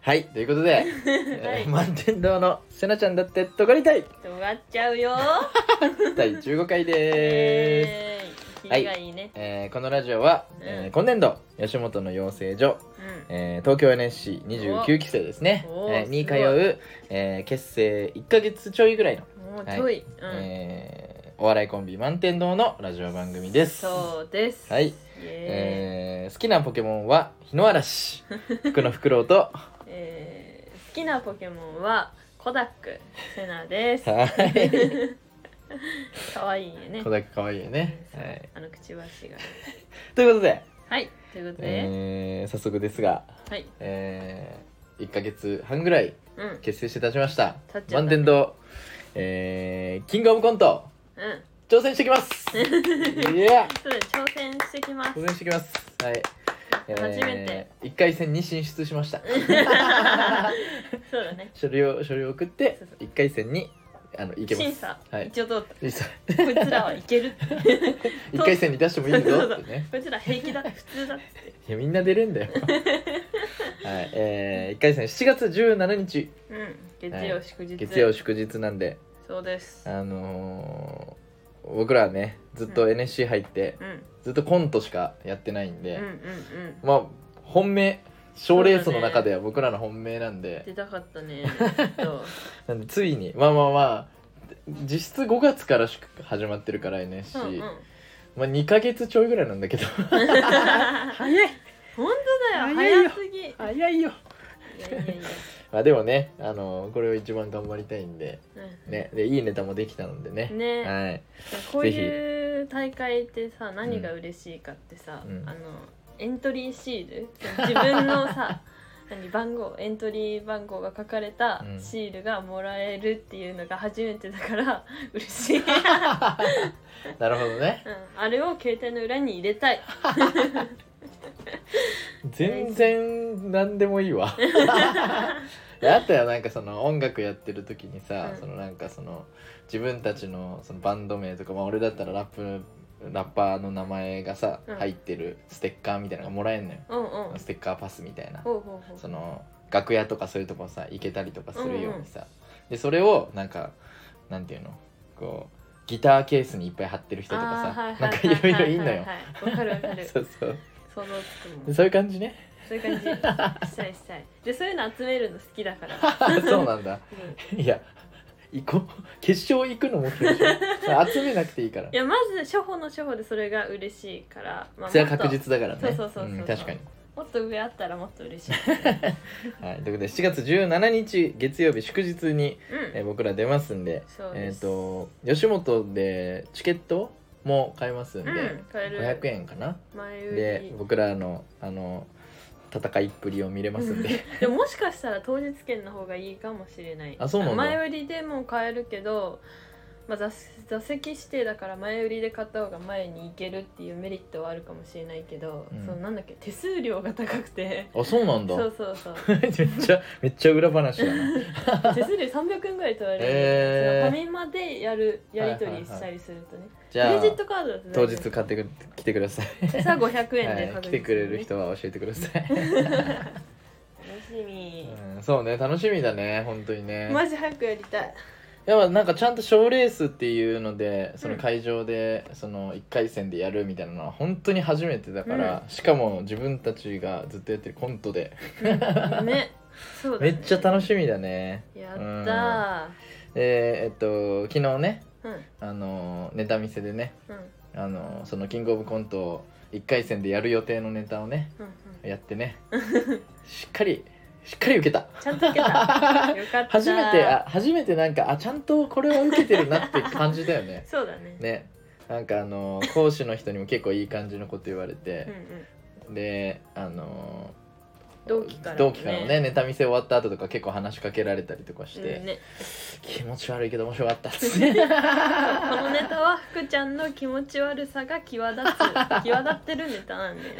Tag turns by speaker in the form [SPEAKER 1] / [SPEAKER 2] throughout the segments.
[SPEAKER 1] はい、ということで、 えー満天堂のせなちゃんだってとがりた い
[SPEAKER 2] 尖っちゃうよ
[SPEAKER 1] 第15回です。
[SPEAKER 2] えー
[SPEAKER 1] はい
[SPEAKER 2] 品がいいね、
[SPEAKER 1] えーこのラジオは、えー
[SPEAKER 2] うん
[SPEAKER 1] 今年度吉本の養成所、えー東京 NSC29 期生ですね、
[SPEAKER 2] お
[SPEAKER 1] えー
[SPEAKER 2] お
[SPEAKER 1] に
[SPEAKER 2] す
[SPEAKER 1] 通、
[SPEAKER 2] ごいう
[SPEAKER 1] えー結成1ヶ月ちょいぐらいの、
[SPEAKER 2] うんもうちょい、うん、
[SPEAKER 1] えーお笑いコンビ満天堂のラジオ番組です。
[SPEAKER 2] そうです
[SPEAKER 1] はい、
[SPEAKER 2] イエーイ
[SPEAKER 1] えー好きなポケモンは日の 嵐福のフクロウと
[SPEAKER 2] えー好きなポケモンはコダックセナです
[SPEAKER 1] はい
[SPEAKER 2] 可愛いよね
[SPEAKER 1] 小田君かわいいよね、
[SPEAKER 2] うん
[SPEAKER 1] はい、
[SPEAKER 2] あのくちばしが
[SPEAKER 1] ということで、
[SPEAKER 2] はいということで、
[SPEAKER 1] えー早速ですが、
[SPEAKER 2] はい
[SPEAKER 1] え1ヶ月半ぐらい
[SPEAKER 2] うんうん
[SPEAKER 1] 結成して立ちました
[SPEAKER 2] 立っちゃったね
[SPEAKER 1] 満天堂、えーキングオブコント挑戦してきます いや
[SPEAKER 2] そうです挑戦してきます
[SPEAKER 1] 挑戦してきますはい、
[SPEAKER 2] 初めて
[SPEAKER 1] 1回戦に進出しました
[SPEAKER 2] そうだね
[SPEAKER 1] 書類を書類を送って
[SPEAKER 2] そうそ
[SPEAKER 1] 1回戦にあの行けま
[SPEAKER 2] 審
[SPEAKER 1] す
[SPEAKER 2] 査、
[SPEAKER 1] はい
[SPEAKER 2] 一応通った
[SPEAKER 1] いいっす
[SPEAKER 2] こいつらはいける
[SPEAKER 1] 一回戦に出してもいいぞってね
[SPEAKER 2] こいつら平気だ普通だっつって
[SPEAKER 1] いやみんな出れん だよはいえー、1回戦7月17日
[SPEAKER 2] うん月曜祝日
[SPEAKER 1] 月曜祝日なんで
[SPEAKER 2] そうです
[SPEAKER 1] あのー僕らはねずっと NSC 入って、
[SPEAKER 2] うん
[SPEAKER 1] ずっとコントしかやってないん
[SPEAKER 2] うん
[SPEAKER 1] で
[SPEAKER 2] うん、うん
[SPEAKER 1] まあ本命賞レースの中では僕らの本命なんで、
[SPEAKER 2] 出たかっ たねそう
[SPEAKER 1] なんでついにまあまあまあ実質5月からしか始まってるから NSC、
[SPEAKER 2] うんうん
[SPEAKER 1] まあ、2ヶ月ちょいぐらいなんだけど
[SPEAKER 2] 早い 本当だよ
[SPEAKER 1] 早いよ
[SPEAKER 2] 早すぎいや
[SPEAKER 1] 早いよ
[SPEAKER 2] いやいや
[SPEAKER 1] まあでもね、あのーこれを一番頑張りたいんでねでいいネタもできたのでね
[SPEAKER 2] うんね
[SPEAKER 1] はい
[SPEAKER 2] こういう大会ってさ何が嬉しいかってさ、
[SPEAKER 1] うん
[SPEAKER 2] あのエントリーシール自分のさ 何番号エントリー番号が書かれた
[SPEAKER 1] うん
[SPEAKER 2] シールがもらえるっていうのが初めてだから嬉しい、うん、
[SPEAKER 1] なるほどね
[SPEAKER 2] あれを携帯の裏に入れたい
[SPEAKER 1] 全然何でもいい わあったよなんかその音楽やってる時にさ、
[SPEAKER 2] うん
[SPEAKER 1] そのなんかその自分たちのそのバンド名とか、まあ、俺だったらラップラッパーの名前がさ、
[SPEAKER 2] うん
[SPEAKER 1] 入ってるステッカーみたいなのがもらえんのよ、
[SPEAKER 2] うんうんほう
[SPEAKER 1] ステッカーパスみたいな
[SPEAKER 2] ほうほう
[SPEAKER 1] その楽屋とかそういうとこさ行けたりとかするようにさ、でそれをなんかなんていうのこうギターケースにいっぱい貼ってる人とか
[SPEAKER 2] あーはい
[SPEAKER 1] さな
[SPEAKER 2] は
[SPEAKER 1] ん
[SPEAKER 2] い
[SPEAKER 1] か
[SPEAKER 2] はい
[SPEAKER 1] ろい
[SPEAKER 2] は
[SPEAKER 1] ろいんのよ
[SPEAKER 2] ははわかるわか る
[SPEAKER 1] そうそう
[SPEAKER 2] 想像つくも
[SPEAKER 1] で
[SPEAKER 2] ん
[SPEAKER 1] そういう感じね
[SPEAKER 2] そういう感じしたいしたいでそういうの集めるの好きだ から、う
[SPEAKER 1] そうなんだ
[SPEAKER 2] ん
[SPEAKER 1] いや行こう決勝行くのも決 勝集めなくていいから
[SPEAKER 2] いやまず初歩の初歩でそれが嬉しいから、まあ、
[SPEAKER 1] それは
[SPEAKER 2] もっと
[SPEAKER 1] 確実だからね
[SPEAKER 2] そうそうそうそうん
[SPEAKER 1] 確かに、
[SPEAKER 2] もっと上あったらもっと嬉しい、
[SPEAKER 1] はい、ということで7月17日月曜日祝日に、
[SPEAKER 2] う
[SPEAKER 1] えー
[SPEAKER 2] ん、
[SPEAKER 1] 僕ら出ますんで
[SPEAKER 2] そう
[SPEAKER 1] え
[SPEAKER 2] で
[SPEAKER 1] っ、
[SPEAKER 2] す、
[SPEAKER 1] と吉本でチケットも買えますんで、
[SPEAKER 2] うん買える
[SPEAKER 1] 500円かな
[SPEAKER 2] 前売
[SPEAKER 1] で
[SPEAKER 2] りで
[SPEAKER 1] 僕らのあの戦いっぷりを見れますん で
[SPEAKER 2] でももしかしたら当日券の方がいいかもしれない
[SPEAKER 1] あそうなんだ
[SPEAKER 2] 前売りでも買えるけど、まあ、座座席指定だから前売りで買った方が前に行けるっていうメリットはあるかもしれないけど、
[SPEAKER 1] うん
[SPEAKER 2] そのなんだっけ手数料が高くて
[SPEAKER 1] あそうなんだ
[SPEAKER 2] そうそうそう
[SPEAKER 1] めっちゃめっちゃ裏話だな
[SPEAKER 2] 手数料300円ぐらい取られる、
[SPEAKER 1] へー
[SPEAKER 2] そのファミマでやるやり取りしたりするとね、
[SPEAKER 1] じゃあ
[SPEAKER 2] クレジットカードだと
[SPEAKER 1] 当日買ってく来てください
[SPEAKER 2] さあ500円で、
[SPEAKER 1] はい、来てくれる人は教えてください、
[SPEAKER 2] 楽しみ、
[SPEAKER 1] うん、そうね楽しみだね本当にね
[SPEAKER 2] マジ早くやりたい
[SPEAKER 1] やっぱなんかちゃんと賞レースっていうのでその
[SPEAKER 2] うん
[SPEAKER 1] 会場でその1回戦でやるみたいなのは本当に初めてだから、しかも自分たちがずっとやってるコントで
[SPEAKER 2] ねそうだ、
[SPEAKER 1] め
[SPEAKER 2] ね、
[SPEAKER 1] っちゃ楽しみだね
[SPEAKER 2] やった
[SPEAKER 1] でえっと昨日ね
[SPEAKER 2] ーうん
[SPEAKER 1] あのネタ見せでね
[SPEAKER 2] うん
[SPEAKER 1] あのそのキングオブコントを1回戦でやる予定のネタをね
[SPEAKER 2] うんうん
[SPEAKER 1] やって ねしっかりしっかり受けた
[SPEAKER 2] ちゃんとい けたよかった
[SPEAKER 1] 初めてあ初めてなんかあちゃんとこれは受けてるなって感じだよね
[SPEAKER 2] そうだね
[SPEAKER 1] ねなんかあの講師の人にも結構いい感じのこと言われ
[SPEAKER 2] うんう
[SPEAKER 1] て、
[SPEAKER 2] ん
[SPEAKER 1] であの
[SPEAKER 2] 同期からもね
[SPEAKER 1] 同期からもねネタ見せ終わった後とか結構話しかけられたりとかして、
[SPEAKER 2] うんね、
[SPEAKER 1] 気持ち悪いけど面白かったっつって
[SPEAKER 2] このネタは福ちゃんの気持ち悪さが際 立つ際立ってるネタなんでね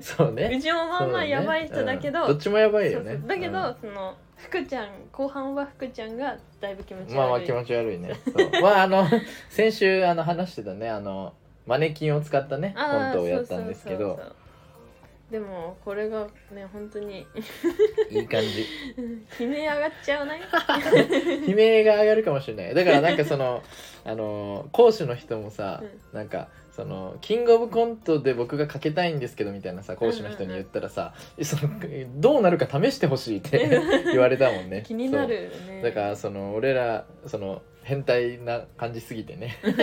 [SPEAKER 1] そうね
[SPEAKER 2] うちもまあまあやばい人だけど
[SPEAKER 1] そうねうんどっちもやばい
[SPEAKER 2] そ
[SPEAKER 1] よ
[SPEAKER 2] う
[SPEAKER 1] ね
[SPEAKER 2] そうだけど、
[SPEAKER 1] うん
[SPEAKER 2] その福ちゃん後半は福ちゃんがだいぶ気持ち悪い、
[SPEAKER 1] まあまあ気持ち悪いね。そうまああの 先週あの話してたねあのマネキンを使ったね
[SPEAKER 2] あー
[SPEAKER 1] コントをやったんですけど
[SPEAKER 2] そうそうでもこれがね本当に
[SPEAKER 1] いい感じ
[SPEAKER 2] 悲鳴上がっちゃわない
[SPEAKER 1] 悲鳴が上がるかもしれないだからなんかそ のあの講師の人もさ、なんかそのキングオブコントで僕がかけたいんですけどみたいなさ講師の人に言ったらさ、えそのどうなるか試してほしいって 言われたもんね
[SPEAKER 2] 気になるよ
[SPEAKER 1] そ
[SPEAKER 2] ね
[SPEAKER 1] うだからその俺らその変態な感じすぎてね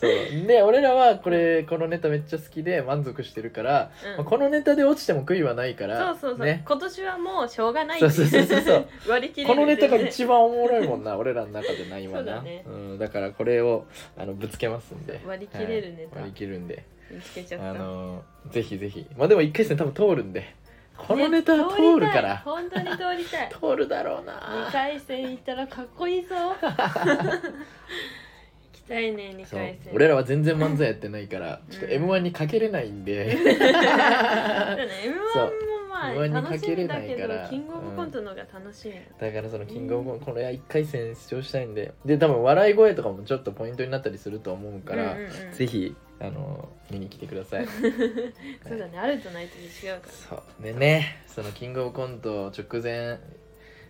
[SPEAKER 1] そうで俺らはこれこのネタめっちゃ好きで満足してるから、
[SPEAKER 2] うん
[SPEAKER 1] まあこのネタで落ちても悔いはないから
[SPEAKER 2] そうそうそう、
[SPEAKER 1] ね
[SPEAKER 2] 今年はもうしょうがない
[SPEAKER 1] そうそうそうそうそう
[SPEAKER 2] 割り切れ
[SPEAKER 1] こ
[SPEAKER 2] る
[SPEAKER 1] のネタが
[SPEAKER 2] 全然
[SPEAKER 1] 一番おもろいもん な俺らの中でな今
[SPEAKER 2] そう
[SPEAKER 1] な
[SPEAKER 2] だね
[SPEAKER 1] うん、だからこれをあのぶつけますんで
[SPEAKER 2] 割り切れるネタ
[SPEAKER 1] はい割り切るんで
[SPEAKER 2] 見つけちゃった
[SPEAKER 1] あのぜひぜひまあでも一回戦多分通るんでこのネタは
[SPEAKER 2] ね
[SPEAKER 1] 通るから、
[SPEAKER 2] 通りたい本当に通りたい
[SPEAKER 1] 通るだろう
[SPEAKER 2] 2
[SPEAKER 1] な
[SPEAKER 2] 回戦行ったらかっこいいぞ行きたいね2
[SPEAKER 1] そう
[SPEAKER 2] 回戦
[SPEAKER 1] 俺らは全然漫才やってない から
[SPEAKER 2] うん
[SPEAKER 1] ちょっと m 1にかけれないんで、
[SPEAKER 2] そうだね M1
[SPEAKER 1] そう
[SPEAKER 2] もまあ
[SPEAKER 1] M1 に
[SPEAKER 2] 楽しみ
[SPEAKER 1] か
[SPEAKER 2] だ
[SPEAKER 1] け
[SPEAKER 2] け
[SPEAKER 1] れないか
[SPEAKER 2] ど
[SPEAKER 1] ら
[SPEAKER 2] キングオブコントの方が楽しみ、
[SPEAKER 1] だからそのキングオブコントこれは1回戦視聴したいんでで多分笑い声とかもちょっとポイントになったりすると思うから、
[SPEAKER 2] うんうんうん
[SPEAKER 1] ぜひあの見に来てください
[SPEAKER 2] そうだねあるとないとで違うか
[SPEAKER 1] そうでねそのキングオブコント直前、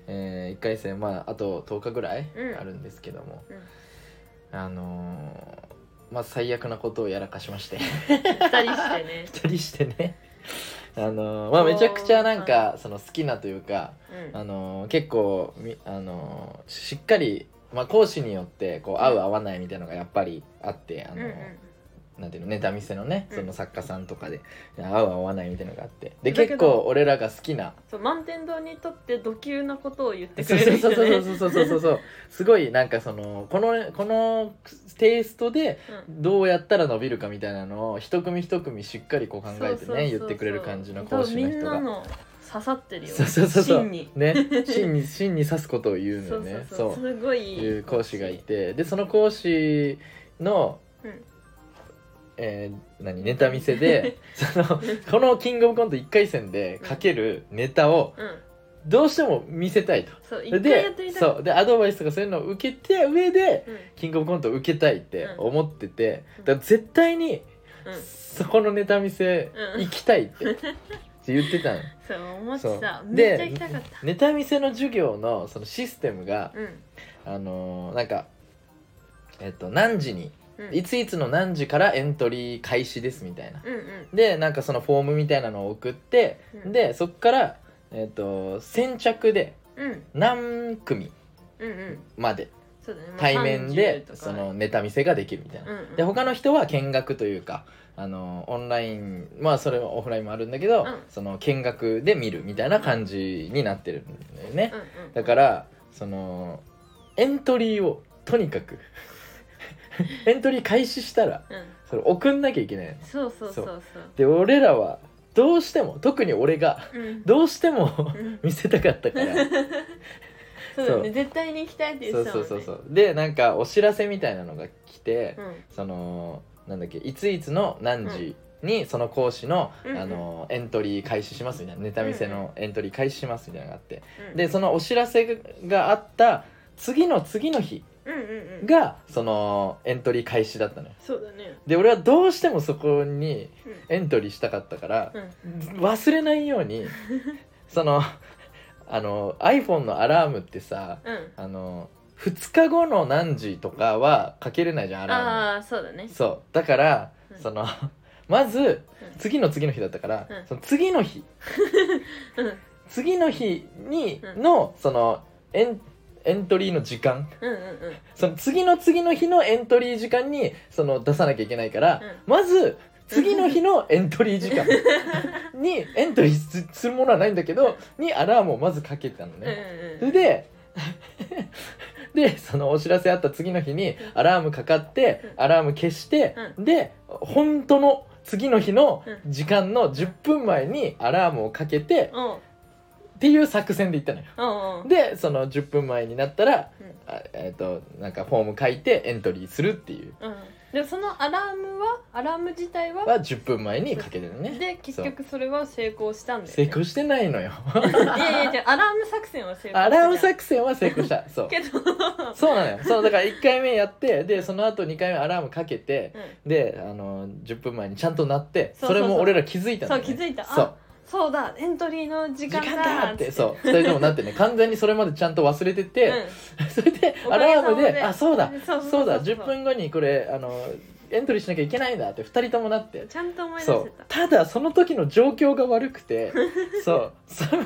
[SPEAKER 1] え1回戦まああと10日ぐらい
[SPEAKER 2] うん
[SPEAKER 1] あるんですけども、
[SPEAKER 2] うん
[SPEAKER 1] あのーまあ最悪なことをやらかしまして
[SPEAKER 2] ら2人してね、
[SPEAKER 1] 一人してね あのーまあめちゃくちゃなんかその好きなというか、
[SPEAKER 2] うん、
[SPEAKER 1] あのー結構みあのーしっかり、まあ、講師によってこう合う合わないみたいなのがやっぱりあってあ
[SPEAKER 2] う
[SPEAKER 1] の
[SPEAKER 2] ん
[SPEAKER 1] ー、
[SPEAKER 2] うん
[SPEAKER 1] なんていうのネタ見せのね
[SPEAKER 2] うん
[SPEAKER 1] その作家さんとかで、合う合わないみたいなのがあってで
[SPEAKER 2] だけど
[SPEAKER 1] 結構俺らが好きな
[SPEAKER 2] そう満天堂にとってド級なことを言ってく
[SPEAKER 1] そう
[SPEAKER 2] れ
[SPEAKER 1] そう
[SPEAKER 2] る人
[SPEAKER 1] そう
[SPEAKER 2] ね
[SPEAKER 1] そうそうそうそうそうすごいなんかそのこのこのテイストで
[SPEAKER 2] うん
[SPEAKER 1] どうやったら伸びるかみたいなのを一組一組しっかりこう考えてね言ってくれる感じの講師の
[SPEAKER 2] 多分みん
[SPEAKER 1] 人
[SPEAKER 2] な
[SPEAKER 1] が。
[SPEAKER 2] の刺さってるよ
[SPEAKER 1] そうそうそうそう
[SPEAKER 2] 真に
[SPEAKER 1] ね、真に真に刺すことを言うの
[SPEAKER 2] そ
[SPEAKER 1] よ
[SPEAKER 2] う
[SPEAKER 1] ね。
[SPEAKER 2] そうそうすごい
[SPEAKER 1] いう講師がいてでその講師の、
[SPEAKER 2] うん
[SPEAKER 1] えー何ネタ見せ でそのこの「キングオブコント」1回戦でかけるネタを
[SPEAKER 2] うん
[SPEAKER 1] どうしても見せたいと。
[SPEAKER 2] そう一回やっ
[SPEAKER 1] で
[SPEAKER 2] てみたい
[SPEAKER 1] そうでアドバイスとかそういうのを受けて上で
[SPEAKER 2] うん
[SPEAKER 1] 「キングオブコント」を受けたいって
[SPEAKER 2] うん
[SPEAKER 1] 思ってて、
[SPEAKER 2] うん
[SPEAKER 1] だから絶対に
[SPEAKER 2] うん
[SPEAKER 1] そこのネタ見せ
[SPEAKER 2] うん
[SPEAKER 1] 行きたいっ て,、って言ってたの。
[SPEAKER 2] そう思ってさ
[SPEAKER 1] そう
[SPEAKER 2] めっちゃ行きたかった
[SPEAKER 1] ネタ見せの授業のそのシステムが、
[SPEAKER 2] うん
[SPEAKER 1] あのーなんか、えっと、何時に
[SPEAKER 2] うん
[SPEAKER 1] いついつの何時からエントリー開始ですみたいな。
[SPEAKER 2] うんうん
[SPEAKER 1] でなんかそのフォームみたいなのを送って、
[SPEAKER 2] うん
[SPEAKER 1] でそっから、えっと先着で
[SPEAKER 2] うん
[SPEAKER 1] 何組
[SPEAKER 2] うんうん
[SPEAKER 1] まで
[SPEAKER 2] そうだねまあ
[SPEAKER 1] 対面で
[SPEAKER 2] 30とか
[SPEAKER 1] そのネタ見せができるみたいな。
[SPEAKER 2] うんうん
[SPEAKER 1] で他の人は見学というかあのオンラインまあそれもオフラインもあるんだけど、
[SPEAKER 2] うん
[SPEAKER 1] その見学で見るみたいな感じになってるんだよね。
[SPEAKER 2] うんうん
[SPEAKER 1] だからそのエントリーをとにかく エントリー開始したら
[SPEAKER 2] うん
[SPEAKER 1] それ送んなきゃいけないの
[SPEAKER 2] そうそうそうそう
[SPEAKER 1] で俺らはどうしても特に俺が
[SPEAKER 2] うん
[SPEAKER 1] どうしても
[SPEAKER 2] うん
[SPEAKER 1] 見せたかった から
[SPEAKER 2] そうだね絶対に行きたいって
[SPEAKER 1] そ
[SPEAKER 2] 言っ
[SPEAKER 1] う
[SPEAKER 2] てた
[SPEAKER 1] そ
[SPEAKER 2] もん
[SPEAKER 1] う
[SPEAKER 2] ね
[SPEAKER 1] そうそうでなんかお知らせみたいなのが来て、
[SPEAKER 2] うん
[SPEAKER 1] そのなんだっけいついつの何時にその講師の,、
[SPEAKER 2] うんうん
[SPEAKER 1] あのエントリー開始しますみたいなネタ見せのエントリー開始しますみたいなのがあって、
[SPEAKER 2] うん
[SPEAKER 1] でそのお知らせがあった次の次の日
[SPEAKER 2] うんうんうん
[SPEAKER 1] がそのエントリー開始だったのよ
[SPEAKER 2] そうだね
[SPEAKER 1] で俺はどうしてもそこに
[SPEAKER 2] うん
[SPEAKER 1] エントリーしたかったから
[SPEAKER 2] うん
[SPEAKER 1] 忘れないよう にそのあの iPhone のアラームってさ
[SPEAKER 2] うん
[SPEAKER 1] あの2日後の何時とかはかけれないじゃんアラー
[SPEAKER 2] ああそうだね
[SPEAKER 1] ムそうだから
[SPEAKER 2] うん
[SPEAKER 1] その まず
[SPEAKER 2] うん
[SPEAKER 1] 次の次の日だったから
[SPEAKER 2] うん
[SPEAKER 1] その次の日
[SPEAKER 2] うん
[SPEAKER 1] 次の日に
[SPEAKER 2] うん
[SPEAKER 1] のそのエンエントリーの時間
[SPEAKER 2] うんうんうん
[SPEAKER 1] その次の次の日のエントリー時間にその出さなきゃいけないから、
[SPEAKER 2] う
[SPEAKER 1] まず次の日のエントリー時間 にエントリーすするものはないんだけどにアラームをまずかけたの
[SPEAKER 2] うん
[SPEAKER 1] ね。
[SPEAKER 2] うん
[SPEAKER 1] それ
[SPEAKER 2] うん
[SPEAKER 1] ででそのお知らせあった次の日にアラームかかってアラーム消して、で本当の次の日の時間の10分前にアラームをかけて
[SPEAKER 2] おう
[SPEAKER 1] っていう作戦で行ったのよ。
[SPEAKER 2] おうおう
[SPEAKER 1] でその10分前になったら
[SPEAKER 2] うん
[SPEAKER 1] あえっ、となんかフォーム書いてエントリーするっていう
[SPEAKER 2] うんでもそのアラームはアラーム自体は
[SPEAKER 1] は10分前にかけてるね
[SPEAKER 2] で結局それは成功したんだよ、ね、
[SPEAKER 1] 成功してないのよ
[SPEAKER 2] いやいやじゃアラーム作戦は成功
[SPEAKER 1] アラーム
[SPEAKER 2] 戦
[SPEAKER 1] 作戦は成功したそう
[SPEAKER 2] けど、
[SPEAKER 1] そうなのよそうだから1回目やってでその後2回目アラームかけて
[SPEAKER 2] う
[SPEAKER 1] であの10分前にちゃんと鳴って
[SPEAKER 2] そ
[SPEAKER 1] そ
[SPEAKER 2] うそう
[SPEAKER 1] れ
[SPEAKER 2] そう
[SPEAKER 1] も俺ら気づいた
[SPEAKER 2] ん、
[SPEAKER 1] の
[SPEAKER 2] そう
[SPEAKER 1] よね
[SPEAKER 2] 気づいたあ
[SPEAKER 1] そう
[SPEAKER 2] そうだエントリーの
[SPEAKER 1] 時
[SPEAKER 2] 時間だ
[SPEAKER 1] 間だって
[SPEAKER 2] つ
[SPEAKER 1] そう2人ともなってね 完全にそれまでちゃんと忘れて
[SPEAKER 2] うん
[SPEAKER 1] て、 それでアラームで「あそうだ
[SPEAKER 2] そう
[SPEAKER 1] そうだ10分後にこれあのエントリーしなきゃいけないんだ」って2人ともなって
[SPEAKER 2] ちゃんと思い出せ
[SPEAKER 1] そうただその時の状況が悪くて そうその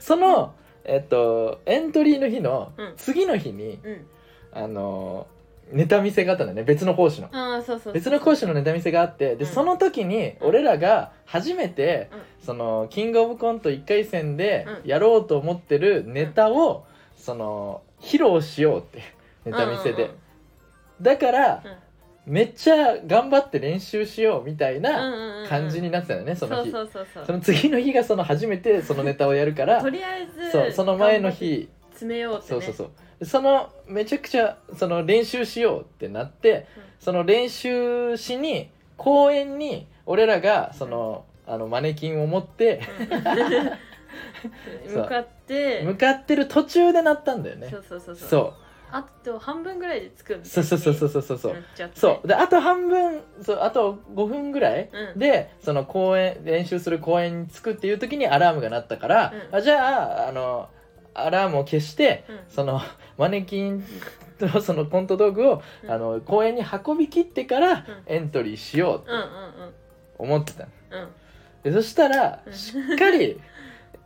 [SPEAKER 1] そのえっとエントリーの日の
[SPEAKER 2] うん
[SPEAKER 1] 次の日に、
[SPEAKER 2] たうん
[SPEAKER 1] あのネタ見せがあったんだよね別の講師の。
[SPEAKER 2] ああそうそう
[SPEAKER 1] 別の講師のネタ見せがあってで、
[SPEAKER 2] うん
[SPEAKER 1] その時に俺らが初めて、
[SPEAKER 2] うん
[SPEAKER 1] そのキングオブコント1回戦で
[SPEAKER 2] うん
[SPEAKER 1] やろうと思ってるネタを、その披露しようってネタ見せで、だから、めっちゃ頑張って練習しようみたいな感じになってたよね、その日
[SPEAKER 2] そうそうそ
[SPEAKER 1] そ
[SPEAKER 2] うそう
[SPEAKER 1] の次の日がその初めてそのネタをやるから
[SPEAKER 2] とりあえず
[SPEAKER 1] そうその前の日
[SPEAKER 2] 詰めようって、ね、
[SPEAKER 1] そうそうそうそのめちゃくちゃその練習しようってなって、
[SPEAKER 2] うん
[SPEAKER 1] その練習しに公園に俺らがその,、あのマネキンを持って
[SPEAKER 2] うん向かって
[SPEAKER 1] 向かってる途中でなったんだよね
[SPEAKER 2] そうそうそうそう
[SPEAKER 1] そ
[SPEAKER 2] あと半分ぐらいで着くみ
[SPEAKER 1] う
[SPEAKER 2] たい
[SPEAKER 1] そうそうそうそうそうそうそう
[SPEAKER 2] なっちゃって
[SPEAKER 1] であと半分そうあと5分ぐらい、
[SPEAKER 2] うん
[SPEAKER 1] でその公園練習する公園に着くっていう時にアラームが鳴ったから、
[SPEAKER 2] うん
[SPEAKER 1] あじゃああのアラームを消して
[SPEAKER 2] うん
[SPEAKER 1] そのマネキンとそのコント道具を、
[SPEAKER 2] うん
[SPEAKER 1] あの公園に運び切ってから
[SPEAKER 2] うん
[SPEAKER 1] エントリーしよう
[SPEAKER 2] うん
[SPEAKER 1] と思ってたの
[SPEAKER 2] うんうん
[SPEAKER 1] でそしたら
[SPEAKER 2] うん
[SPEAKER 1] しっかり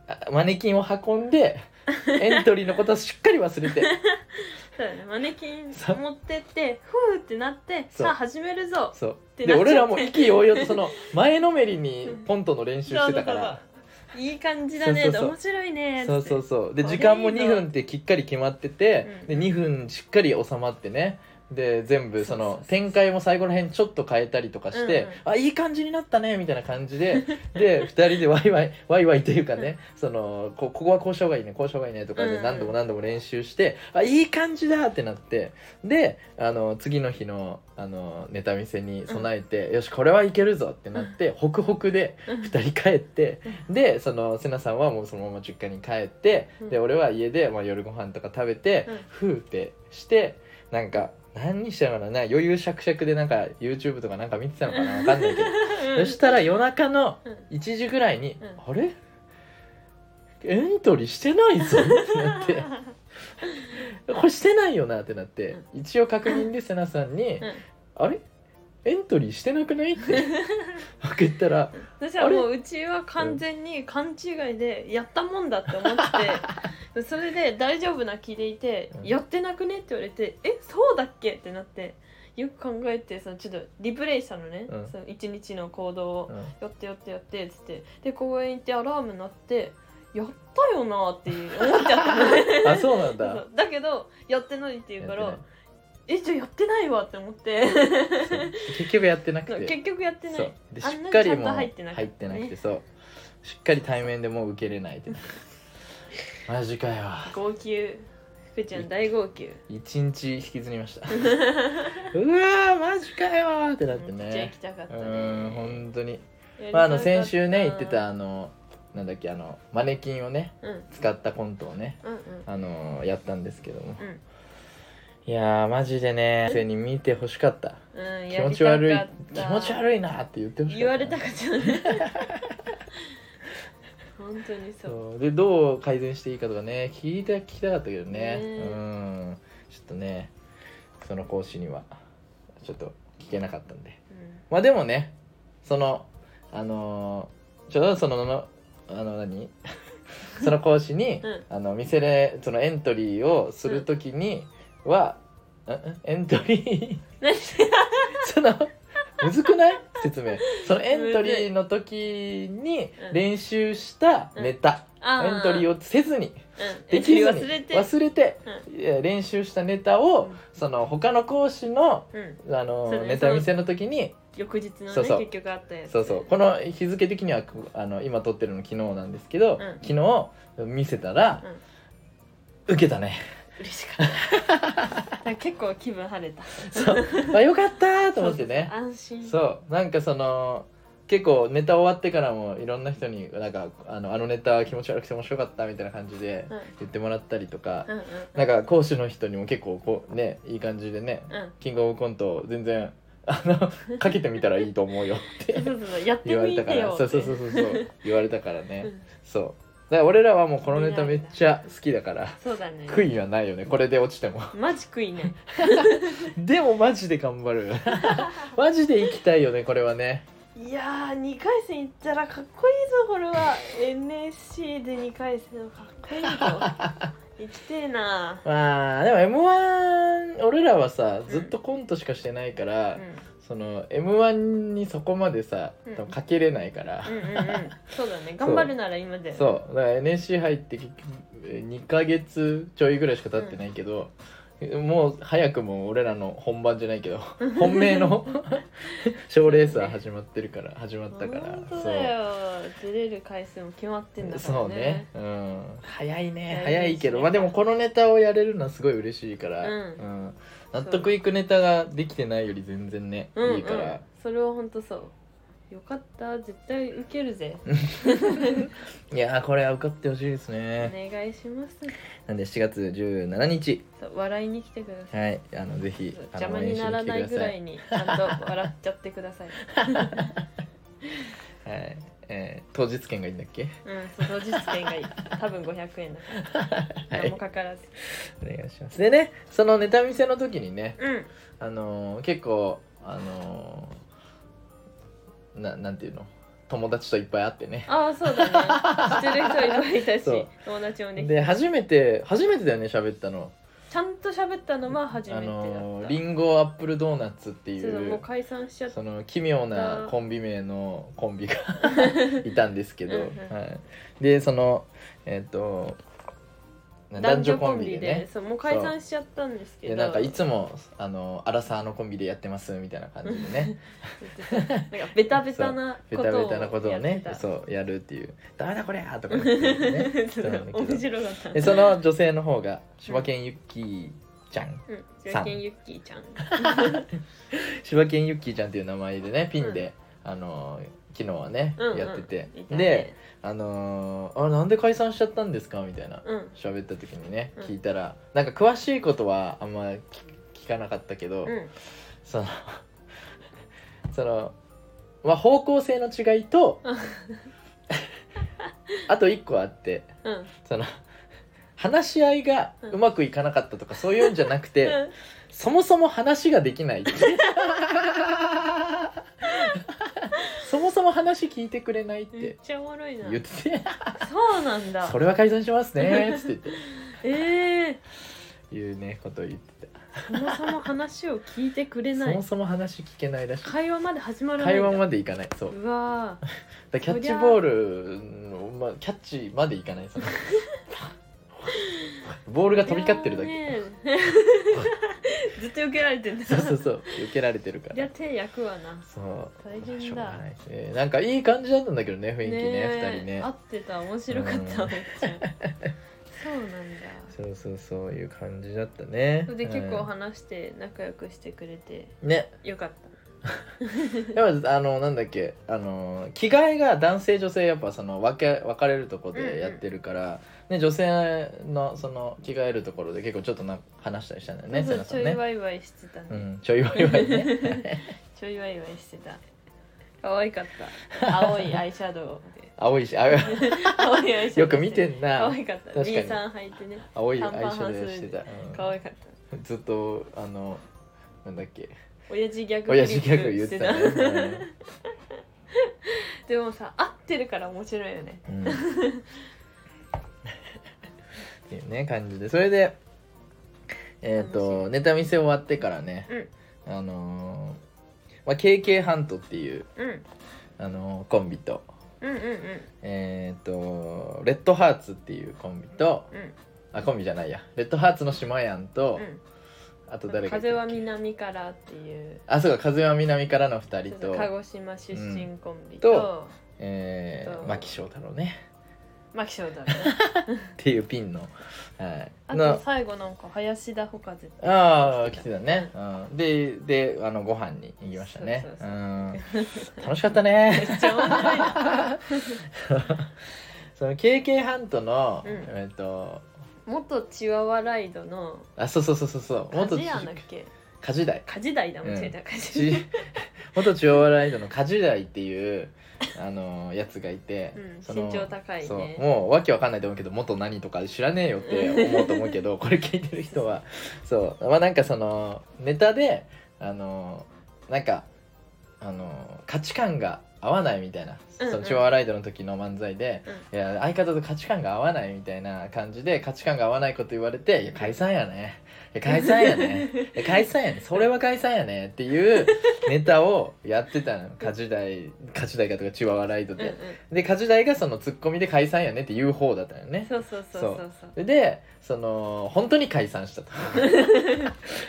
[SPEAKER 1] あマネキンを運ん でエントリーのことはしっかり忘れて
[SPEAKER 2] そうだねマネキン
[SPEAKER 1] そう
[SPEAKER 2] 持ってってふーってなって
[SPEAKER 1] そう
[SPEAKER 2] さあ始めるぞ
[SPEAKER 1] そう
[SPEAKER 2] て
[SPEAKER 1] で
[SPEAKER 2] なっちゃって
[SPEAKER 1] 俺らも意気揚々とその前のめりにポントの練習してたから
[SPEAKER 2] そうそうそういい感じだね
[SPEAKER 1] そうそうそう
[SPEAKER 2] 面白いね
[SPEAKER 1] そうそう
[SPEAKER 2] そ
[SPEAKER 1] そうで
[SPEAKER 2] これいい
[SPEAKER 1] 時
[SPEAKER 2] ぞ
[SPEAKER 1] 間も2分ってきっかり決まってて
[SPEAKER 2] うん
[SPEAKER 1] で2分しっかり収まってねで全部そ
[SPEAKER 2] そうそう
[SPEAKER 1] の
[SPEAKER 2] そう
[SPEAKER 1] 展開も最後の辺ちょっと変えたりとかして、
[SPEAKER 2] うんうん
[SPEAKER 1] あいい感じになったねみたいな感じ でで2人でワイワイワイワイというかねそのこここはこうした方がいいねこうした方がいいねとか
[SPEAKER 2] うんう
[SPEAKER 1] で
[SPEAKER 2] ん
[SPEAKER 1] 何度も何度も練習して、あいい感じだってなってであの次の日のあのネタ見せに備えて、よしこれはいけるぞってなって、ホクホクで
[SPEAKER 2] うん
[SPEAKER 1] 2人帰って、でその瀬名さんはもうそのまま実家に帰って、
[SPEAKER 2] うん
[SPEAKER 1] で俺は家で、まあ、夜ご飯とか食べて、
[SPEAKER 2] うん
[SPEAKER 1] ふうってしてなんか何してたのかな余裕しゃくしゃくでなんか YouTube とかなんか見てたのかなわかんないけどそしたら夜中の
[SPEAKER 2] うん
[SPEAKER 1] 1時ぐらいに「
[SPEAKER 2] う
[SPEAKER 1] あれエントリーしてないぞ」ってな って「これしてないよな」ってなって一応確認で瀬名さんに
[SPEAKER 2] うん
[SPEAKER 1] 「あれエントリーしてなくない?」 って送ったら
[SPEAKER 2] そしたらもううちは完全に勘違いでやったもんだって 思ってそれで大丈夫な気でいて
[SPEAKER 1] うん
[SPEAKER 2] 「やってなくね?」って言われて「えそうだっけ?」ってなってよく考えてそのちょっとリプレイしたのね、
[SPEAKER 1] うん
[SPEAKER 2] その一日の行動を
[SPEAKER 1] う。ん
[SPEAKER 2] やってやってやってっつってで公園行ってアラーム鳴ってやったよなっていう思っちゃったのね
[SPEAKER 1] あそうなんだ
[SPEAKER 2] そうだけどやってないって言うか
[SPEAKER 1] やっ
[SPEAKER 2] ら
[SPEAKER 1] てな
[SPEAKER 2] えじゃあやってないわって思って
[SPEAKER 1] いそう結局やってなくて
[SPEAKER 2] 結局やってな
[SPEAKER 1] そう
[SPEAKER 2] い
[SPEAKER 1] でし
[SPEAKER 2] あんなに
[SPEAKER 1] っかりも
[SPEAKER 2] ちゃ
[SPEAKER 1] うん
[SPEAKER 2] と
[SPEAKER 1] 入
[SPEAKER 2] 入
[SPEAKER 1] っ
[SPEAKER 2] って
[SPEAKER 1] て
[SPEAKER 2] な
[SPEAKER 1] な
[SPEAKER 2] かったね
[SPEAKER 1] くてそうしっかり対面でもう受けれないってなっ てマジかよ
[SPEAKER 2] 号泣福ちゃん大号泣
[SPEAKER 1] 一日引きずりました うわーマジかよーってなって
[SPEAKER 2] めっちゃ行
[SPEAKER 1] ね
[SPEAKER 2] きたかっ
[SPEAKER 1] う
[SPEAKER 2] たね
[SPEAKER 1] ーん本当に
[SPEAKER 2] やりたかった
[SPEAKER 1] まああの先週ね言ってたあのなんだっけあのマネキンをね
[SPEAKER 2] うんうん
[SPEAKER 1] 使ったコントをね
[SPEAKER 2] うん
[SPEAKER 1] あのやったんですけども
[SPEAKER 2] うん
[SPEAKER 1] いやーマジでね先生に見てほしかった
[SPEAKER 2] うん
[SPEAKER 1] 気持ち悪い
[SPEAKER 2] やりた
[SPEAKER 1] 気
[SPEAKER 2] か
[SPEAKER 1] 持
[SPEAKER 2] った
[SPEAKER 1] ち悪いなーって言ってほしかった
[SPEAKER 2] 言われたかったね 本当にそう
[SPEAKER 1] そうでどう改善していいかとかね聞いて聞きたかったけどね
[SPEAKER 2] ね
[SPEAKER 1] うんちょっとねその講師にはちょっと聞けなかったんで
[SPEAKER 2] うん
[SPEAKER 1] まあでもねそのあのーちょうどそののあの 何その講師に、
[SPEAKER 2] うん
[SPEAKER 1] あの見せれそのエントリーをする時には、んんエントリー
[SPEAKER 2] 何
[SPEAKER 1] そのむずくない説明そのエントリーの時に
[SPEAKER 2] うん
[SPEAKER 1] 練習したネタ、
[SPEAKER 2] あ
[SPEAKER 1] エントリーをせずに
[SPEAKER 2] うん
[SPEAKER 1] できずに
[SPEAKER 2] 忘れて
[SPEAKER 1] 忘れてえー練習したネタを、
[SPEAKER 2] うん
[SPEAKER 1] その他の講師の
[SPEAKER 2] うんうん
[SPEAKER 1] あの、
[SPEAKER 2] そうね
[SPEAKER 1] ネタ見せの時に
[SPEAKER 2] 翌日のね
[SPEAKER 1] そうそう
[SPEAKER 2] 結局あったやつ
[SPEAKER 1] そうそうこの日付的にはこあの今撮ってるの昨日なんですけど、
[SPEAKER 2] うん
[SPEAKER 1] 昨日見せたら、
[SPEAKER 2] うん
[SPEAKER 1] 受けたね
[SPEAKER 2] 嬉しかったなんか結構気分晴れた
[SPEAKER 1] そうあよかったーと思ってね
[SPEAKER 2] そうそうそう安心
[SPEAKER 1] そうなんかその結構ネタ終わってからもいろんな人になんかあのあのネタ気持ち悪くて面白かったみたいな感じで
[SPEAKER 2] うん
[SPEAKER 1] 言ってもらったりとか、
[SPEAKER 2] うんうん
[SPEAKER 1] なんか講師の人にも結構こうねいい感じでね
[SPEAKER 2] うん
[SPEAKER 1] キングオブコント全然あの かけてみたらいいと思うよって
[SPEAKER 2] そうそうそうやって
[SPEAKER 1] 言われ
[SPEAKER 2] み
[SPEAKER 1] たか
[SPEAKER 2] てよ
[SPEAKER 1] ら
[SPEAKER 2] っ
[SPEAKER 1] そ
[SPEAKER 2] て
[SPEAKER 1] うそうそうそうそう言われたからね、
[SPEAKER 2] うん
[SPEAKER 1] そうだから俺らはもうこのネタめっちゃ好きだから
[SPEAKER 2] そうだね
[SPEAKER 1] 悔いはないよねこれで落ちて も
[SPEAKER 2] マジ悔いね
[SPEAKER 1] でもマジで頑張 るマジで行きたいよねこれはね
[SPEAKER 2] いやー2回戦行ったらかっこいいぞこれは NSC で2回戦はかっこいいぞ行きてえな
[SPEAKER 1] まあでも m 1俺らはさずっとコントしかしてないから、
[SPEAKER 2] う
[SPEAKER 1] その m 1にそこまでさ、
[SPEAKER 2] うん
[SPEAKER 1] 多分かけれないから、
[SPEAKER 2] んうんうんうんそうだね頑張るなら今だよう
[SPEAKER 1] そうだから NSC 入って結局えー2ヶ月ちょいぐらいしか経ってないけど、もう早くも俺らの本番じゃない けど本命の賞レースは始まってるから始まったから
[SPEAKER 2] 本当だよずれる回数も決まってん
[SPEAKER 1] そ
[SPEAKER 2] だ
[SPEAKER 1] う
[SPEAKER 2] から
[SPEAKER 1] そうね
[SPEAKER 2] ね、
[SPEAKER 1] うん、早いね
[SPEAKER 2] 早い
[SPEAKER 1] 早いけ
[SPEAKER 2] で
[SPEAKER 1] ど
[SPEAKER 2] すね
[SPEAKER 1] まあでもこのネタをやれるのはすごい嬉しいから、
[SPEAKER 2] うん
[SPEAKER 1] ん納得いくネタができてないより全然ね、
[SPEAKER 2] うんうん
[SPEAKER 1] いいから
[SPEAKER 2] それは本当そうよかった絶対受けるぜ
[SPEAKER 1] いやーこれは受かってほしいです
[SPEAKER 2] お
[SPEAKER 1] ね
[SPEAKER 2] 願いします
[SPEAKER 1] なんで7月17日
[SPEAKER 2] そう笑いに来てください
[SPEAKER 1] はいあのぜひあの
[SPEAKER 2] 邪魔にならないぐらいにちゃんと笑っちゃってください。
[SPEAKER 1] はい、えー当日券がいいんだっけ
[SPEAKER 2] うん、そう当日 券がいい。多分500円だから。
[SPEAKER 1] は
[SPEAKER 2] 何
[SPEAKER 1] い
[SPEAKER 2] もかからず。
[SPEAKER 1] お願いしますでねそのネタ見せの時にね
[SPEAKER 2] うん。
[SPEAKER 1] あのー結構あのーななんていうの友達といっぱい会ってね
[SPEAKER 2] ああ、そうだね。知ってる人いっぱいいたし
[SPEAKER 1] そう、
[SPEAKER 2] 友達もでき
[SPEAKER 1] で
[SPEAKER 2] て。
[SPEAKER 1] 初めて初めてだよね喋ったの
[SPEAKER 2] ちゃんと喋ったのは初め
[SPEAKER 1] あ
[SPEAKER 2] てだった。
[SPEAKER 1] のーリンゴアップルドーナツってい
[SPEAKER 2] そうそうもう
[SPEAKER 1] う
[SPEAKER 2] 解散しちゃった。
[SPEAKER 1] その奇妙なコンビ名のコン ビがいたんですけど、
[SPEAKER 2] うん
[SPEAKER 1] は
[SPEAKER 2] うん
[SPEAKER 1] い、でそのえっ、と
[SPEAKER 2] 男女コンビで、
[SPEAKER 1] ね
[SPEAKER 2] そうもう解散しちゃったんですけ
[SPEAKER 1] で
[SPEAKER 2] ど。
[SPEAKER 1] なんかいつもあのアラサーのコンビでやってますみたいな感じでね
[SPEAKER 2] なんかベタベタな
[SPEAKER 1] ベ
[SPEAKER 2] ことを
[SPEAKER 1] タベタなことを
[SPEAKER 2] やって
[SPEAKER 1] ね
[SPEAKER 2] た
[SPEAKER 1] そうやるっていう「ダメだこれ!」とか言って ねそうなんだけど
[SPEAKER 2] 面白かった。
[SPEAKER 1] でその女性の方が柴犬ゆっきーちゃん
[SPEAKER 2] うん、
[SPEAKER 1] ん
[SPEAKER 2] 最近ユッキーちゃん。
[SPEAKER 1] 柴犬ゆっきーちゃんっていう名前でねピンで、あの昨日はね、
[SPEAKER 2] うんうん
[SPEAKER 1] やってて、
[SPEAKER 2] いたね
[SPEAKER 1] で、あのーあなんで解散しちゃったんですか?」みたいな
[SPEAKER 2] うん、
[SPEAKER 1] 喋った時にね
[SPEAKER 2] うん
[SPEAKER 1] 聞いたら、なんか詳しいことはあんま聞聞かなかったけど、
[SPEAKER 2] うん、
[SPEAKER 1] その その、まあ、方向性の違いとあと一個あって
[SPEAKER 2] うん、
[SPEAKER 1] その話し合いがうまくいかなかったとか、そういうんじゃなくて、
[SPEAKER 2] うん
[SPEAKER 1] そもそも話ができないってそもそも話聞いてくれないっ
[SPEAKER 2] めってちゃおもろいな。
[SPEAKER 1] 言ってて
[SPEAKER 2] そうなんだ
[SPEAKER 1] 「。それは解散しますね」っつって言っ
[SPEAKER 2] ええ
[SPEAKER 1] ていうねことを言ってた
[SPEAKER 2] そもそも話を聞いてくれ
[SPEAKER 1] そ
[SPEAKER 2] な
[SPEAKER 1] も
[SPEAKER 2] い。
[SPEAKER 1] そも話聞けないらしい
[SPEAKER 2] 会話まで始まらないん
[SPEAKER 1] 会
[SPEAKER 2] だ。
[SPEAKER 1] 話までいかないそう
[SPEAKER 2] うわー
[SPEAKER 1] だからキャッチボールの、まあ、キャッチまでいかない そのボールが飛び交ってるだ
[SPEAKER 2] い
[SPEAKER 1] け
[SPEAKER 2] やーね ずっと避けられてんだ
[SPEAKER 1] そうそうそう避けられてるか
[SPEAKER 2] いや
[SPEAKER 1] ら
[SPEAKER 2] 手焼くわな
[SPEAKER 1] そう
[SPEAKER 2] 大変だ
[SPEAKER 1] しょうがないですねなんかいい感じだったんだけどね雰囲気ね
[SPEAKER 2] え
[SPEAKER 1] 二人ね
[SPEAKER 2] 合ってた面白かった
[SPEAKER 1] うん
[SPEAKER 2] めっちゃそうなんだ
[SPEAKER 1] そうそうそういう感じだったね
[SPEAKER 2] それで結構
[SPEAKER 1] は
[SPEAKER 2] 話して仲良くしてくれて
[SPEAKER 1] いね
[SPEAKER 2] よかっ
[SPEAKER 1] やっぱあのなんだっけあの着替えが男性女性やっぱその分け分かれるとこでやってるから、ね、女性のその着替えるところで結構ちょっとな話したりしたんだよ
[SPEAKER 2] た
[SPEAKER 1] ね
[SPEAKER 2] そう
[SPEAKER 1] 瀬
[SPEAKER 2] そ
[SPEAKER 1] 名さん
[SPEAKER 2] うちょい
[SPEAKER 1] ね
[SPEAKER 2] ワイワイしてたね、
[SPEAKER 1] うん、ちょいわいわい ね
[SPEAKER 2] ちょいワイワイしてた可愛かった青いアイシャド ウで
[SPEAKER 1] 青いし青い
[SPEAKER 2] 青いアイシャドウして
[SPEAKER 1] よく見てん
[SPEAKER 2] 可
[SPEAKER 1] な
[SPEAKER 2] 愛かっ
[SPEAKER 1] 確
[SPEAKER 2] た
[SPEAKER 1] かに
[SPEAKER 2] B さん履いてね
[SPEAKER 1] 青いアイシャドウしてた、
[SPEAKER 2] 可愛かった
[SPEAKER 1] うん、ずっとあのなんだっけ
[SPEAKER 2] 親父ギャグ
[SPEAKER 1] 親父ギャグ言ってたね、
[SPEAKER 2] でもさ合ってるから面白いよね
[SPEAKER 1] うんうんっていうね感じでそれでえっ、
[SPEAKER 2] 楽し
[SPEAKER 1] とネタ見せ終わってからね、あのーまあ、KK ハントっていう、
[SPEAKER 2] うん
[SPEAKER 1] あのーコンビと
[SPEAKER 2] うんうん
[SPEAKER 1] えっ、とレッドハーツっていうコンビと
[SPEAKER 2] うんうん
[SPEAKER 1] あコンビじゃないやレッドハーツの島やんと、
[SPEAKER 2] うん
[SPEAKER 1] あと誰がいたっけ
[SPEAKER 2] 風は南からっていう
[SPEAKER 1] あそうか風は南からの2人
[SPEAKER 2] 鹿
[SPEAKER 1] と
[SPEAKER 2] 児島出身コンビ
[SPEAKER 1] と
[SPEAKER 2] と,、
[SPEAKER 1] え
[SPEAKER 2] えっ
[SPEAKER 1] ー、
[SPEAKER 2] と
[SPEAKER 1] 牧翔太郎ね
[SPEAKER 2] 牧翔太ね
[SPEAKER 1] ていうピンの、はい、
[SPEAKER 2] あ
[SPEAKER 1] の
[SPEAKER 2] と最後なんか林田ほかぜ
[SPEAKER 1] ああ来てたね、うん、でであのご飯に行きましたね
[SPEAKER 2] そうそうそうめ
[SPEAKER 1] ん
[SPEAKER 2] っ
[SPEAKER 1] 楽しかった ね
[SPEAKER 2] ちゃおもろい な
[SPEAKER 1] その KK ハントの、
[SPEAKER 2] うん
[SPEAKER 1] えっと
[SPEAKER 2] 元チワワライドの
[SPEAKER 1] あそうそうそうそうそう
[SPEAKER 2] カジアンだっ
[SPEAKER 1] ち
[SPEAKER 2] け
[SPEAKER 1] カジダイ
[SPEAKER 2] カジダイだ
[SPEAKER 1] うん
[SPEAKER 2] 間違えたカジダイ
[SPEAKER 1] ち 元千代ライドのカジダイっていうあのやつがいて、
[SPEAKER 2] うん
[SPEAKER 1] その
[SPEAKER 2] 身長高いね
[SPEAKER 1] そうもうわけわかんないと思うけど元何とか知らねえよって思うと思うけ どこれ聞いてる人はそうまあなんかそのネタであのなんかあの価値観が合わないみたいな、
[SPEAKER 2] うんうん
[SPEAKER 1] その千代ライドの時の漫才で、いや相方と価値観が合わないみたいな感じで価値観が合わないこと言われて「いや解散やね」いや「解散や ね」いや「解散やね」「それは解散やね」っていうネタをやってたの家事代家事代かとかチワワライド
[SPEAKER 2] うんう
[SPEAKER 1] でで
[SPEAKER 2] ん。
[SPEAKER 1] 家事代がそのツッコミで解散やねって言う方だったよね。
[SPEAKER 2] そうそうそうそうそう
[SPEAKER 1] でその本当に解散 したと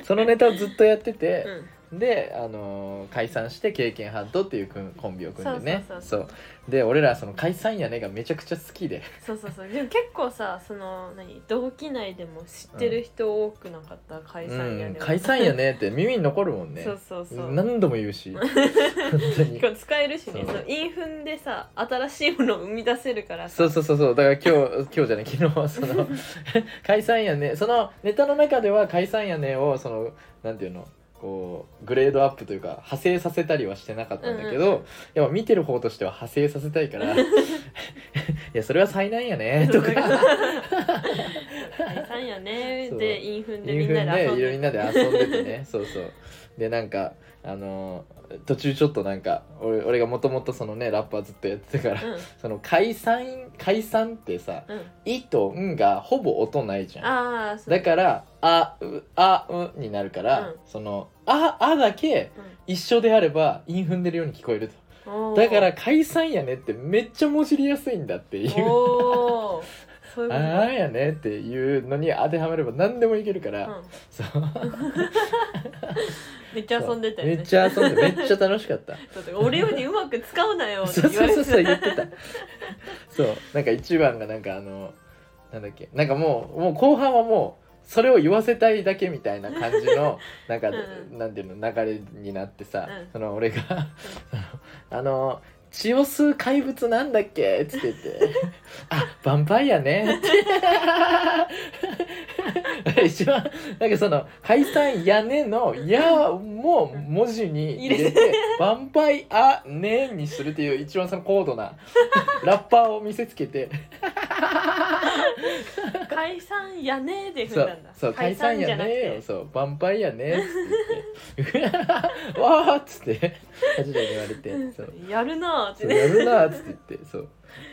[SPEAKER 1] そのネタをずっとやってて、
[SPEAKER 2] うん
[SPEAKER 1] で、あのー解散して経験ハントっていうくんコンビを組んでね
[SPEAKER 2] そうそうそう
[SPEAKER 1] そうで俺らその解散やねがめちゃくちゃ好きで
[SPEAKER 2] そうそうそうでも結構さその何同期内でも知ってる人多くなかった解散やね、
[SPEAKER 1] うん、解散やねって耳に残るもんね
[SPEAKER 2] そうそうそう
[SPEAKER 1] 何度も言う し本当に
[SPEAKER 2] しかも使えるしね
[SPEAKER 1] そ
[SPEAKER 2] そうのインフンでさ新しいものを生み出せるから
[SPEAKER 1] そ
[SPEAKER 2] さ
[SPEAKER 1] うそうそうそうだから今日今日じゃない昨日はその 解散やねそのネタの中では解散やねをそのなんていうのこうグレードアップというか派生させたりはしてなかったんだけど、
[SPEAKER 2] うんうん
[SPEAKER 1] やっぱ見てる方としては派生させたいから いやそれは災難やねとか
[SPEAKER 2] 解散やね
[SPEAKER 1] そう
[SPEAKER 2] でインフンで
[SPEAKER 1] イ
[SPEAKER 2] み
[SPEAKER 1] ン
[SPEAKER 2] ん
[SPEAKER 1] フ
[SPEAKER 2] な
[SPEAKER 1] ン
[SPEAKER 2] で遊ん
[SPEAKER 1] でみんな
[SPEAKER 2] で
[SPEAKER 1] で遊んでてねそうそうでなんかあのー途中ちょっとなんか俺俺がもともとそのねラッパーずっとやってたから、その解散解散ってさ
[SPEAKER 2] うんうん
[SPEAKER 1] 「い」と「ん」がほぼ音ないじゃん
[SPEAKER 2] ああそう
[SPEAKER 1] だから「あ」う「あ」うになるから、
[SPEAKER 2] うん
[SPEAKER 1] その「あ」あだけ一緒であれば韻踏んでるように聞こえると
[SPEAKER 2] うんおー
[SPEAKER 1] だから解散やねってめっちゃもじりやすいんだっていう
[SPEAKER 2] おおそうい
[SPEAKER 1] 「
[SPEAKER 2] うこ
[SPEAKER 1] ああやね」っていうのに当てはめれば何でもいけるから、
[SPEAKER 2] と、うん、
[SPEAKER 1] そう
[SPEAKER 2] めっちゃ遊んでたよね
[SPEAKER 1] めっちゃ遊んでめっちゃ楽しかった
[SPEAKER 2] だって俺よりうまく使うなよって
[SPEAKER 1] そう
[SPEAKER 2] 言わ
[SPEAKER 1] そう
[SPEAKER 2] れ
[SPEAKER 1] そうそう
[SPEAKER 2] て
[SPEAKER 1] 言ってたそうなんか一番がなんかあのなんだっけなんかもうもう後半はもうそれを言わせたいだけみたいな感じ のなんか、
[SPEAKER 2] うん
[SPEAKER 1] なんていうの流れになってさ、
[SPEAKER 2] うん
[SPEAKER 1] その俺が あのあの血を吸う怪物なんだっけ?」っつってて「あヴァンパイアね」 って一番なんかその「解散やね」の「や」も文字に入れて「ヴァンパイアね」にするっていう一番その高度な ラッパーを見せつけて
[SPEAKER 2] 解散やねー
[SPEAKER 1] 「
[SPEAKER 2] で踏ん
[SPEAKER 1] そ
[SPEAKER 2] だ
[SPEAKER 1] う
[SPEAKER 2] んだ
[SPEAKER 1] そう解散やね」よ
[SPEAKER 2] 解散じゃなくて
[SPEAKER 1] そう「ヴァンパイアね」っつって言って「 わ」っつって初めに言われて「そう
[SPEAKER 2] やるなーって
[SPEAKER 1] そう
[SPEAKER 2] ね
[SPEAKER 1] やるな」っつって言ってそう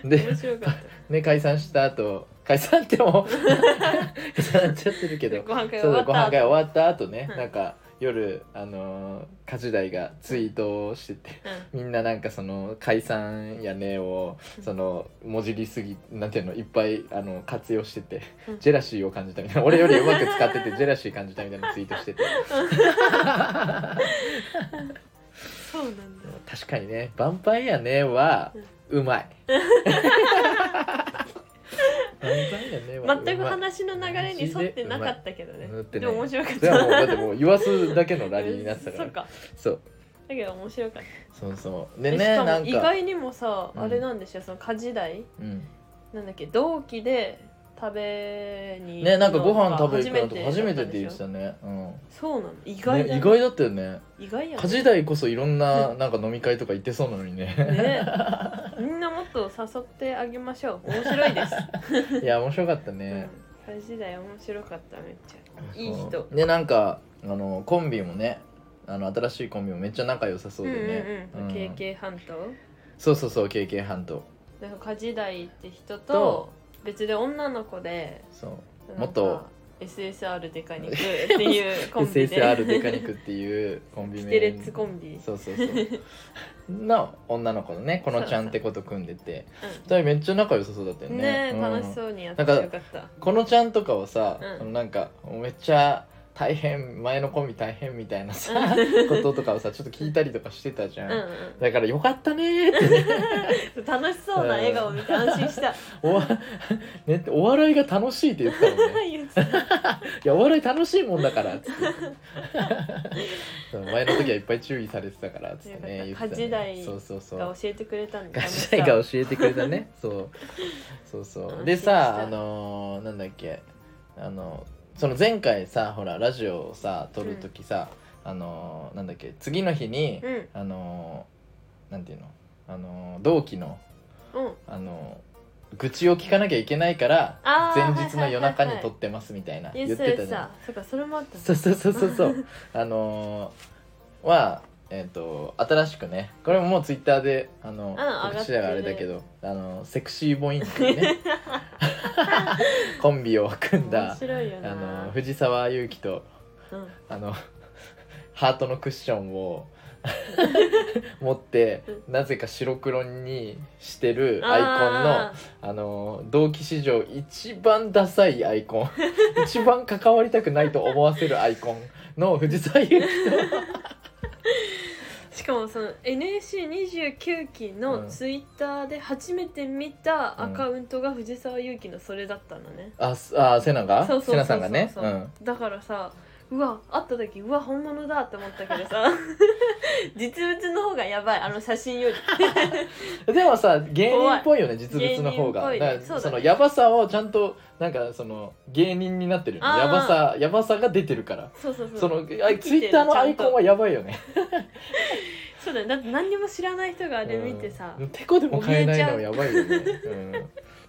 [SPEAKER 1] で
[SPEAKER 2] 面白かっ
[SPEAKER 1] ね解散した後解散ってもう 解散になっちゃってるけ
[SPEAKER 2] た
[SPEAKER 1] ど
[SPEAKER 2] ご飯会
[SPEAKER 1] そ
[SPEAKER 2] 終
[SPEAKER 1] うだ
[SPEAKER 2] わっ
[SPEAKER 1] ご
[SPEAKER 2] た
[SPEAKER 1] 飯会終わった後ね、
[SPEAKER 2] うん
[SPEAKER 1] なんか夜あのー、家事代がツイートをしてて
[SPEAKER 2] うん
[SPEAKER 1] みんななんかその解散やねをそのもじりすぎなんていうのいっぱいあの活用してて、
[SPEAKER 2] うん
[SPEAKER 1] ジェラシーを感じたみたいな 俺よりうまく使っててジェラシー感じたみたいなツイートしてて
[SPEAKER 2] そうなんだ
[SPEAKER 1] 確かにね「ヴァンパイアね」はうま い。ヴァンパイアねはうまい
[SPEAKER 2] 全く話の流れに沿ってなかったけどね
[SPEAKER 1] 塗って
[SPEAKER 2] で
[SPEAKER 1] ね
[SPEAKER 2] も面白かっ
[SPEAKER 1] それはもうだ
[SPEAKER 2] た
[SPEAKER 1] ってもう言わすだけのラリーになってたか
[SPEAKER 2] そ
[SPEAKER 1] ら
[SPEAKER 2] っか
[SPEAKER 1] そう
[SPEAKER 2] だけど面白かった
[SPEAKER 1] そうそう
[SPEAKER 2] え
[SPEAKER 1] で
[SPEAKER 2] し
[SPEAKER 1] ね
[SPEAKER 2] か
[SPEAKER 1] な
[SPEAKER 2] も
[SPEAKER 1] ん
[SPEAKER 2] 意
[SPEAKER 1] か、
[SPEAKER 2] 外にもさ
[SPEAKER 1] うん
[SPEAKER 2] あれなんでしょその家事代
[SPEAKER 1] うん、
[SPEAKER 2] なんだっけ同期で食べに
[SPEAKER 1] ねなんかご飯食べ行くのと
[SPEAKER 2] て
[SPEAKER 1] か初めてって言って
[SPEAKER 2] だ
[SPEAKER 1] たね、う
[SPEAKER 2] たそうなの意
[SPEAKER 1] ん、
[SPEAKER 2] 外だ
[SPEAKER 1] ね
[SPEAKER 2] ね
[SPEAKER 1] 意外だったよね
[SPEAKER 2] 意外や
[SPEAKER 1] 家
[SPEAKER 2] ね
[SPEAKER 1] 事代こそいろんな
[SPEAKER 2] う
[SPEAKER 1] なんか飲み会とか行ってそうなのに ね
[SPEAKER 2] ねみんなもっと誘ってあげましょう面白 いで
[SPEAKER 1] い
[SPEAKER 2] す、
[SPEAKER 1] や面白かった
[SPEAKER 2] うん
[SPEAKER 1] ね、、
[SPEAKER 2] 家事代面白かっためっちゃいい
[SPEAKER 1] そ
[SPEAKER 2] 人
[SPEAKER 1] うでなんかあのコンビもねあの新しいコンビもめっちゃ仲良さそうでね、
[SPEAKER 2] うんうんうん、
[SPEAKER 1] うん
[SPEAKER 2] KK 半島
[SPEAKER 1] そうそうそう KK 半島
[SPEAKER 2] なんか家事代って人と
[SPEAKER 1] と
[SPEAKER 2] 別で女の子で
[SPEAKER 1] そう
[SPEAKER 2] なんか
[SPEAKER 1] 元
[SPEAKER 2] SSR デカニクっていうコンビで
[SPEAKER 1] SSR デカニクっていうコンビ
[SPEAKER 2] キ
[SPEAKER 1] 名
[SPEAKER 2] テレッツコンビ
[SPEAKER 1] そうそうそう の女の子のねこのちゃんってこと組んでて
[SPEAKER 2] う
[SPEAKER 1] 二人めっちゃ仲良さそうだったよ
[SPEAKER 2] ん
[SPEAKER 1] ね
[SPEAKER 2] ねえ
[SPEAKER 1] うん
[SPEAKER 2] 楽しそうにやってよかった
[SPEAKER 1] このちゃんとかはさ、
[SPEAKER 2] うん
[SPEAKER 1] あのなんかめっちゃ大変前のコンビ大変みたいなさこととかをさちょっと聞いたりとかしてたじゃん、
[SPEAKER 2] うんうん
[SPEAKER 1] だからよかったねーってね
[SPEAKER 2] 楽しそうな笑顔見て安心した
[SPEAKER 1] おわ ねお笑いが楽しいって言ったもんね
[SPEAKER 2] 言ってた
[SPEAKER 1] いやお笑い楽しいもんだから っつってそう前の時はいっぱい注意されてたからっつってね
[SPEAKER 2] よ
[SPEAKER 1] 言って
[SPEAKER 2] かった
[SPEAKER 1] た
[SPEAKER 2] 家事代
[SPEAKER 1] そうそうそう
[SPEAKER 2] が教えてくれたんだ
[SPEAKER 1] ガチャイが教えてくれたねそうそうそうでさあのーなんだっけあのその前回さほらラジオをさ撮る時さ、あのーなんだっけ次の日に、
[SPEAKER 2] うん
[SPEAKER 1] あのーなんていうのあのー同期の
[SPEAKER 2] うん
[SPEAKER 1] あのー愚痴を聞かなきゃいけないから
[SPEAKER 2] あー
[SPEAKER 1] 前日の夜中に撮っ
[SPEAKER 2] は
[SPEAKER 1] てますみたいな、
[SPEAKER 2] いはいはいはい言っ
[SPEAKER 1] 言って
[SPEAKER 2] て
[SPEAKER 1] た
[SPEAKER 2] た
[SPEAKER 1] じゃん
[SPEAKER 2] さそうかそれもあった
[SPEAKER 1] そうそうそうそうそうあのーはえっ、と新しくねこれももうツイッターであの
[SPEAKER 2] うん
[SPEAKER 1] 告知だからあれだけ
[SPEAKER 2] 上
[SPEAKER 1] どあのセクシーボインっていう ねコンビを組ん
[SPEAKER 2] 面
[SPEAKER 1] だ
[SPEAKER 2] 白いよ
[SPEAKER 1] あ
[SPEAKER 2] な
[SPEAKER 1] の藤沢祐樹と
[SPEAKER 2] うん
[SPEAKER 1] あのハートのクッション を持ってなぜか白黒にしてるアイコンの
[SPEAKER 2] あ
[SPEAKER 1] あの同期史上一番ダサいアイ コン一番関わりたくないと思わせるアイコンの藤沢祐樹と
[SPEAKER 2] ーしかもその NSC29 期
[SPEAKER 1] うん
[SPEAKER 2] のツイッターで初めて見たアカウントが藤沢祐樹のそれだったのね、
[SPEAKER 1] あすあセナが
[SPEAKER 2] そうそうそうそう
[SPEAKER 1] セナさんがね、うん、
[SPEAKER 2] だからさうわ会った時うわ本物だって思ったけ どさ実物の方がやばいあの写真より
[SPEAKER 1] でもさ芸人っぽいよね実物の方が、
[SPEAKER 2] 芸人っぽいね
[SPEAKER 1] だから
[SPEAKER 2] そうだね
[SPEAKER 1] そのヤバさをちゃんとなんかその芸人になってるよね
[SPEAKER 2] あー
[SPEAKER 1] ヤバさヤバさが出てるから。
[SPEAKER 2] そうそうそう
[SPEAKER 1] その
[SPEAKER 2] 生き
[SPEAKER 1] ツイ
[SPEAKER 2] て
[SPEAKER 1] ッ
[SPEAKER 2] る
[SPEAKER 1] ターの
[SPEAKER 2] ちゃ
[SPEAKER 1] ア
[SPEAKER 2] ん
[SPEAKER 1] イ
[SPEAKER 2] と
[SPEAKER 1] コンはやばいよね。
[SPEAKER 2] そうだよだって何にも知らない人があれ見てさ、
[SPEAKER 1] うんてこでも買えないのはやばいよね。うん、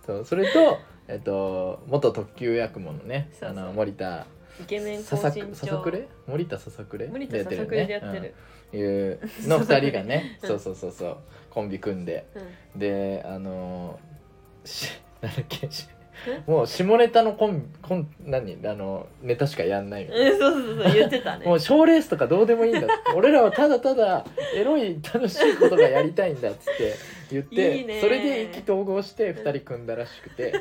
[SPEAKER 1] そうそれとえっと元特急役ものね
[SPEAKER 2] そうそう
[SPEAKER 1] あの森田
[SPEAKER 2] イケメン
[SPEAKER 1] さ
[SPEAKER 2] 高
[SPEAKER 1] さく
[SPEAKER 2] 身
[SPEAKER 1] ささ
[SPEAKER 2] 長
[SPEAKER 1] くれ森田ささくれ
[SPEAKER 2] 無理とささくれでやってる、
[SPEAKER 1] うんいう の二人がね
[SPEAKER 2] うん
[SPEAKER 1] そうそうそうそうコンビ組んで
[SPEAKER 2] うん
[SPEAKER 1] であのーしなんだっけしもう下ネタのコンコン何あのネタしかやんないみたいな。
[SPEAKER 2] うんそう そうそう言ってたね
[SPEAKER 1] もう賞ーレースとかどうでもいいんだって俺らはただただエロい楽しいことがやりたいんだっつって言って
[SPEAKER 2] いいね
[SPEAKER 1] それで意気投合して二人組んだらしくて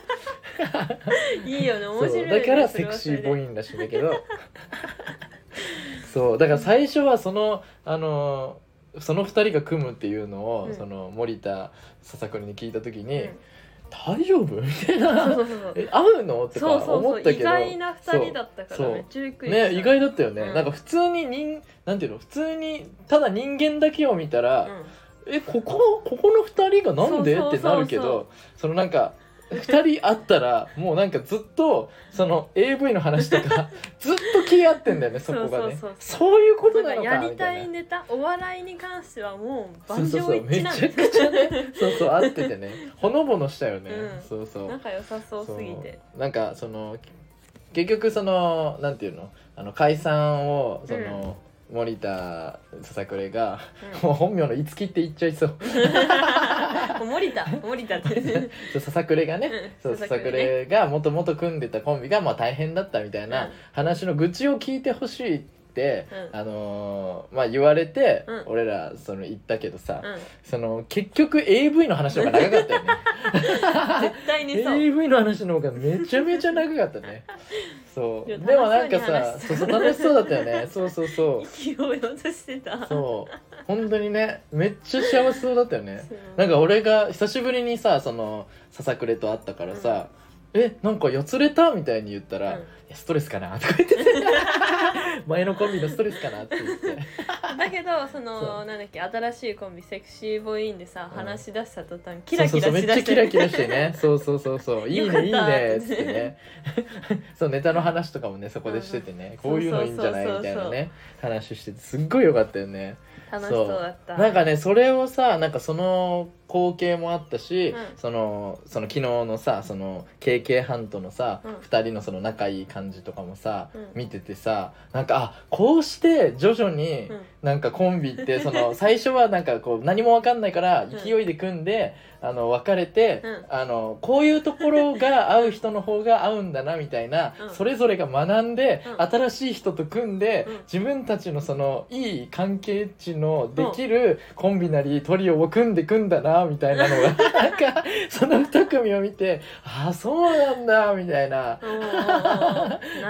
[SPEAKER 2] いいよね面
[SPEAKER 1] そう
[SPEAKER 2] 白いね
[SPEAKER 1] だから
[SPEAKER 2] それ
[SPEAKER 1] セ
[SPEAKER 2] は
[SPEAKER 1] ク
[SPEAKER 2] そ
[SPEAKER 1] シ
[SPEAKER 2] れ
[SPEAKER 1] ーボイ
[SPEAKER 2] で
[SPEAKER 1] ンらしいんだけどそうだから最初はそのあのその2人が組むっていうのを、
[SPEAKER 2] うん
[SPEAKER 1] その森田笹栗に聞いた時に「
[SPEAKER 2] うん
[SPEAKER 1] 大丈夫?」みたい
[SPEAKER 2] そう
[SPEAKER 1] な
[SPEAKER 2] そうそう
[SPEAKER 1] 「え合うの?」 とか
[SPEAKER 2] そうそう
[SPEAKER 1] 思
[SPEAKER 2] そ
[SPEAKER 1] っ
[SPEAKER 2] う
[SPEAKER 1] たけど
[SPEAKER 2] 意外な二人だったか
[SPEAKER 1] そう
[SPEAKER 2] らめっちゃびっくりした
[SPEAKER 1] ね意外だったよね、
[SPEAKER 2] うん
[SPEAKER 1] なんか普通に人なんていうの普通にただ人間だけを見たら
[SPEAKER 2] う
[SPEAKER 1] 「
[SPEAKER 2] ん
[SPEAKER 1] えここここの2人がなんで?」
[SPEAKER 2] そう
[SPEAKER 1] っ
[SPEAKER 2] そうそうそう
[SPEAKER 1] てなるけどそのなんか2人会ったらもうなんかずっとその AV の話と かずっと気合ってんだよねそこがね
[SPEAKER 2] そうそうそう
[SPEAKER 1] そういうこと
[SPEAKER 2] な
[SPEAKER 1] なんの
[SPEAKER 2] か
[SPEAKER 1] か
[SPEAKER 2] や
[SPEAKER 1] み
[SPEAKER 2] り
[SPEAKER 1] た
[SPEAKER 2] た
[SPEAKER 1] い
[SPEAKER 2] い
[SPEAKER 1] な。
[SPEAKER 2] ネタお笑いに関してはもう
[SPEAKER 1] そう
[SPEAKER 2] 万
[SPEAKER 1] そう
[SPEAKER 2] 丈
[SPEAKER 1] そう
[SPEAKER 2] 一
[SPEAKER 1] めち
[SPEAKER 2] 致
[SPEAKER 1] ゃ
[SPEAKER 2] なん
[SPEAKER 1] く
[SPEAKER 2] です
[SPEAKER 1] ちゃねそうそう合っててねほのぼのしたよね、
[SPEAKER 2] うん
[SPEAKER 1] そうそう
[SPEAKER 2] 仲良さそうすぎて
[SPEAKER 1] そうなんかその結局そのなんていうのあの解散をその、森田ささくれが、もう本名のいつきって言っちゃいそう
[SPEAKER 2] うん森田森田って
[SPEAKER 1] そうささくれがね、そうささくれがもともと組んでたコンビがまあ大変だったみたいな
[SPEAKER 2] うん
[SPEAKER 1] 話の愚痴を聞いてほしいって、
[SPEAKER 2] うん
[SPEAKER 1] あのーまあ言われて、
[SPEAKER 2] うん
[SPEAKER 1] 俺らその言ったけどさ、
[SPEAKER 2] うん
[SPEAKER 1] その結局 AV の話の方が長かったよ ね。
[SPEAKER 2] 絶対にそう
[SPEAKER 1] AV の話の方がめちゃめちゃ長かった ねそう
[SPEAKER 2] い
[SPEAKER 1] で
[SPEAKER 2] や
[SPEAKER 1] もなんかさ
[SPEAKER 2] 楽し
[SPEAKER 1] そ
[SPEAKER 2] そううに話
[SPEAKER 1] そう楽
[SPEAKER 2] してた
[SPEAKER 1] しそうだったよねそうそうそ
[SPEAKER 2] 息をよとしてた
[SPEAKER 1] うそう本当にねめっちゃ幸せそうだったよね
[SPEAKER 2] そう
[SPEAKER 1] なんか俺が久しぶりにさそのささくれと会ったからさ、えなんかやつれたみたいに言ったら、
[SPEAKER 2] うん
[SPEAKER 1] いやストレスかなとか言って て前のコンビのストレスかなって言って
[SPEAKER 2] だけどそ
[SPEAKER 1] そ
[SPEAKER 2] のなんだっけ新しいコンビセクシーボーインでさ、
[SPEAKER 1] うん
[SPEAKER 2] 話し出した途端キラキラ
[SPEAKER 1] そうそうそう
[SPEAKER 2] し
[SPEAKER 1] め
[SPEAKER 2] だ
[SPEAKER 1] っちゃ
[SPEAKER 2] して
[SPEAKER 1] キラキラ してねそうそうそうそういい
[SPEAKER 2] よかっ
[SPEAKER 1] ね
[SPEAKER 2] た
[SPEAKER 1] いいねっつってね そうネタの話とかもねそこでしててね
[SPEAKER 2] うん
[SPEAKER 1] こういうのいいんじゃない
[SPEAKER 2] そう
[SPEAKER 1] み
[SPEAKER 2] そうそ
[SPEAKER 1] たい
[SPEAKER 2] うそ
[SPEAKER 1] な
[SPEAKER 2] う
[SPEAKER 1] ね話しててすっごい良かったよね
[SPEAKER 2] 楽しそうだった
[SPEAKER 1] なんかねそれをさなんかその光景もあったし、
[SPEAKER 2] うん
[SPEAKER 1] そのその昨日のさその KK ハントのさ、
[SPEAKER 2] う
[SPEAKER 1] 二
[SPEAKER 2] ん
[SPEAKER 1] 人のその仲いい感じとかもさ、
[SPEAKER 2] うん
[SPEAKER 1] 見ててさなんかあこうして徐々に、
[SPEAKER 2] うん
[SPEAKER 1] なんかコンビってそ の最初はなんかこう何も分かんないから
[SPEAKER 2] うん
[SPEAKER 1] 勢いで組んで、あの別れて、
[SPEAKER 2] うん
[SPEAKER 1] あのこういうところが合う人の方が合うんだなみたいな、
[SPEAKER 2] うん
[SPEAKER 1] それぞれが学んで、
[SPEAKER 2] うん
[SPEAKER 1] 新しい人と組んで、
[SPEAKER 2] うん
[SPEAKER 1] 自分たちのそのいい関係値のできるコンビなりトリオを組んで組んだなみたいな のがなんかその2組を見てああそうなんだみたいな
[SPEAKER 2] うんうんうんうん
[SPEAKER 1] な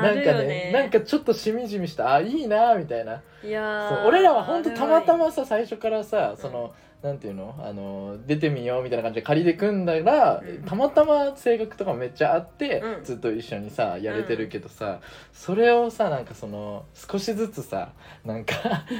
[SPEAKER 2] なんる
[SPEAKER 1] か
[SPEAKER 2] よ
[SPEAKER 1] ね
[SPEAKER 2] ね
[SPEAKER 1] なんかちょっとしみじみしたあいいなみたいない
[SPEAKER 2] やー
[SPEAKER 1] そう俺らは本当たまたまさ最初からさ
[SPEAKER 2] ん
[SPEAKER 1] その、なんていうのあの出てみようみたいな感じで仮で組んだら、
[SPEAKER 2] うん
[SPEAKER 1] たまたま性格とかもめっちゃあって、
[SPEAKER 2] うん
[SPEAKER 1] ずっと一緒にさやれてるけどさ、それをさなんかその少しずつさなんか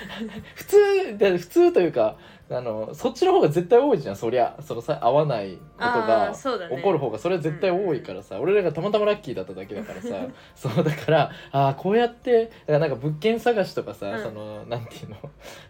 [SPEAKER 1] 普通で普通というかあのそっちの方が絶対多いじゃんそりゃそのさ合わないこと
[SPEAKER 2] あ
[SPEAKER 1] が
[SPEAKER 2] ーそうだね
[SPEAKER 1] 起こる方がそれは絶対多いからさ、俺らがたまたまラッキーだっただけだからさそうだからああこうやってだからなんか物件探しとかさ、
[SPEAKER 2] うん
[SPEAKER 1] そのなんていうの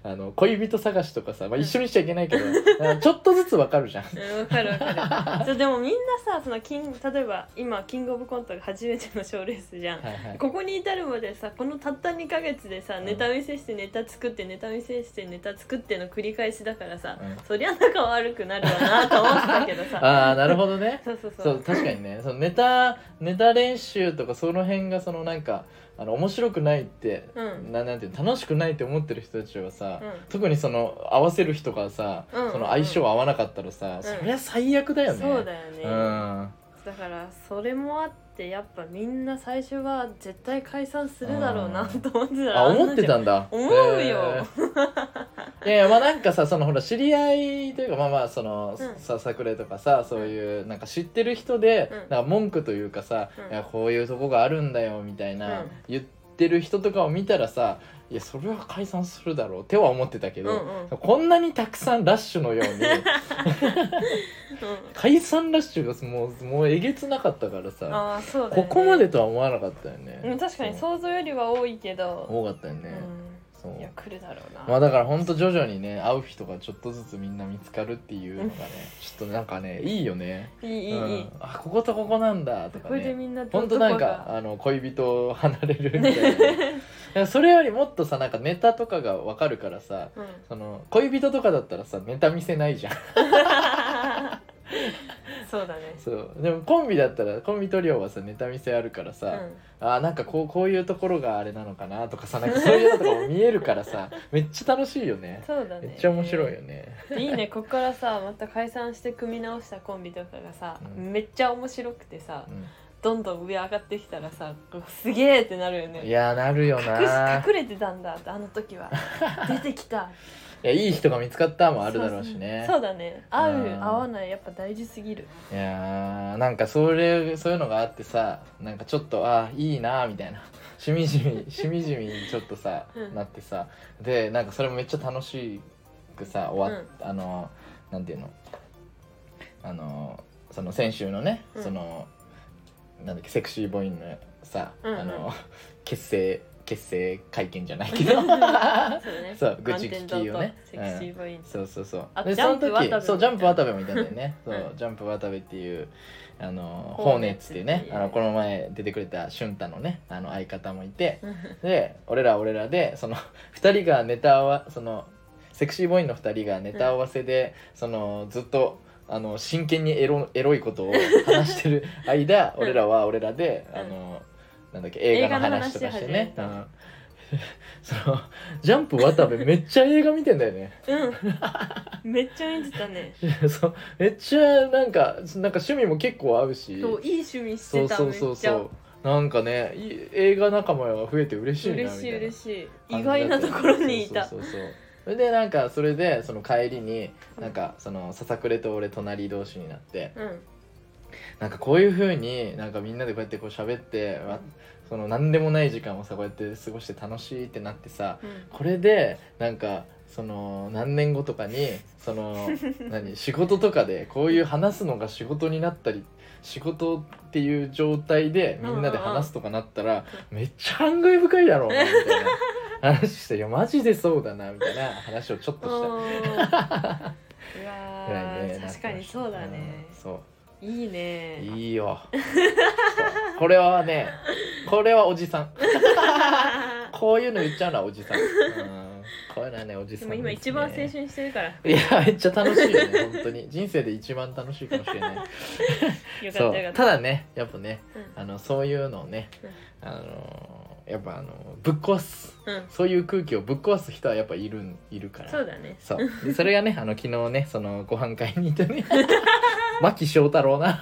[SPEAKER 1] あの恋人探しとかさ、まあ、一緒にしちゃいけないけど、 なんかちょっとずつわかるじゃん。
[SPEAKER 2] うんわかるわかるそうでもみんなさそのキン例えば今キングオブコントが初めての賞レースじゃん、
[SPEAKER 1] はいはい
[SPEAKER 2] ここに至るまでさこのたった2ヶ月でさ
[SPEAKER 1] ん
[SPEAKER 2] ネタ見せしてネタ作ってネタ見せしてネタ作っての繰り返しだからさ、
[SPEAKER 1] うん
[SPEAKER 2] そりゃ仲悪くなるわなと思ってたけどさ
[SPEAKER 1] ああなるほどね。
[SPEAKER 2] そうそうそ
[SPEAKER 1] そ
[SPEAKER 2] う
[SPEAKER 1] う確かにねそのネタネタ練習とかその辺がそのなんかあの面白くないって、
[SPEAKER 2] うん
[SPEAKER 1] ななんていうの楽しくないって思ってる人たちはさ、
[SPEAKER 2] うん
[SPEAKER 1] 特にその合わせる人がさ、
[SPEAKER 2] うん
[SPEAKER 1] その相性合わなかったらさ、そりゃ最悪だよね。
[SPEAKER 2] そうだよね、
[SPEAKER 1] うん
[SPEAKER 2] だからそれもあってやっぱみんな最初は絶対解散するだろうな
[SPEAKER 1] うん
[SPEAKER 2] と思ってたら
[SPEAKER 1] あ思ってたんだ
[SPEAKER 2] 思うよ
[SPEAKER 1] へー いやいやまあなんかさそのほら知り合いというかまあまあその、
[SPEAKER 2] うん
[SPEAKER 1] さ桜井とかさそういうなんか知ってる人で、
[SPEAKER 2] うん
[SPEAKER 1] なんか文句というかさ、
[SPEAKER 2] うん
[SPEAKER 1] いやこういうとこがあるんだよみたいな、
[SPEAKER 2] うん
[SPEAKER 1] 言ってる人とかを見たらさいやそれは解散するだろうっては思ってたけど、
[SPEAKER 2] うんうん
[SPEAKER 1] こんなにたくさんラッシュのよ うに
[SPEAKER 2] うん
[SPEAKER 1] 解散ラッシュがもうもうえげつなかったからさ、
[SPEAKER 2] ああそうだよ
[SPEAKER 1] ここ
[SPEAKER 2] ね
[SPEAKER 1] までとは思わなかったよね、
[SPEAKER 2] うん確かに
[SPEAKER 1] そう
[SPEAKER 2] 想像よりは多いけど、
[SPEAKER 1] 多かったよね、そう
[SPEAKER 2] うん、いや来るだろうな、
[SPEAKER 1] まあだからほんと徐々にね会う人がちょっとずつみんな見つかるっていうのがねちょっとなんかねいいよね
[SPEAKER 2] いいいいいい、
[SPEAKER 1] うん、あこことここなんだとか
[SPEAKER 2] これで
[SPEAKER 1] ね
[SPEAKER 2] みんな
[SPEAKER 1] ほんと
[SPEAKER 2] どこ
[SPEAKER 1] なんかあの恋人を離れるみたいなねだ からそれよりもっとさなんかネタとかがわかるからさ
[SPEAKER 2] うん
[SPEAKER 1] その恋人とかだったらさネタ見せないじゃん
[SPEAKER 2] そうだね
[SPEAKER 1] そうでもコンビだったらコンビトリオはさネタ見せあるからさ、あーなんかこうこういうところがあれなのかなとかさなんかそういうのとかも見えるからさめっちゃ楽しいよ
[SPEAKER 2] うん
[SPEAKER 1] ね
[SPEAKER 2] そうだね
[SPEAKER 1] めっちゃ面白いよね、
[SPEAKER 2] いいねこっからさまた解散して組み直したコンビとかがさ、
[SPEAKER 1] うん
[SPEAKER 2] めっちゃ面白くてさ
[SPEAKER 1] うん
[SPEAKER 2] どんどん上上がってきたらさすげーってなるよね
[SPEAKER 1] いやーなるよなー
[SPEAKER 2] 隠し隠れてたんだってあの 時は出てきた
[SPEAKER 1] いやいい人が見つかったもあるだろうしね
[SPEAKER 2] そうそうだね合う
[SPEAKER 1] うん
[SPEAKER 2] 合わないやっぱ大事すぎる
[SPEAKER 1] いやーなんかそれそういうのがあってさなんかちょっとあーいいなーみたいなしみじ みしみじみちょっとさ、
[SPEAKER 2] うん
[SPEAKER 1] なってさでなんかそれもめっちゃ楽しくさ終わっ、あのなんていうのあのその先週のね、
[SPEAKER 2] うん
[SPEAKER 1] そのなんだっけセクシーボーインのさ、
[SPEAKER 2] うんうん
[SPEAKER 1] あの 結成結成会見じゃないけ ど
[SPEAKER 2] そうだね
[SPEAKER 1] そう愚痴聞きをね
[SPEAKER 2] 満点堂とセクシーボイン
[SPEAKER 1] そうそうそう
[SPEAKER 2] あ
[SPEAKER 1] で
[SPEAKER 2] ジ
[SPEAKER 1] そ
[SPEAKER 2] ャ
[SPEAKER 1] の
[SPEAKER 2] ンプ
[SPEAKER 1] 時
[SPEAKER 2] 渡部もいた
[SPEAKER 1] そうジャンプ渡部もいたんだよ ねそううんジャンプ渡部っていうあの
[SPEAKER 2] ホー
[SPEAKER 1] ホー
[SPEAKER 2] ネ
[SPEAKER 1] ネ
[SPEAKER 2] ッ
[SPEAKER 1] ッ
[SPEAKER 2] ツ
[SPEAKER 1] ツっ
[SPEAKER 2] っ
[SPEAKER 1] て
[SPEAKER 2] い
[SPEAKER 1] て
[SPEAKER 2] う
[SPEAKER 1] ねあのこの前出てくれた俊太のねあの相方もいて
[SPEAKER 2] うん
[SPEAKER 1] で俺らは俺らでその 2人がネタはそのセクシーボーイの2人がネタ合わせで、そのずっとあの真剣にエロエロいことを話して る間俺らは俺らで、
[SPEAKER 2] うん
[SPEAKER 1] あのなんだっけ映画の話とかしてね
[SPEAKER 2] 映。画
[SPEAKER 1] う
[SPEAKER 2] の話
[SPEAKER 1] ん そのジャンプ渡部めっちゃ映画見てんだよね
[SPEAKER 2] うんめっちゃ見てたね
[SPEAKER 1] いやそうめっちゃなんかなんか趣味も結構合うし
[SPEAKER 2] そういい趣味し
[SPEAKER 1] そ
[SPEAKER 2] て
[SPEAKER 1] う
[SPEAKER 2] た
[SPEAKER 1] そうそ
[SPEAKER 2] め
[SPEAKER 1] う
[SPEAKER 2] っちゃ
[SPEAKER 1] そうなんかねいい映画仲間が増えて嬉しいなみた
[SPEAKER 2] 嬉
[SPEAKER 1] いな
[SPEAKER 2] しい嬉しい
[SPEAKER 1] 感
[SPEAKER 2] 意
[SPEAKER 1] じだった
[SPEAKER 2] 外なところにいた
[SPEAKER 1] そうそうそうそうそれでなんかそれでその帰りになんかその笹くれと俺隣同士になって
[SPEAKER 2] うん
[SPEAKER 1] なんかこういう風になんかみんなでこうやってこう喋ってわその何でもない時間をさこうやって過ごして楽しいってなってさ
[SPEAKER 2] うん
[SPEAKER 1] これでなんかその何年後とかにそ の何仕事とかでこういう話すのが仕事になったり仕事っていう状態でみんなで話すとかなったらめっちゃ感慨深いだろうなみたいな 話して「いやマジでそうだな」みたいな話をちょっとした
[SPEAKER 2] おーうわ
[SPEAKER 1] ぐらいね
[SPEAKER 2] ー
[SPEAKER 1] なってました
[SPEAKER 2] 確かにそうだね
[SPEAKER 1] うんそ
[SPEAKER 2] いいうね
[SPEAKER 1] いいよそうこれはねこれはおじさんこういうの言っちゃうのはおじさん、うん、こういうのはねおじ
[SPEAKER 2] で
[SPEAKER 1] さん
[SPEAKER 2] も
[SPEAKER 1] です
[SPEAKER 2] 今
[SPEAKER 1] ね
[SPEAKER 2] 一番青春してるから
[SPEAKER 1] いやめっちゃ楽しいよね本当に人生で一番楽しいかもしれない
[SPEAKER 2] よか
[SPEAKER 1] そ
[SPEAKER 2] ったよか
[SPEAKER 1] う
[SPEAKER 2] った
[SPEAKER 1] だねやっぱね
[SPEAKER 2] うん
[SPEAKER 1] あのそういうのをね
[SPEAKER 2] うん
[SPEAKER 1] あのやっぱあのぶっ壊す
[SPEAKER 2] うん
[SPEAKER 1] そういう空気をぶっ壊す人はやっぱいるんいるから
[SPEAKER 2] そうだね
[SPEAKER 1] そうでそれがねあの昨日ねそのご飯会にいた ね牧翔太郎な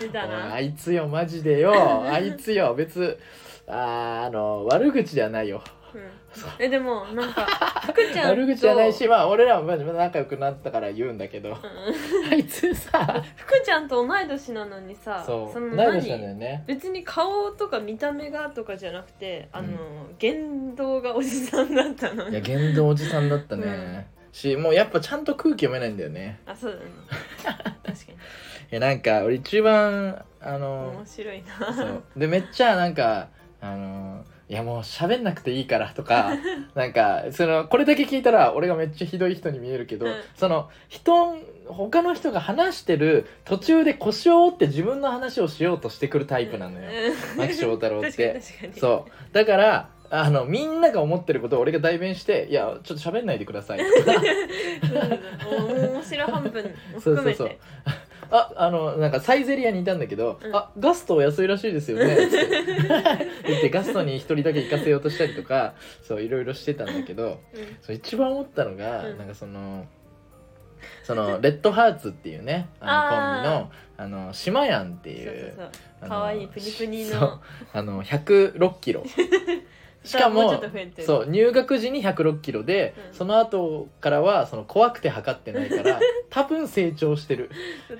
[SPEAKER 2] 出たな
[SPEAKER 1] あいつよマジでよあいつよ別あーあの悪口ではないよ
[SPEAKER 2] うん
[SPEAKER 1] そう
[SPEAKER 2] えでもなん か福ちゃんと
[SPEAKER 1] 悪口じゃないしまあ俺らはまあ仲良くなったから言うんだ けど
[SPEAKER 2] うん
[SPEAKER 1] あいつさ
[SPEAKER 2] 福ちゃんと同い年なのにさ
[SPEAKER 1] そう
[SPEAKER 2] の
[SPEAKER 1] 同い
[SPEAKER 2] 何
[SPEAKER 1] 年なんだよね
[SPEAKER 2] 別に顔とか見た目がとかじゃなくてあの、言動がおじさんだったの
[SPEAKER 1] いや言動おじさんだったね、
[SPEAKER 2] うん
[SPEAKER 1] しもうやっぱちゃんと空気読めないんだよね
[SPEAKER 2] あそうだね確かに
[SPEAKER 1] いやなんか俺一番あの
[SPEAKER 2] 面白いな
[SPEAKER 1] そうでめっちゃなんかあのいやもう喋んなくていいからと かなんかそのこれだけ聞いたら俺がめっちゃひどい人に見えるけど、
[SPEAKER 2] うん
[SPEAKER 1] その人他の人が話してる途中で腰を折って自分の話をしようとしてくるタイプなのよ、
[SPEAKER 2] うん
[SPEAKER 1] 牧翔太郎って
[SPEAKER 2] 確かに確かに
[SPEAKER 1] そうだからあのみんなが思ってることを俺が代弁して「いやちょっと喋んないでください」とか
[SPEAKER 2] うんうんうん面白半分も
[SPEAKER 1] そう
[SPEAKER 2] 含
[SPEAKER 1] そう
[SPEAKER 2] めて
[SPEAKER 1] そう。あ、あの、なんかサイゼリアにいたんだけど、
[SPEAKER 2] うん
[SPEAKER 1] あ、ガストお安いらしいですよね。 つって言ってガストに一人だけ行かせようとしたりとか、そういろいろしてたんだけど、
[SPEAKER 2] うん
[SPEAKER 1] そう一番思ったのが、
[SPEAKER 2] うん
[SPEAKER 1] なんかその。そのレッドハーツっていうねあのコンビのあの島やんってい
[SPEAKER 2] そうそう
[SPEAKER 1] う
[SPEAKER 2] そう
[SPEAKER 1] あの
[SPEAKER 2] 可愛いプニプニの
[SPEAKER 1] そうあの106キ ロしか
[SPEAKER 2] もう
[SPEAKER 1] も
[SPEAKER 2] ちょっと増えてる
[SPEAKER 1] そう入学時に106キロで、
[SPEAKER 2] うん
[SPEAKER 1] その後からはその怖くて測ってない から多分成長してる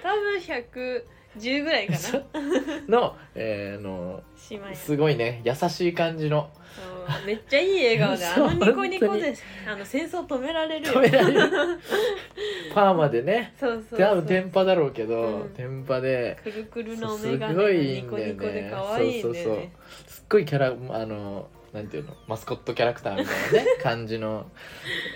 [SPEAKER 2] 多分110ぐらいかな
[SPEAKER 1] の,、えー、の
[SPEAKER 2] 姉妹
[SPEAKER 1] すごいね優しい感じの
[SPEAKER 2] そうめっちゃいい笑顔であ
[SPEAKER 1] そう
[SPEAKER 2] のニコニコ
[SPEAKER 1] 本当
[SPEAKER 2] であの戦争止められるよ
[SPEAKER 1] 止められるパーマでね
[SPEAKER 2] そうそう
[SPEAKER 1] 多
[SPEAKER 2] そ
[SPEAKER 1] 分
[SPEAKER 2] う
[SPEAKER 1] 天パだろうけど、
[SPEAKER 2] うん
[SPEAKER 1] 天パで
[SPEAKER 2] くるくるの目が
[SPEAKER 1] すごいいい
[SPEAKER 2] ニ
[SPEAKER 1] ん
[SPEAKER 2] コ
[SPEAKER 1] だよね
[SPEAKER 2] ニコで可愛いんだよね
[SPEAKER 1] すっごいキャラあのなんていうのマスコットキャラクターみた いなね感じの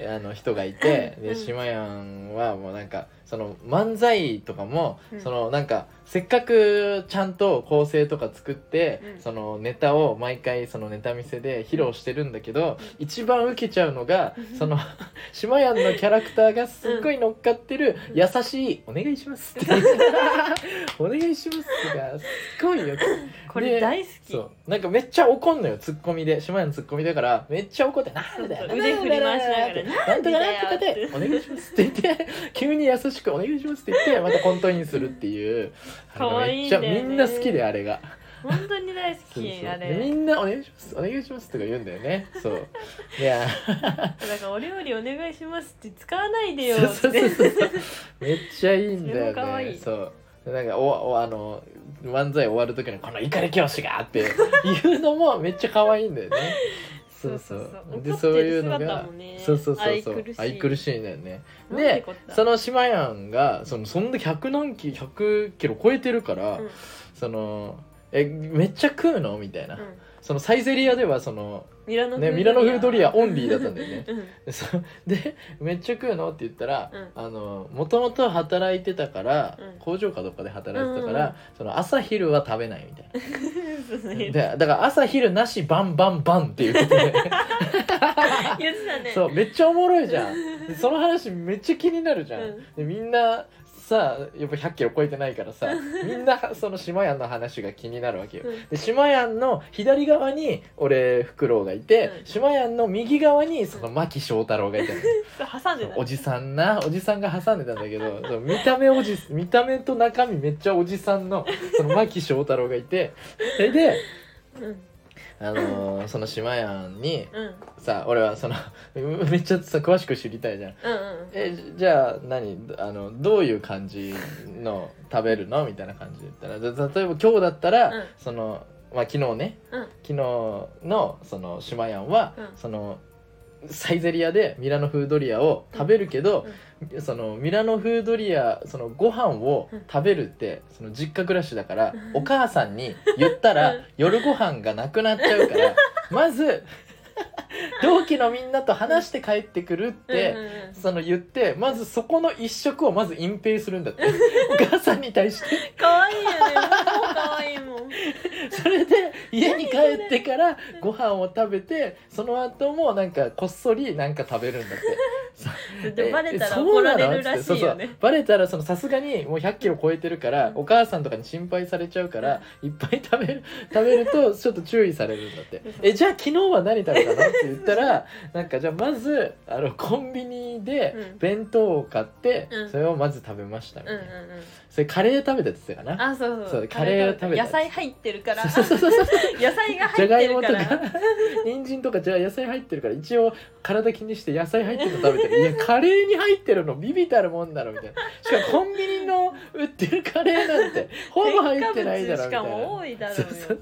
[SPEAKER 1] あの人がいて
[SPEAKER 2] う
[SPEAKER 1] で
[SPEAKER 2] ん
[SPEAKER 1] しまやんはもうなんかその漫才とかも、
[SPEAKER 2] うん
[SPEAKER 1] そのなんかせっかくちゃんと構成とか作って、
[SPEAKER 2] うん
[SPEAKER 1] そのネタを毎回そのネタ見せで披露してるんだけど、一番受けちゃうのがその しまやんのキャラクターがすっごい乗っかってる、
[SPEAKER 2] うん
[SPEAKER 1] 優しい「お願いします」 ってお願いします」ってがすっごいよ
[SPEAKER 2] これ大好き
[SPEAKER 1] そうなんかめっちゃ怒んのよツッコミで島根のツッコミだからめっちゃ怒って「なんだよ
[SPEAKER 2] そう腕振り回しながら
[SPEAKER 1] なんとかなんとかで
[SPEAKER 2] な
[SPEAKER 1] お願いします」って言って 急に優しく「お願いします」って言ってまたコントインするっていう
[SPEAKER 2] かわいい
[SPEAKER 1] あ
[SPEAKER 2] んだ
[SPEAKER 1] の
[SPEAKER 2] よ
[SPEAKER 1] めっ
[SPEAKER 2] ね
[SPEAKER 1] ちゃみんな好きであれが
[SPEAKER 2] 本当に大好
[SPEAKER 1] そう
[SPEAKER 2] き
[SPEAKER 1] そう
[SPEAKER 2] あ
[SPEAKER 1] でみ
[SPEAKER 2] れ
[SPEAKER 1] んな「お願いしますお願いします」とか言うんだよね そういや
[SPEAKER 2] だからお料理お願いしますって使わないでよ
[SPEAKER 1] そうそ
[SPEAKER 2] っ
[SPEAKER 1] うそう
[SPEAKER 2] て
[SPEAKER 1] そうめっちゃいいんだよね
[SPEAKER 2] それも可愛い
[SPEAKER 1] そうなんかおおあの漫才終わる時に「この怒り教師が!」って言うのもめっちゃ可愛いんだよねそうそうで
[SPEAKER 2] 怒っ
[SPEAKER 1] そう
[SPEAKER 2] て
[SPEAKER 1] いう
[SPEAKER 2] る
[SPEAKER 1] の
[SPEAKER 2] 姿
[SPEAKER 1] が
[SPEAKER 2] もね
[SPEAKER 1] そうそうそうそ
[SPEAKER 2] 愛
[SPEAKER 1] う
[SPEAKER 2] くるしい
[SPEAKER 1] 愛くるしいんだよね
[SPEAKER 2] なん
[SPEAKER 1] で
[SPEAKER 2] てこった
[SPEAKER 1] その島やんがそのそんで100何キロ100キロ超えてるから、
[SPEAKER 2] うん
[SPEAKER 1] そのえめっちゃ食うのみたいな、
[SPEAKER 2] うん
[SPEAKER 1] そのサイゼリアではその、
[SPEAKER 2] ミラノ
[SPEAKER 1] ね、ミラノ風ドリアオンリーだったんだよね
[SPEAKER 2] うんうん
[SPEAKER 1] でそで「めっちゃ食うの?」って言ったら
[SPEAKER 2] うん
[SPEAKER 1] もともと働いてたから、
[SPEAKER 2] うん
[SPEAKER 1] 工場かどっかで働いてたか
[SPEAKER 2] うんうんう
[SPEAKER 1] ら、
[SPEAKER 2] ん
[SPEAKER 1] その朝昼は食べない みたいな
[SPEAKER 2] そう
[SPEAKER 1] で
[SPEAKER 2] ね
[SPEAKER 1] だから朝昼なしバンバンバンっていうことで
[SPEAKER 2] 言ってたね
[SPEAKER 1] そうめっちゃおもろいじゃ んでその話めっちゃ気になるじゃん、
[SPEAKER 2] うん
[SPEAKER 1] でみんなさやっぱ1 0 0キロ超えてないから さみんなその島屋の話が気になるわけよ
[SPEAKER 2] うん
[SPEAKER 1] で島屋の左側に俺フクロウがいて、
[SPEAKER 2] うん
[SPEAKER 1] 島屋の右側にその牧翔太郎が いたの
[SPEAKER 2] そう挟んでた
[SPEAKER 1] おじさんなおじさんが挟んでたんだけどその見た目おじ見た目と中身めっちゃおじさんのその牧翔太郎がいてそれで、
[SPEAKER 2] うん
[SPEAKER 1] あのーその島屋に
[SPEAKER 2] うん
[SPEAKER 1] さ俺はその めっちゃさ詳しく知りたいじゃん。
[SPEAKER 2] うんうん
[SPEAKER 1] えじじゃあ何あのどういう感じの食べるのみたいな感じで言ったらじゃあ例えば今日だったら、
[SPEAKER 2] うん
[SPEAKER 1] その、まあ、昨日ね
[SPEAKER 2] うん
[SPEAKER 1] 昨日のその島やんは、
[SPEAKER 2] うん
[SPEAKER 1] そのサイゼリアでミラノ風ドリアを食べるけど、そのミラノ風ドリアそのご飯を食べるって、その実家暮らしだから、
[SPEAKER 2] うん
[SPEAKER 1] お母さんに言ったら、
[SPEAKER 2] うん
[SPEAKER 1] 夜ご飯がなくなっちゃうからまず 同期のみんなと話して帰ってくるって。
[SPEAKER 2] うんうんうん
[SPEAKER 1] その言ってまずそこの一食をまず隠蔽するんだってお母さんに対して
[SPEAKER 2] 可愛いよね。もう可愛いもん。
[SPEAKER 1] それで家に帰ってからご飯を食べてその後もなんかこっそりなんか食べるんだって
[SPEAKER 2] でもバレたら
[SPEAKER 1] え
[SPEAKER 2] 怒ら
[SPEAKER 1] そうな
[SPEAKER 2] れ
[SPEAKER 1] の
[SPEAKER 2] るら
[SPEAKER 1] つ
[SPEAKER 2] し
[SPEAKER 1] ってそ
[SPEAKER 2] い
[SPEAKER 1] う
[SPEAKER 2] よ
[SPEAKER 1] そう
[SPEAKER 2] ね
[SPEAKER 1] バレたらそのさすがにもう100キロ超えてるから、
[SPEAKER 2] うん
[SPEAKER 1] お母さんとかに心配されちゃうから、いっぱい食べる食べるとちょっと注意されるんだ って
[SPEAKER 2] 嘘
[SPEAKER 1] えじゃあ昨日は何食べたのって言ったらなんかじゃあまずあのコンビニで
[SPEAKER 2] うん
[SPEAKER 1] 弁当を買って、
[SPEAKER 2] うん
[SPEAKER 1] それをまず食べましたみ
[SPEAKER 2] う
[SPEAKER 1] た
[SPEAKER 2] ん
[SPEAKER 1] いな、
[SPEAKER 2] うんうん
[SPEAKER 1] それカレー食べたって言ってたかな
[SPEAKER 2] あそうそう
[SPEAKER 1] そうカレーを食べた
[SPEAKER 2] 野菜入ってるから
[SPEAKER 1] そうそうそうそう
[SPEAKER 2] 野菜が
[SPEAKER 1] じ
[SPEAKER 2] 入
[SPEAKER 1] ゃ
[SPEAKER 2] っ
[SPEAKER 1] が
[SPEAKER 2] て
[SPEAKER 1] い
[SPEAKER 2] る
[SPEAKER 1] も
[SPEAKER 2] か
[SPEAKER 1] とから人参とかじゃあ野菜入ってるから一応体気にして野菜入ってるの食べて るいやカレーに入ってるのビビたるもんだろみたいなしかもコンビニの売ってるカレーなんてほぼ入ってないだろ
[SPEAKER 2] 添
[SPEAKER 1] みたいな
[SPEAKER 2] 加物しかも多いだろう
[SPEAKER 1] そう
[SPEAKER 2] よ
[SPEAKER 1] そうそう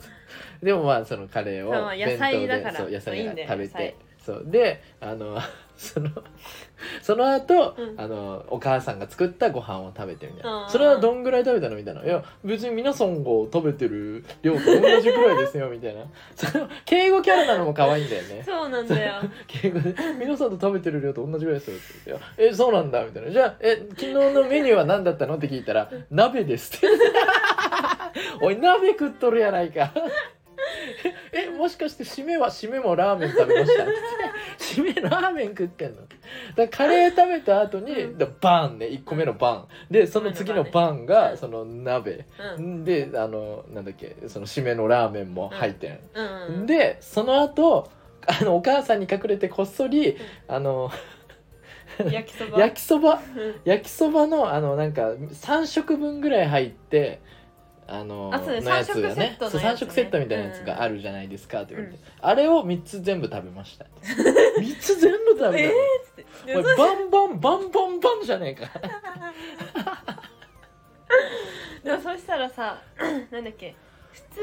[SPEAKER 1] でもまあそのカレーを
[SPEAKER 2] まあまあ野
[SPEAKER 1] 弁
[SPEAKER 2] 菜
[SPEAKER 1] 当
[SPEAKER 2] だから
[SPEAKER 1] でそう野菜
[SPEAKER 2] いいんだよ
[SPEAKER 1] 食べ
[SPEAKER 2] 野菜
[SPEAKER 1] てそうであの そのその後、
[SPEAKER 2] うん
[SPEAKER 1] あのお母さんが作ったご飯を食べてみたい
[SPEAKER 2] うん
[SPEAKER 1] なそれはどんぐらい食べたのみたいないや別に皆さんが食べてる量と同じくらいですよみたいなその敬語キャラなのも可愛いんだよね
[SPEAKER 2] そうなんだよ
[SPEAKER 1] 敬語で「 皆さんと食べてる量と同じぐらいですよ」って言っていや「えそうなんだ」みたいな「じゃあえ昨日のメニューは何だったの?」って聞いたら「鍋です」って 「おい鍋食っとるやないか」えもしかして締めは締めもラーメン食べま したって締めラーメン食ってんのだからカレー食べた後に、
[SPEAKER 2] うん
[SPEAKER 1] だバンね1個目のバンでその次のバン
[SPEAKER 2] うん
[SPEAKER 1] がその鍋
[SPEAKER 2] うん
[SPEAKER 1] であのなんだっけその締めのラーメンも入ってん
[SPEAKER 2] うんうん
[SPEAKER 1] でその後あのお母さんに隠れてこっそりあの
[SPEAKER 2] 焼きそば
[SPEAKER 1] 焼きそば
[SPEAKER 2] うん
[SPEAKER 1] 焼きそばのあのなんか3食分ぐらい入ってあの
[SPEAKER 2] あそうね
[SPEAKER 1] のやつがね
[SPEAKER 2] 三食セットのやつね
[SPEAKER 1] そう三食セットみたいなやつがあるじゃないですかって言われて、
[SPEAKER 2] う
[SPEAKER 1] あれを3つ全部食べました3つ全部食べたの、
[SPEAKER 2] え
[SPEAKER 1] おいバンバンバンバンバンじゃねえか
[SPEAKER 2] でもそしたらさ なんだっけ普通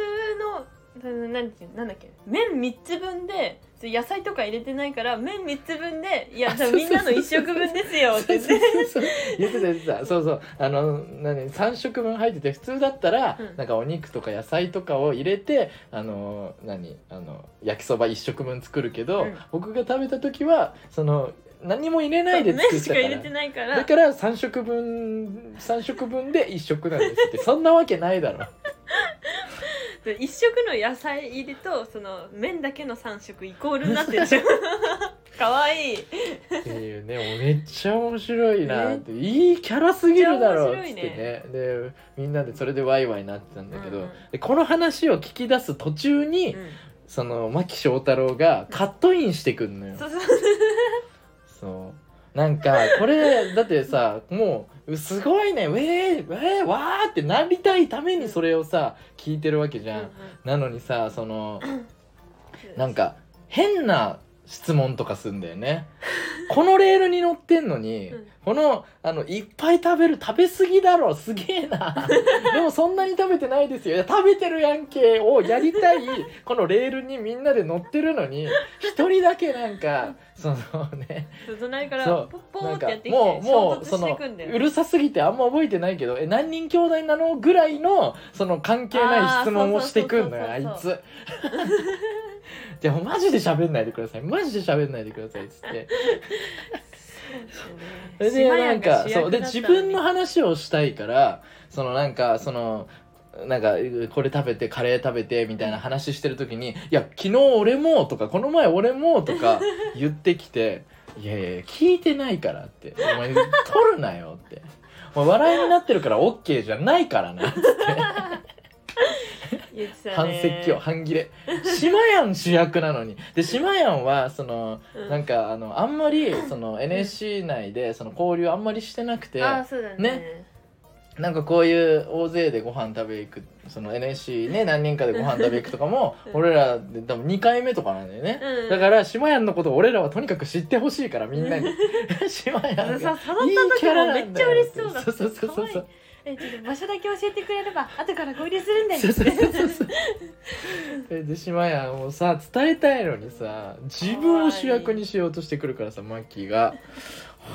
[SPEAKER 2] のうんなんていうなんだっけ麺3つ分でそれ野菜とか入れてないから麺3つ分でいや
[SPEAKER 1] あそうそう
[SPEAKER 2] みんなの1食分で すよっ
[SPEAKER 1] そう
[SPEAKER 2] て
[SPEAKER 1] そう
[SPEAKER 2] 言って
[SPEAKER 1] そうそう言ってた言ってたそうそうあの何3食分入ってて普通だったら、
[SPEAKER 2] うん
[SPEAKER 1] なんかお肉とか野菜とかを入れてあの何あの焼きそば1食分作るけど、
[SPEAKER 2] うん
[SPEAKER 1] 僕が食べた時はその何も入れないで作
[SPEAKER 2] 麺
[SPEAKER 1] っ
[SPEAKER 2] したか
[SPEAKER 1] か
[SPEAKER 2] 入れて
[SPEAKER 1] ら。
[SPEAKER 2] ないから
[SPEAKER 1] だから3食分3食分で1食なんですって そんなわけないだろ
[SPEAKER 2] で一食の野菜入りとその麺だけの三食イコールになってるじゃん かわいい
[SPEAKER 1] っていうねもうめっちゃ面白いなっていいキャラすぎるだろうっつって
[SPEAKER 2] めっちゃ
[SPEAKER 1] ねでみんなでそれでワイワイなってたんだけど、
[SPEAKER 2] うんうん
[SPEAKER 1] でこの話を聞き出す途中に、
[SPEAKER 2] う
[SPEAKER 1] その牧翔太郎がカットインしてくんのよ
[SPEAKER 2] ん、そうそう
[SPEAKER 1] そうなんかこれだってさもうすごいねウェーウェーわーってなりたいためにそれをさ聞いてるわけじゃん、なのにさその なんか変な質問とかすんだよ ね。このレールに乗ってんのに、
[SPEAKER 2] うん
[SPEAKER 1] このあのいっぱい食べる食べ過ぎだろすげえな でもそんなに食べてないですよいや食べてるやんけをやりたいこのレールにみんなで乗ってるのに一人だけなんかそのね
[SPEAKER 2] そう隣から
[SPEAKER 1] そう
[SPEAKER 2] ポッポ
[SPEAKER 1] な
[SPEAKER 2] ーっ
[SPEAKER 1] ん
[SPEAKER 2] て
[SPEAKER 1] か
[SPEAKER 2] やってきて
[SPEAKER 1] もうも
[SPEAKER 2] 衝
[SPEAKER 1] う
[SPEAKER 2] 突
[SPEAKER 1] そ
[SPEAKER 2] して
[SPEAKER 1] の
[SPEAKER 2] くんだよ
[SPEAKER 1] うるさすぎてあんま覚えてないけどえ何人兄弟なのぐらいのその関係ない質問をしてくんのよ
[SPEAKER 2] あ
[SPEAKER 1] あ
[SPEAKER 2] ー
[SPEAKER 1] い
[SPEAKER 2] そうそうそ
[SPEAKER 1] つ。 でもマジで喋んないでくださいマジで喋んないでくださいっつってそれでなんかそうで自分の話をしたいからそのなんかそのなんかこれ食べてカレー食べてみたいな話してる時に「いや昨日俺も」とか「この前俺も」と か言ってきて「いやいやいや聞いてないから」って「お前取るなよ」って「お前笑いになってるから OK じゃないからな」って半説教半切れ島やん主役なのにで島やんはそのなん
[SPEAKER 2] か
[SPEAKER 1] かあのあんまりその NSC 内でその交流あんまりしてなくて
[SPEAKER 2] あーそうだね
[SPEAKER 1] ねなんかこういう大勢でご飯食べ行くその NSC ね何人かでご飯食べ行くとかも
[SPEAKER 2] うん
[SPEAKER 1] 俺らで多分2回目とかなんだよね、
[SPEAKER 2] うん
[SPEAKER 1] だから島やんのことを俺らはとにかく知ってほしいからみんなに 島 やん
[SPEAKER 2] あの
[SPEAKER 1] が
[SPEAKER 2] さ触った時もめっちゃ嬉しそうだっ
[SPEAKER 1] いいキャラなんだよそうそ
[SPEAKER 2] た
[SPEAKER 1] うそうそう
[SPEAKER 2] 可愛いえちょっと場所だけ教えてくれれば後から合流するんだよ
[SPEAKER 1] そうそうそうそう で島やんをさ伝えたいのにさ自分を主役にしようとしてくるからさマッキーが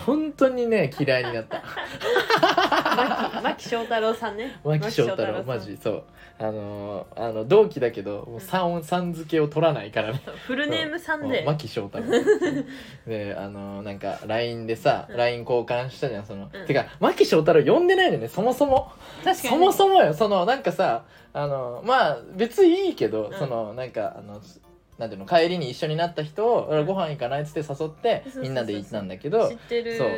[SPEAKER 1] 本当にね嫌いにな った
[SPEAKER 2] 牧牧翔太郎さんね
[SPEAKER 1] 牧翔太郎
[SPEAKER 2] 牧
[SPEAKER 1] マ
[SPEAKER 2] さ
[SPEAKER 1] ジ
[SPEAKER 2] ん
[SPEAKER 1] そうあのーあの同期だけどもうさんさん付けを取らないからね
[SPEAKER 2] そうフルネームさん
[SPEAKER 1] う
[SPEAKER 2] で
[SPEAKER 1] 牧翔太郎 であのーなんか LINE でさ、
[SPEAKER 2] うん
[SPEAKER 1] LINE 交換したじゃんその、
[SPEAKER 2] うん
[SPEAKER 1] てか牧翔太郎呼んでないのねそもそも
[SPEAKER 2] 確かに
[SPEAKER 1] そもそもよそのなんかさあのまあ別にいいけど、
[SPEAKER 2] うん
[SPEAKER 1] そのなんかあのなんていうの帰りに一緒になった人を
[SPEAKER 2] うん
[SPEAKER 1] ご飯行かないっつって誘って
[SPEAKER 2] そうそうそう
[SPEAKER 1] みんなで行ったんだけど
[SPEAKER 2] 知ってる
[SPEAKER 1] そう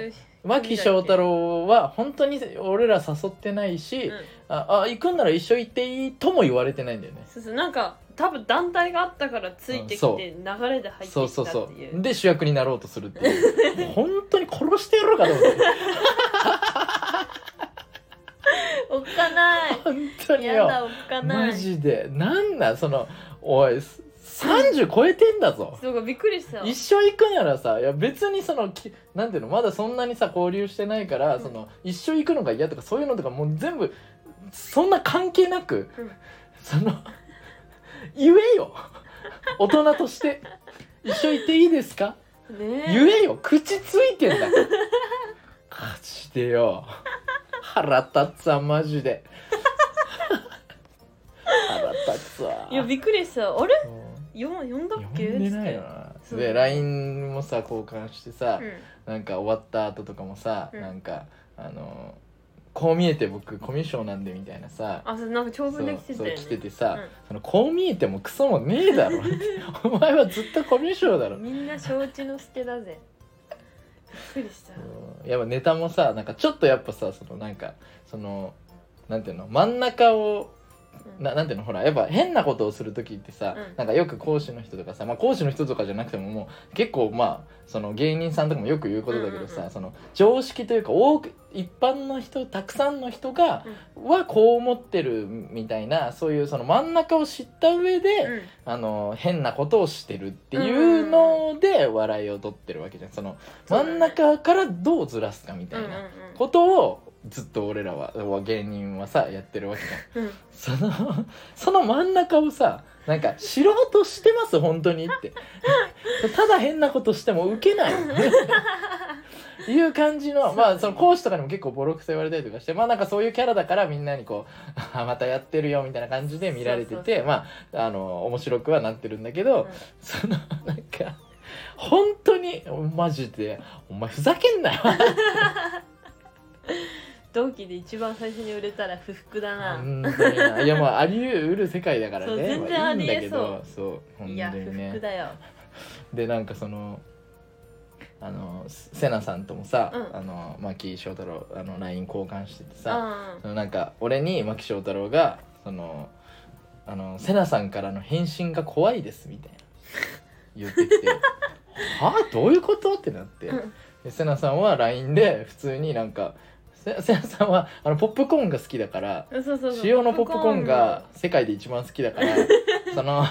[SPEAKER 1] 牧翔太郎は本当に俺ら誘ってないし、
[SPEAKER 2] うん
[SPEAKER 1] ああ行くんなら一緒行っていいとも言われてないんだよね。
[SPEAKER 2] そうそうなんか多分団体があったからついてき
[SPEAKER 1] そ
[SPEAKER 2] て
[SPEAKER 1] う
[SPEAKER 2] 流れで入ってきた
[SPEAKER 1] そうそう
[SPEAKER 2] って
[SPEAKER 1] そ
[SPEAKER 2] いう
[SPEAKER 1] うで主役になろうとするっていうもう 本当に殺してやろうかと思って
[SPEAKER 2] おっかない
[SPEAKER 1] 本当に
[SPEAKER 2] や
[SPEAKER 1] よ
[SPEAKER 2] だおっかない
[SPEAKER 1] マジでなんなんそのおいす30超えてんだぞ
[SPEAKER 2] そうかびっくりした
[SPEAKER 1] 一緒行くならさいや別にそのきなんていうのまだそんなにさ交流してないから、
[SPEAKER 2] うん
[SPEAKER 1] その一緒行くのが嫌とかそういうのとかもう全部そんな関係なく、
[SPEAKER 2] うん
[SPEAKER 1] その言えよ大人として一緒行っていいですか
[SPEAKER 2] ね
[SPEAKER 1] 言えよ口ついてんだからマジでよ腹立つわマジで腹立つわ
[SPEAKER 2] いやびっくりしたあれ
[SPEAKER 1] うん
[SPEAKER 2] よ呼んだっ
[SPEAKER 1] 呼ん
[SPEAKER 2] け
[SPEAKER 1] でないよ
[SPEAKER 2] つっ
[SPEAKER 1] な
[SPEAKER 2] そう
[SPEAKER 1] で LINE もさ交換してさ、
[SPEAKER 2] てうん
[SPEAKER 1] なんか終わった後とかもさ、
[SPEAKER 2] うん
[SPEAKER 1] なんかあのこう見えて僕コミュ障なんでみたいなさ
[SPEAKER 2] あそうなんか長文できてた
[SPEAKER 1] そう
[SPEAKER 2] よね
[SPEAKER 1] そう来ててさ、
[SPEAKER 2] うん
[SPEAKER 1] そのこう見えてもクソもねえだ ろお前はずっとコミュ障だろ
[SPEAKER 2] みんな承知の助だぜびっくりした
[SPEAKER 1] うんやっぱネタもさなんかちょっとやっぱさそのなんかそのなんていうの真ん中を
[SPEAKER 2] うん
[SPEAKER 1] ななんていうのほらやっぱ変なことをする時ってさ、
[SPEAKER 2] うん
[SPEAKER 1] なんかよく講師の人とかさ、まあ、講師の人とかじゃなくてももう結構まあその芸人さんとかもよく言うことだけどさ、
[SPEAKER 2] うんうんうん
[SPEAKER 1] その常識というか多く一般の人たくさんの人が、はこう思ってるみたいなそういうその真ん中を知った上で、
[SPEAKER 2] うん
[SPEAKER 1] あの変なことをしてるっていうので笑いを取ってるわけじゃんその
[SPEAKER 2] そうだ
[SPEAKER 1] 真
[SPEAKER 2] ね
[SPEAKER 1] ん中からどうずらすかみ
[SPEAKER 2] う
[SPEAKER 1] た
[SPEAKER 2] んう
[SPEAKER 1] い
[SPEAKER 2] ん
[SPEAKER 1] なことをずっと俺らは芸人はさやってるわけじゃん
[SPEAKER 2] うんうん
[SPEAKER 1] その その真ん中をさなんか知ろうとしてます本当にってただ変なことしてもウケない いう感じの、まあその講師とかにも結構ボロクソ言われたりとかしてまあなんかそういうキャラだからみんなにこう 「あまたやってるよ」みたいな感じで見られて
[SPEAKER 2] そうそう
[SPEAKER 1] てまああの面白くはなってるんだけど、
[SPEAKER 2] うん
[SPEAKER 1] そのなんか本当にマジで「お前ふざけんなよ」
[SPEAKER 2] 同期で一番最初に売れたら不服だな、
[SPEAKER 1] 本当にないやまああり得る世界だからね
[SPEAKER 2] そう全然
[SPEAKER 1] まあ、いいんだ
[SPEAKER 2] あり
[SPEAKER 1] け
[SPEAKER 2] 得そう
[SPEAKER 1] どそう本当
[SPEAKER 2] いや不
[SPEAKER 1] に
[SPEAKER 2] 服
[SPEAKER 1] ね
[SPEAKER 2] だよ
[SPEAKER 1] でなんかそのあのセナさんともさ、
[SPEAKER 2] うん
[SPEAKER 1] あの牧翔太郎あの LINE 交換しててさ、
[SPEAKER 2] あ
[SPEAKER 1] そのなんか俺に牧翔太郎がそのあの「セナさんからの返信が怖いです」みたいな言って きて「はあどういうこと?」ってなって。
[SPEAKER 2] うん
[SPEAKER 1] でセナさんは LINE で普通になんかセセナさんはあのポップコーンが好きだから
[SPEAKER 2] そうそうそう
[SPEAKER 1] 塩のポップコーンが世界で一番好きだから その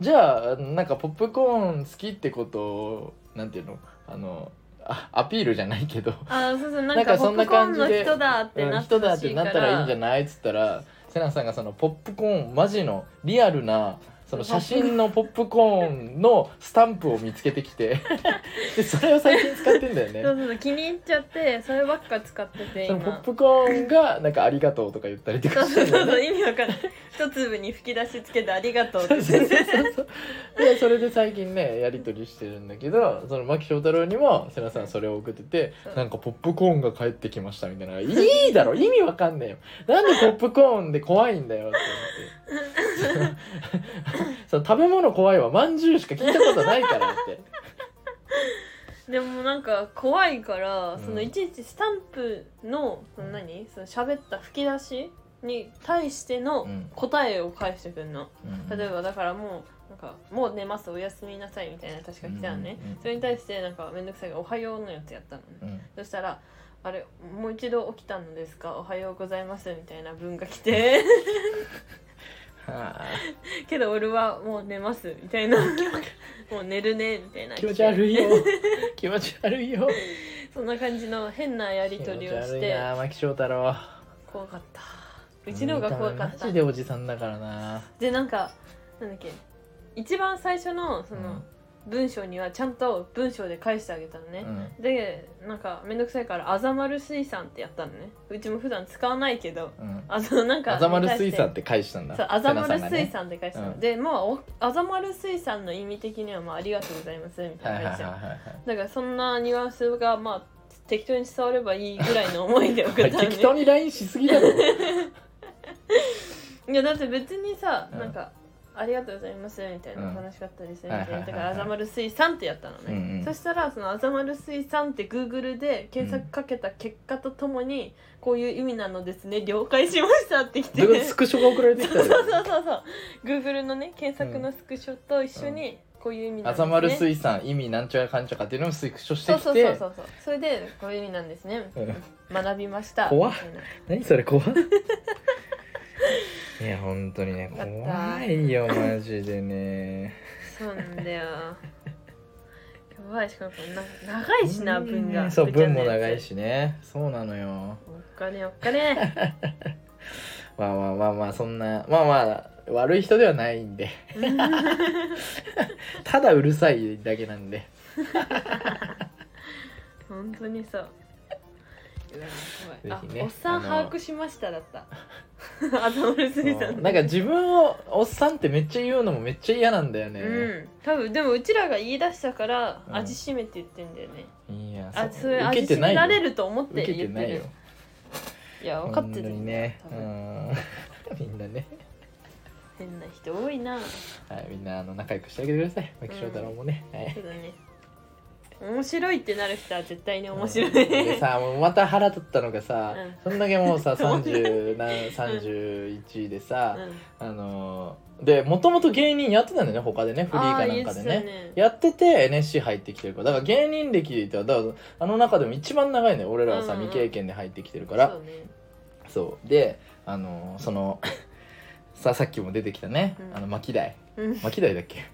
[SPEAKER 1] じゃあなんかポップコーン好きってことをなんていうのあのあアピールじゃないけど、
[SPEAKER 2] あーそうそうなん
[SPEAKER 1] なん
[SPEAKER 2] か
[SPEAKER 1] か
[SPEAKER 2] ポ
[SPEAKER 1] そん
[SPEAKER 2] ッ
[SPEAKER 1] な
[SPEAKER 2] プコー
[SPEAKER 1] 感
[SPEAKER 2] ン
[SPEAKER 1] じ
[SPEAKER 2] の
[SPEAKER 1] で
[SPEAKER 2] 人だって
[SPEAKER 1] う、
[SPEAKER 2] なんって
[SPEAKER 1] 人
[SPEAKER 2] ほ
[SPEAKER 1] だっ
[SPEAKER 2] してい
[SPEAKER 1] な
[SPEAKER 2] か
[SPEAKER 1] ったらいいんじゃ
[SPEAKER 2] ら
[SPEAKER 1] ないっつったらセナさんがそのポップコーンマジのリアルなその写真のポップコーンのスタンプを見つけてき てでそれを最近使ってんだよね
[SPEAKER 2] そうそうそう気に入っちゃってそればっか使ってて
[SPEAKER 1] そ
[SPEAKER 2] 今
[SPEAKER 1] のポップコーンがなんかありがとうとか言ったりと
[SPEAKER 2] そ
[SPEAKER 1] か
[SPEAKER 2] う
[SPEAKER 1] し
[SPEAKER 2] そ
[SPEAKER 1] てる
[SPEAKER 2] う
[SPEAKER 1] の
[SPEAKER 2] そう
[SPEAKER 1] ね。
[SPEAKER 2] 意味わかんない一粒に吹き出しつけてありがとうって
[SPEAKER 1] そうそうそうそうでそれで最近ねやり取りしてるんだけどその牧翔太郎にも瀬名さんそれを送ってて
[SPEAKER 2] そう
[SPEAKER 1] なんかポップコーンが帰ってきましたみたいな「いいだろ意味わかんねえよなんでポップコーンで怖いんだよ」って 思って「そのその食べ物怖いはまんじゅうしか聞いたことないから」って
[SPEAKER 2] でもなんか怖いから、
[SPEAKER 1] うん
[SPEAKER 2] そのいちいちスタンプのその何その喋った吹き出しに対しての
[SPEAKER 1] うん
[SPEAKER 2] 答えを返してくんの、
[SPEAKER 1] うん
[SPEAKER 2] 例えばだからもうなんか「もう寝ますおやすみなさい」みたいな確か来たのね、
[SPEAKER 1] うんうんうん
[SPEAKER 2] それに対してなんかめんどくさいが「おはよう」のやつやったのね、
[SPEAKER 1] うん
[SPEAKER 2] そしたら「あれもう一度起きたのですかおはようございます」みたいな文が 来て
[SPEAKER 1] はあ
[SPEAKER 2] けど俺はもう寝ますみたい なもう寝るねみたいな
[SPEAKER 1] 気持ち悪いよ気持ち悪いよ
[SPEAKER 2] そんな感じの変なやり
[SPEAKER 1] 気持
[SPEAKER 2] 取り
[SPEAKER 1] ち
[SPEAKER 2] をし
[SPEAKER 1] 悪い
[SPEAKER 2] て
[SPEAKER 1] な牧翔太郎。
[SPEAKER 2] 怖かったうちの方が怖かっ
[SPEAKER 1] 見た
[SPEAKER 2] た
[SPEAKER 1] 目マジでおじさんだからな
[SPEAKER 2] でなんかなんだっけ一番最初のその文章にはちゃんと文章で返してあげたの
[SPEAKER 1] う
[SPEAKER 2] ね、
[SPEAKER 1] ん
[SPEAKER 2] でなんかめんどくさいから「あざまる水産」ってやったのねうちも普段使わないけど
[SPEAKER 1] うん
[SPEAKER 2] あのなんか
[SPEAKER 1] あざまる水産っ
[SPEAKER 2] に
[SPEAKER 1] て返したん
[SPEAKER 2] 対し
[SPEAKER 1] だ
[SPEAKER 2] てそうあざま
[SPEAKER 1] セナさん
[SPEAKER 2] る
[SPEAKER 1] が
[SPEAKER 2] 水
[SPEAKER 1] ね
[SPEAKER 2] 産って返したの、
[SPEAKER 1] うん
[SPEAKER 2] でもうおあざまる水産の意味的にはまあありがとうございますみた
[SPEAKER 1] はい
[SPEAKER 2] い
[SPEAKER 1] はい
[SPEAKER 2] な
[SPEAKER 1] は
[SPEAKER 2] 感
[SPEAKER 1] い
[SPEAKER 2] じ
[SPEAKER 1] は
[SPEAKER 2] だ
[SPEAKER 1] い
[SPEAKER 2] からそんなニュアンスがまあ適当に伝わればいいぐらいの思いで送った
[SPEAKER 1] はい
[SPEAKER 2] のね
[SPEAKER 1] 適当に LINE しすぎだろ
[SPEAKER 2] いやだって別にさ、
[SPEAKER 1] うん
[SPEAKER 2] なんかありがとうございますみたいな、
[SPEAKER 1] うん
[SPEAKER 2] 楽しかったですみ
[SPEAKER 1] は
[SPEAKER 2] た
[SPEAKER 1] い
[SPEAKER 2] い
[SPEAKER 1] はいはいはい
[SPEAKER 2] なだからあざまる水産ってやったのね、
[SPEAKER 1] うんうん
[SPEAKER 2] そしたらそのあざまる水産ってグーグルで検索かけた結果とともに、こういう意味なのですね了解しましたって来
[SPEAKER 1] どういうこと
[SPEAKER 2] て
[SPEAKER 1] スクショが送られて
[SPEAKER 2] そう
[SPEAKER 1] き
[SPEAKER 2] そ
[SPEAKER 1] た
[SPEAKER 2] う
[SPEAKER 1] ら
[SPEAKER 2] そうそうそう Google のね検索のスクショと一緒にこういう意味な
[SPEAKER 1] あ
[SPEAKER 2] んですね、
[SPEAKER 1] ざまる水産意味なんちゃらかんちゃらかっていうのをスクショして
[SPEAKER 2] そ
[SPEAKER 1] き
[SPEAKER 2] うそうそう
[SPEAKER 1] て
[SPEAKER 2] そうそうそれでこういう意味なんですね
[SPEAKER 1] うん
[SPEAKER 2] 学びました
[SPEAKER 1] 怖っ
[SPEAKER 2] みたいな
[SPEAKER 1] 何それ 怖いいや本当にね
[SPEAKER 2] よかった
[SPEAKER 1] 怖いよマジでね
[SPEAKER 2] そうなんだよやばいしかもこれな長いしな文が、
[SPEAKER 1] そう文も
[SPEAKER 2] ぐちゃぐちゃ
[SPEAKER 1] 長いしねそうなのよ
[SPEAKER 2] おっかねおっかね
[SPEAKER 1] まあまあまあまあそんなまあまあ悪い人ではないん でただうるさいだけなんで
[SPEAKER 2] 本当にそううわすごいあ
[SPEAKER 1] ぜひね
[SPEAKER 2] おっさん
[SPEAKER 1] あの
[SPEAKER 2] 把握しましただった あざまる水
[SPEAKER 1] そ
[SPEAKER 2] 産
[SPEAKER 1] うなんか自分をおっさんってめっちゃ言うのもめっちゃ嫌なんだよね、
[SPEAKER 2] うん、多分でもうちらが言い出したから
[SPEAKER 1] うん
[SPEAKER 2] 味しめって言ってんだよね、
[SPEAKER 1] いや
[SPEAKER 2] あそれ
[SPEAKER 1] 受
[SPEAKER 2] 味
[SPEAKER 1] け
[SPEAKER 2] し
[SPEAKER 1] てな
[SPEAKER 2] めら
[SPEAKER 1] い
[SPEAKER 2] れ
[SPEAKER 1] よ
[SPEAKER 2] ると思っ
[SPEAKER 1] 受
[SPEAKER 2] て
[SPEAKER 1] け
[SPEAKER 2] 言
[SPEAKER 1] て
[SPEAKER 2] っ
[SPEAKER 1] な
[SPEAKER 2] て
[SPEAKER 1] い
[SPEAKER 2] る
[SPEAKER 1] よ
[SPEAKER 2] いや分か
[SPEAKER 1] 本
[SPEAKER 2] って
[SPEAKER 1] 当
[SPEAKER 2] る
[SPEAKER 1] に
[SPEAKER 2] んだよ
[SPEAKER 1] ね
[SPEAKER 2] 多
[SPEAKER 1] う
[SPEAKER 2] 分
[SPEAKER 1] んみんなね
[SPEAKER 2] 変な人多 いな
[SPEAKER 1] はいみんなあの仲良くしてあげてください牧翔太郎もね、はい
[SPEAKER 2] そうだね面白いってなる人は絶対に面白い、
[SPEAKER 1] でさもうまた腹立ったのがさ、そんだけも うさ30な31でさ、
[SPEAKER 2] うん
[SPEAKER 1] あのーでもともと芸人やってたんだよね他でねフリーかなんかで
[SPEAKER 2] あー言ってた
[SPEAKER 1] ねやってて NSC 入ってきてるからだから芸人歴で言ったらだからあの中でも一番長いね俺らはさ、
[SPEAKER 2] うんうん
[SPEAKER 1] 未経験で入ってきてるから
[SPEAKER 2] そうね
[SPEAKER 1] そうであのーその ささっきも出てきたね、
[SPEAKER 2] うん
[SPEAKER 1] あの巻大
[SPEAKER 2] うん
[SPEAKER 1] 巻大だっけ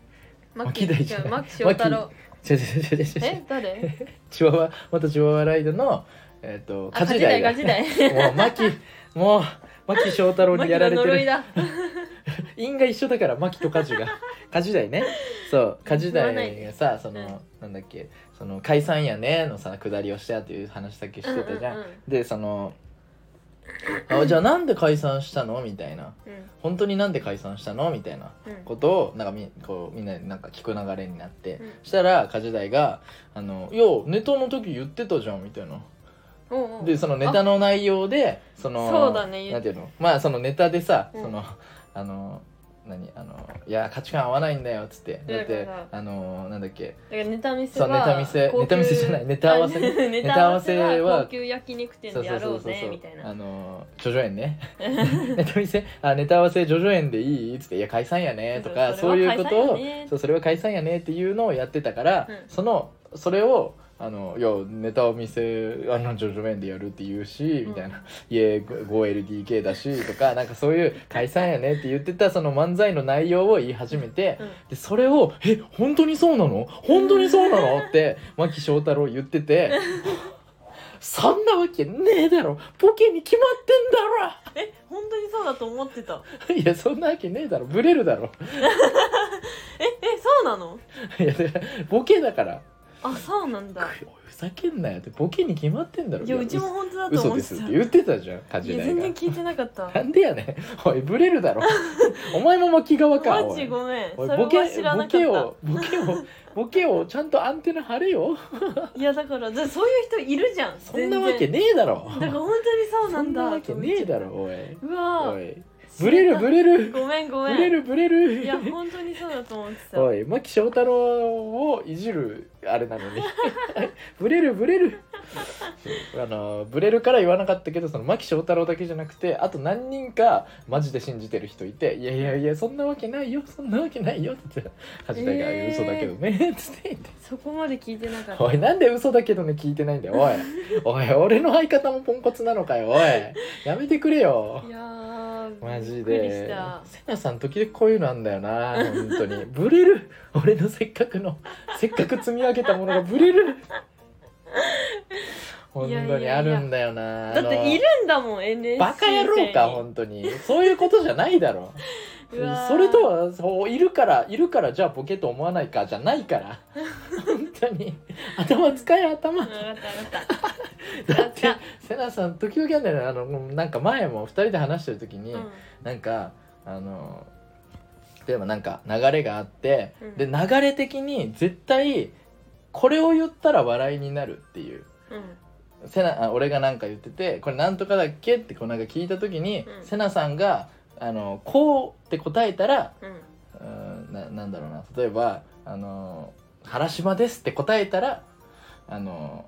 [SPEAKER 2] マ
[SPEAKER 1] 巻大じゃない
[SPEAKER 2] マキ翔太郎
[SPEAKER 1] 違う違う違う違う違う
[SPEAKER 2] え誰
[SPEAKER 1] チワワまたチワワライドのえっ、と
[SPEAKER 2] あ
[SPEAKER 1] 勝ち台が
[SPEAKER 2] 勝ち台
[SPEAKER 1] もう巻もう巻翔太郎
[SPEAKER 2] マ
[SPEAKER 1] に
[SPEAKER 2] キ
[SPEAKER 1] やら
[SPEAKER 2] の
[SPEAKER 1] れて
[SPEAKER 2] 呪い
[SPEAKER 1] る
[SPEAKER 2] だ
[SPEAKER 1] 因が一緒だから巻とカジ がカジダイねそうカジダイがさそ
[SPEAKER 2] ない
[SPEAKER 1] の、なんだっけその解散やねのさ下りをしたっていう話だけしてたじゃん,、
[SPEAKER 2] うう
[SPEAKER 1] でそのあじゃあなんで解散したのみたいな
[SPEAKER 2] うん
[SPEAKER 1] 本当になんで解散したのみたいな
[SPEAKER 2] うんうん
[SPEAKER 1] ことをなんかみこうみんなでなんか聞く流れになって、
[SPEAKER 2] うん
[SPEAKER 1] したらカジダイが「あのいやネタの時言ってたじゃん」みたいな
[SPEAKER 2] おうおう
[SPEAKER 1] でそのネタの内容でその
[SPEAKER 2] そうだね
[SPEAKER 1] なんていうのまあそのネタでさ、
[SPEAKER 2] うん
[SPEAKER 1] そのあの何あのいや価値観合わないんだよっつってだっ
[SPEAKER 2] だ
[SPEAKER 1] て
[SPEAKER 2] から
[SPEAKER 1] あのなんだっけ
[SPEAKER 2] だからネタ見せ
[SPEAKER 1] そうネタ見せネタ見せじゃないネタ合わせね
[SPEAKER 2] せネタ合わせは高級焼肉店でやろうねみたい
[SPEAKER 1] あ
[SPEAKER 2] な
[SPEAKER 1] のジョジョ園ね ネタ見せあネタ合わせジョジョ園でいいっつっていや解散やねとか
[SPEAKER 2] そ
[SPEAKER 1] そうう
[SPEAKER 2] それ
[SPEAKER 1] い
[SPEAKER 2] は
[SPEAKER 1] うことを
[SPEAKER 2] 解散やね
[SPEAKER 1] そうそれは解散やねっていうのをやってたから、
[SPEAKER 2] うん
[SPEAKER 1] そのそれをあのいやネタを見せあのジョジョ園でやるって言うしみたいな、いえ 5LDK だしとかなんかそういう解散やねって言ってたその漫才の内容を言い始めて、
[SPEAKER 2] うん
[SPEAKER 1] でそれを「え本当にそうなの本当にそうなの?」って牧翔太郎言ってて「そんなわけねえだろボケに決まって
[SPEAKER 2] え本当にそうだと思ってた
[SPEAKER 1] んだろ!」いやそんなわけねえだろブレるだろ
[SPEAKER 2] ええそうなの
[SPEAKER 1] いやボケだから
[SPEAKER 2] あそうなん
[SPEAKER 1] 「
[SPEAKER 2] だ
[SPEAKER 1] おいふざけんなよ」ってボケに決まってんだろ
[SPEAKER 2] いやうちも本当だと
[SPEAKER 1] 嘘
[SPEAKER 2] 思っ
[SPEAKER 1] で
[SPEAKER 2] てた
[SPEAKER 1] すって言ってたじゃんカ
[SPEAKER 2] い
[SPEAKER 1] ジ
[SPEAKER 2] や
[SPEAKER 1] ダイ
[SPEAKER 2] 全
[SPEAKER 1] が
[SPEAKER 2] 然聞いてなかった
[SPEAKER 1] なんでやねんおいブレるだろお前も巻き側か
[SPEAKER 2] マ
[SPEAKER 1] お
[SPEAKER 2] ジ
[SPEAKER 1] い
[SPEAKER 2] ごめん
[SPEAKER 1] お
[SPEAKER 2] そ
[SPEAKER 1] い
[SPEAKER 2] れ
[SPEAKER 1] ボケ
[SPEAKER 2] は知らな
[SPEAKER 1] ボ
[SPEAKER 2] か
[SPEAKER 1] ケ
[SPEAKER 2] っ
[SPEAKER 1] をボケをボケをちゃんとアンテナ張れよ
[SPEAKER 2] たいやだからだそういう人いるじゃん
[SPEAKER 1] そんなわけ
[SPEAKER 2] 全然
[SPEAKER 1] ねえだろ
[SPEAKER 2] だから本当にそうな
[SPEAKER 1] そ
[SPEAKER 2] ん
[SPEAKER 1] ん
[SPEAKER 2] だ
[SPEAKER 1] なわけねえだろおいう
[SPEAKER 2] わ
[SPEAKER 1] お
[SPEAKER 2] ぁ
[SPEAKER 1] いブレるブレる
[SPEAKER 2] ごめんご
[SPEAKER 1] ブ
[SPEAKER 2] めん
[SPEAKER 1] レるブレ
[SPEAKER 2] いや
[SPEAKER 1] る
[SPEAKER 2] 本当にそうだと思ってた
[SPEAKER 1] おい牧翔太郎をいじるあれなのに ブレるブレるあのブレるから言わなかったけどその牧翔太郎だけじゃなくてあと何人かマジで信じてる人いて「いやいやいやそんなわけないよそんなわけないよ」って言って恥だから
[SPEAKER 2] えー
[SPEAKER 1] 嘘だけどね」っつって言って。
[SPEAKER 2] そこまで聞いてなかった
[SPEAKER 1] おいなんで嘘だけどね聞いてないんだよおいおい俺の相方もポンコツなのかよおいやめてくれよ
[SPEAKER 2] いやー
[SPEAKER 1] マジ
[SPEAKER 2] びっくりし
[SPEAKER 1] で
[SPEAKER 2] た
[SPEAKER 1] セナさん時々こういうのあんだよな本当に ブレる俺のせっかくのせっかく積み上げたものがブレる本
[SPEAKER 2] いやい
[SPEAKER 1] 当
[SPEAKER 2] やい
[SPEAKER 1] に
[SPEAKER 2] や
[SPEAKER 1] あるんだよな
[SPEAKER 2] だっている
[SPEAKER 1] あ
[SPEAKER 2] んだもん
[SPEAKER 1] の
[SPEAKER 2] NSC
[SPEAKER 1] バカ野郎か本当にそういうことじゃないだろ
[SPEAKER 2] うわー
[SPEAKER 1] それとはそういるからいるからじゃあボケと思わないかじゃないから本当に頭使え頭
[SPEAKER 2] 分かった分かっ
[SPEAKER 1] だって
[SPEAKER 2] やっ
[SPEAKER 1] セナさん時々あんだよねあのなんか前も2人で話してる時に、
[SPEAKER 2] た、うん
[SPEAKER 1] なんかあの例えばなんか流れがあって、
[SPEAKER 2] うん
[SPEAKER 1] で流れ的に絶対これを言ったら笑いになるっていう。
[SPEAKER 2] うん
[SPEAKER 1] セナあ俺がなんか言っててこれなんとかだっけってこうなんか聞いた時に、
[SPEAKER 2] うん
[SPEAKER 1] セナさんがあのこうって答えたら
[SPEAKER 2] うん
[SPEAKER 1] ななんだろうな例えば「あの原島です」って答えたらあの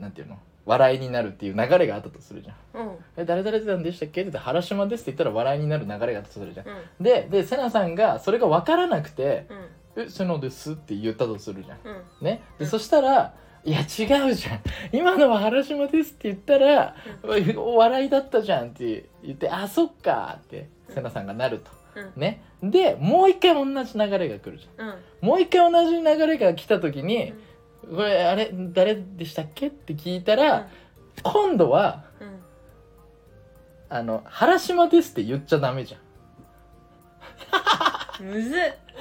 [SPEAKER 1] なんていうの笑いになるっていう流れがあったとするじゃん
[SPEAKER 2] うん
[SPEAKER 1] 「え誰々さんでしたっけ?」って言って「原島です」って言ったら笑いになる流れがあったとするじゃん
[SPEAKER 2] うん
[SPEAKER 1] ででセナさんがそれが分からなくて
[SPEAKER 2] う
[SPEAKER 1] 「
[SPEAKER 2] ん
[SPEAKER 1] えセナです」って言ったとするじゃん
[SPEAKER 2] うん
[SPEAKER 1] ね
[SPEAKER 2] う
[SPEAKER 1] で
[SPEAKER 2] ん
[SPEAKER 1] そしたら「いや違うじゃん今のは原島です」って言ったら「お笑いだったじゃん」って言って「あそっか」ってセナさんがなると。
[SPEAKER 2] うん
[SPEAKER 1] ね、でもう一回同じ流れが来るじゃ
[SPEAKER 2] うんうん
[SPEAKER 1] んもう一回同じ流れが来た時に「これあれ誰でしたっけ?」って聞いたら、今度は
[SPEAKER 2] うん
[SPEAKER 1] 「あの原島です」って言っちゃダメじゃん。
[SPEAKER 2] むずっ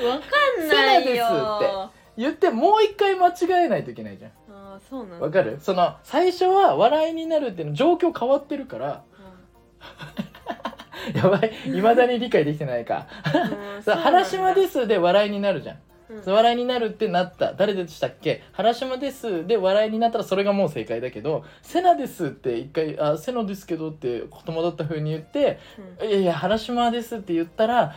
[SPEAKER 2] わかんない
[SPEAKER 1] セナ
[SPEAKER 2] よ
[SPEAKER 1] ですっ言ってもう一回間違えないといけないじゃん。
[SPEAKER 2] あーそうなんだ、
[SPEAKER 1] わかるその最初は笑いになるっていうの状況変わってるから やばい未だに理解できてないか「そう原島ですす」で笑いになるじゃん
[SPEAKER 2] うん
[SPEAKER 1] そう笑いになるってなった誰でしたっけ「原島です」で笑いになったらそれがもう正解だけど「セナです」って一回「あセナですけど」って子供だった風に言って
[SPEAKER 2] う
[SPEAKER 1] 「
[SPEAKER 2] ん
[SPEAKER 1] いやいや原島です」って言ったら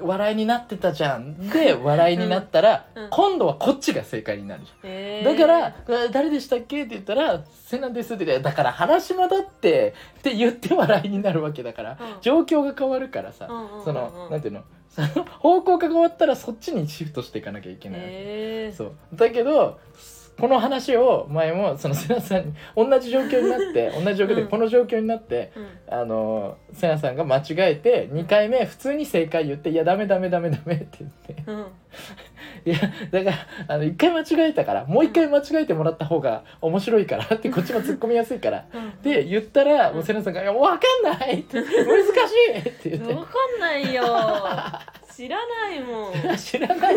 [SPEAKER 1] 笑いになってたじゃんで笑いになったら、
[SPEAKER 2] うんうん
[SPEAKER 1] 今度はこっちが正解になるじゃん
[SPEAKER 2] えー
[SPEAKER 1] だから、え誰でしたっけって言ったら「セナです」って言ってだから原島だって」って言って笑いになるわけだから、
[SPEAKER 2] うん
[SPEAKER 1] 状況が変わるからさ、
[SPEAKER 2] うんうんうんうん
[SPEAKER 1] そのなんていうのその方向が変わったらそっちにシフトしていかなきゃいけないわけ、
[SPEAKER 2] えー、
[SPEAKER 1] そうだけどこの話を前もそのセナさんに同じ状況になって 同じ状況で
[SPEAKER 2] うん
[SPEAKER 1] この状況になって、
[SPEAKER 2] うん
[SPEAKER 1] あのセナさんが間違えて2回目普通に正解言って「いやダメダメダメダメ」って言って。
[SPEAKER 2] うん
[SPEAKER 1] いやだからあの一回間違えたからもう一回間違えてもらった方が面白いからってこっちも突っ込みやすいから
[SPEAKER 2] うん
[SPEAKER 1] で言ったら
[SPEAKER 2] うん
[SPEAKER 1] もうセナさんが「いやわかんない!」って「難しい!」って言って
[SPEAKER 2] わかんないよ知らないもん
[SPEAKER 1] 「知らない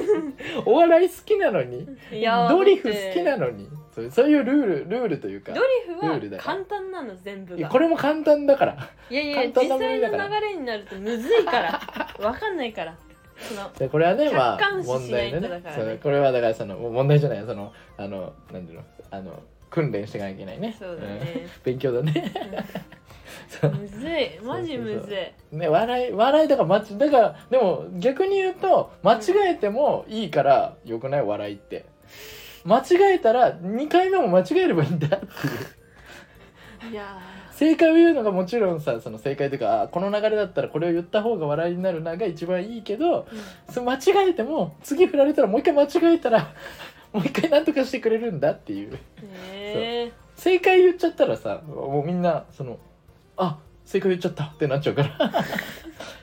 [SPEAKER 1] お笑い好きなのに
[SPEAKER 2] いや
[SPEAKER 1] ドリフ好きな
[SPEAKER 2] の
[SPEAKER 1] のにそうそういうルールルールというか
[SPEAKER 2] ドリフ
[SPEAKER 1] ルールだ
[SPEAKER 2] は
[SPEAKER 1] から
[SPEAKER 2] 簡単なの全部
[SPEAKER 1] いや
[SPEAKER 2] が
[SPEAKER 1] これも簡単だから
[SPEAKER 2] いやいや
[SPEAKER 1] 簡
[SPEAKER 2] 実
[SPEAKER 1] 単なも
[SPEAKER 2] 際
[SPEAKER 1] のだ
[SPEAKER 2] の
[SPEAKER 1] から
[SPEAKER 2] 流れになるとむず いからわかんないからその
[SPEAKER 1] でこれはねまあ
[SPEAKER 2] 客観視
[SPEAKER 1] 問題で
[SPEAKER 2] しない
[SPEAKER 1] ね
[SPEAKER 2] とだから
[SPEAKER 1] そ
[SPEAKER 2] ね
[SPEAKER 1] うこれはだからそのもう問題じゃないそのあの何ていうのあの訓練していかなきゃいけないね
[SPEAKER 2] そうだ
[SPEAKER 1] ん
[SPEAKER 2] ね、
[SPEAKER 1] 勉強だね そう
[SPEAKER 2] むずいマジむずい
[SPEAKER 1] ね笑い笑いだからまちだからでも逆に言うと間違えてもいいからよくない笑いって間違えたら2回目も間違えればいいんだっていう
[SPEAKER 2] いや
[SPEAKER 1] 正解を言うのがもちろんさその正解というかあこの流れだったらこれを言った方が笑いになるなが一番いいけど
[SPEAKER 2] ーうん
[SPEAKER 1] その間違えても次振られたらもう一回間違えたら もう一回何とかしてくれるんだっていう
[SPEAKER 2] え
[SPEAKER 1] 正解言っちゃったらさもうみんなそのあ正解言っちゃったってなっちゃうから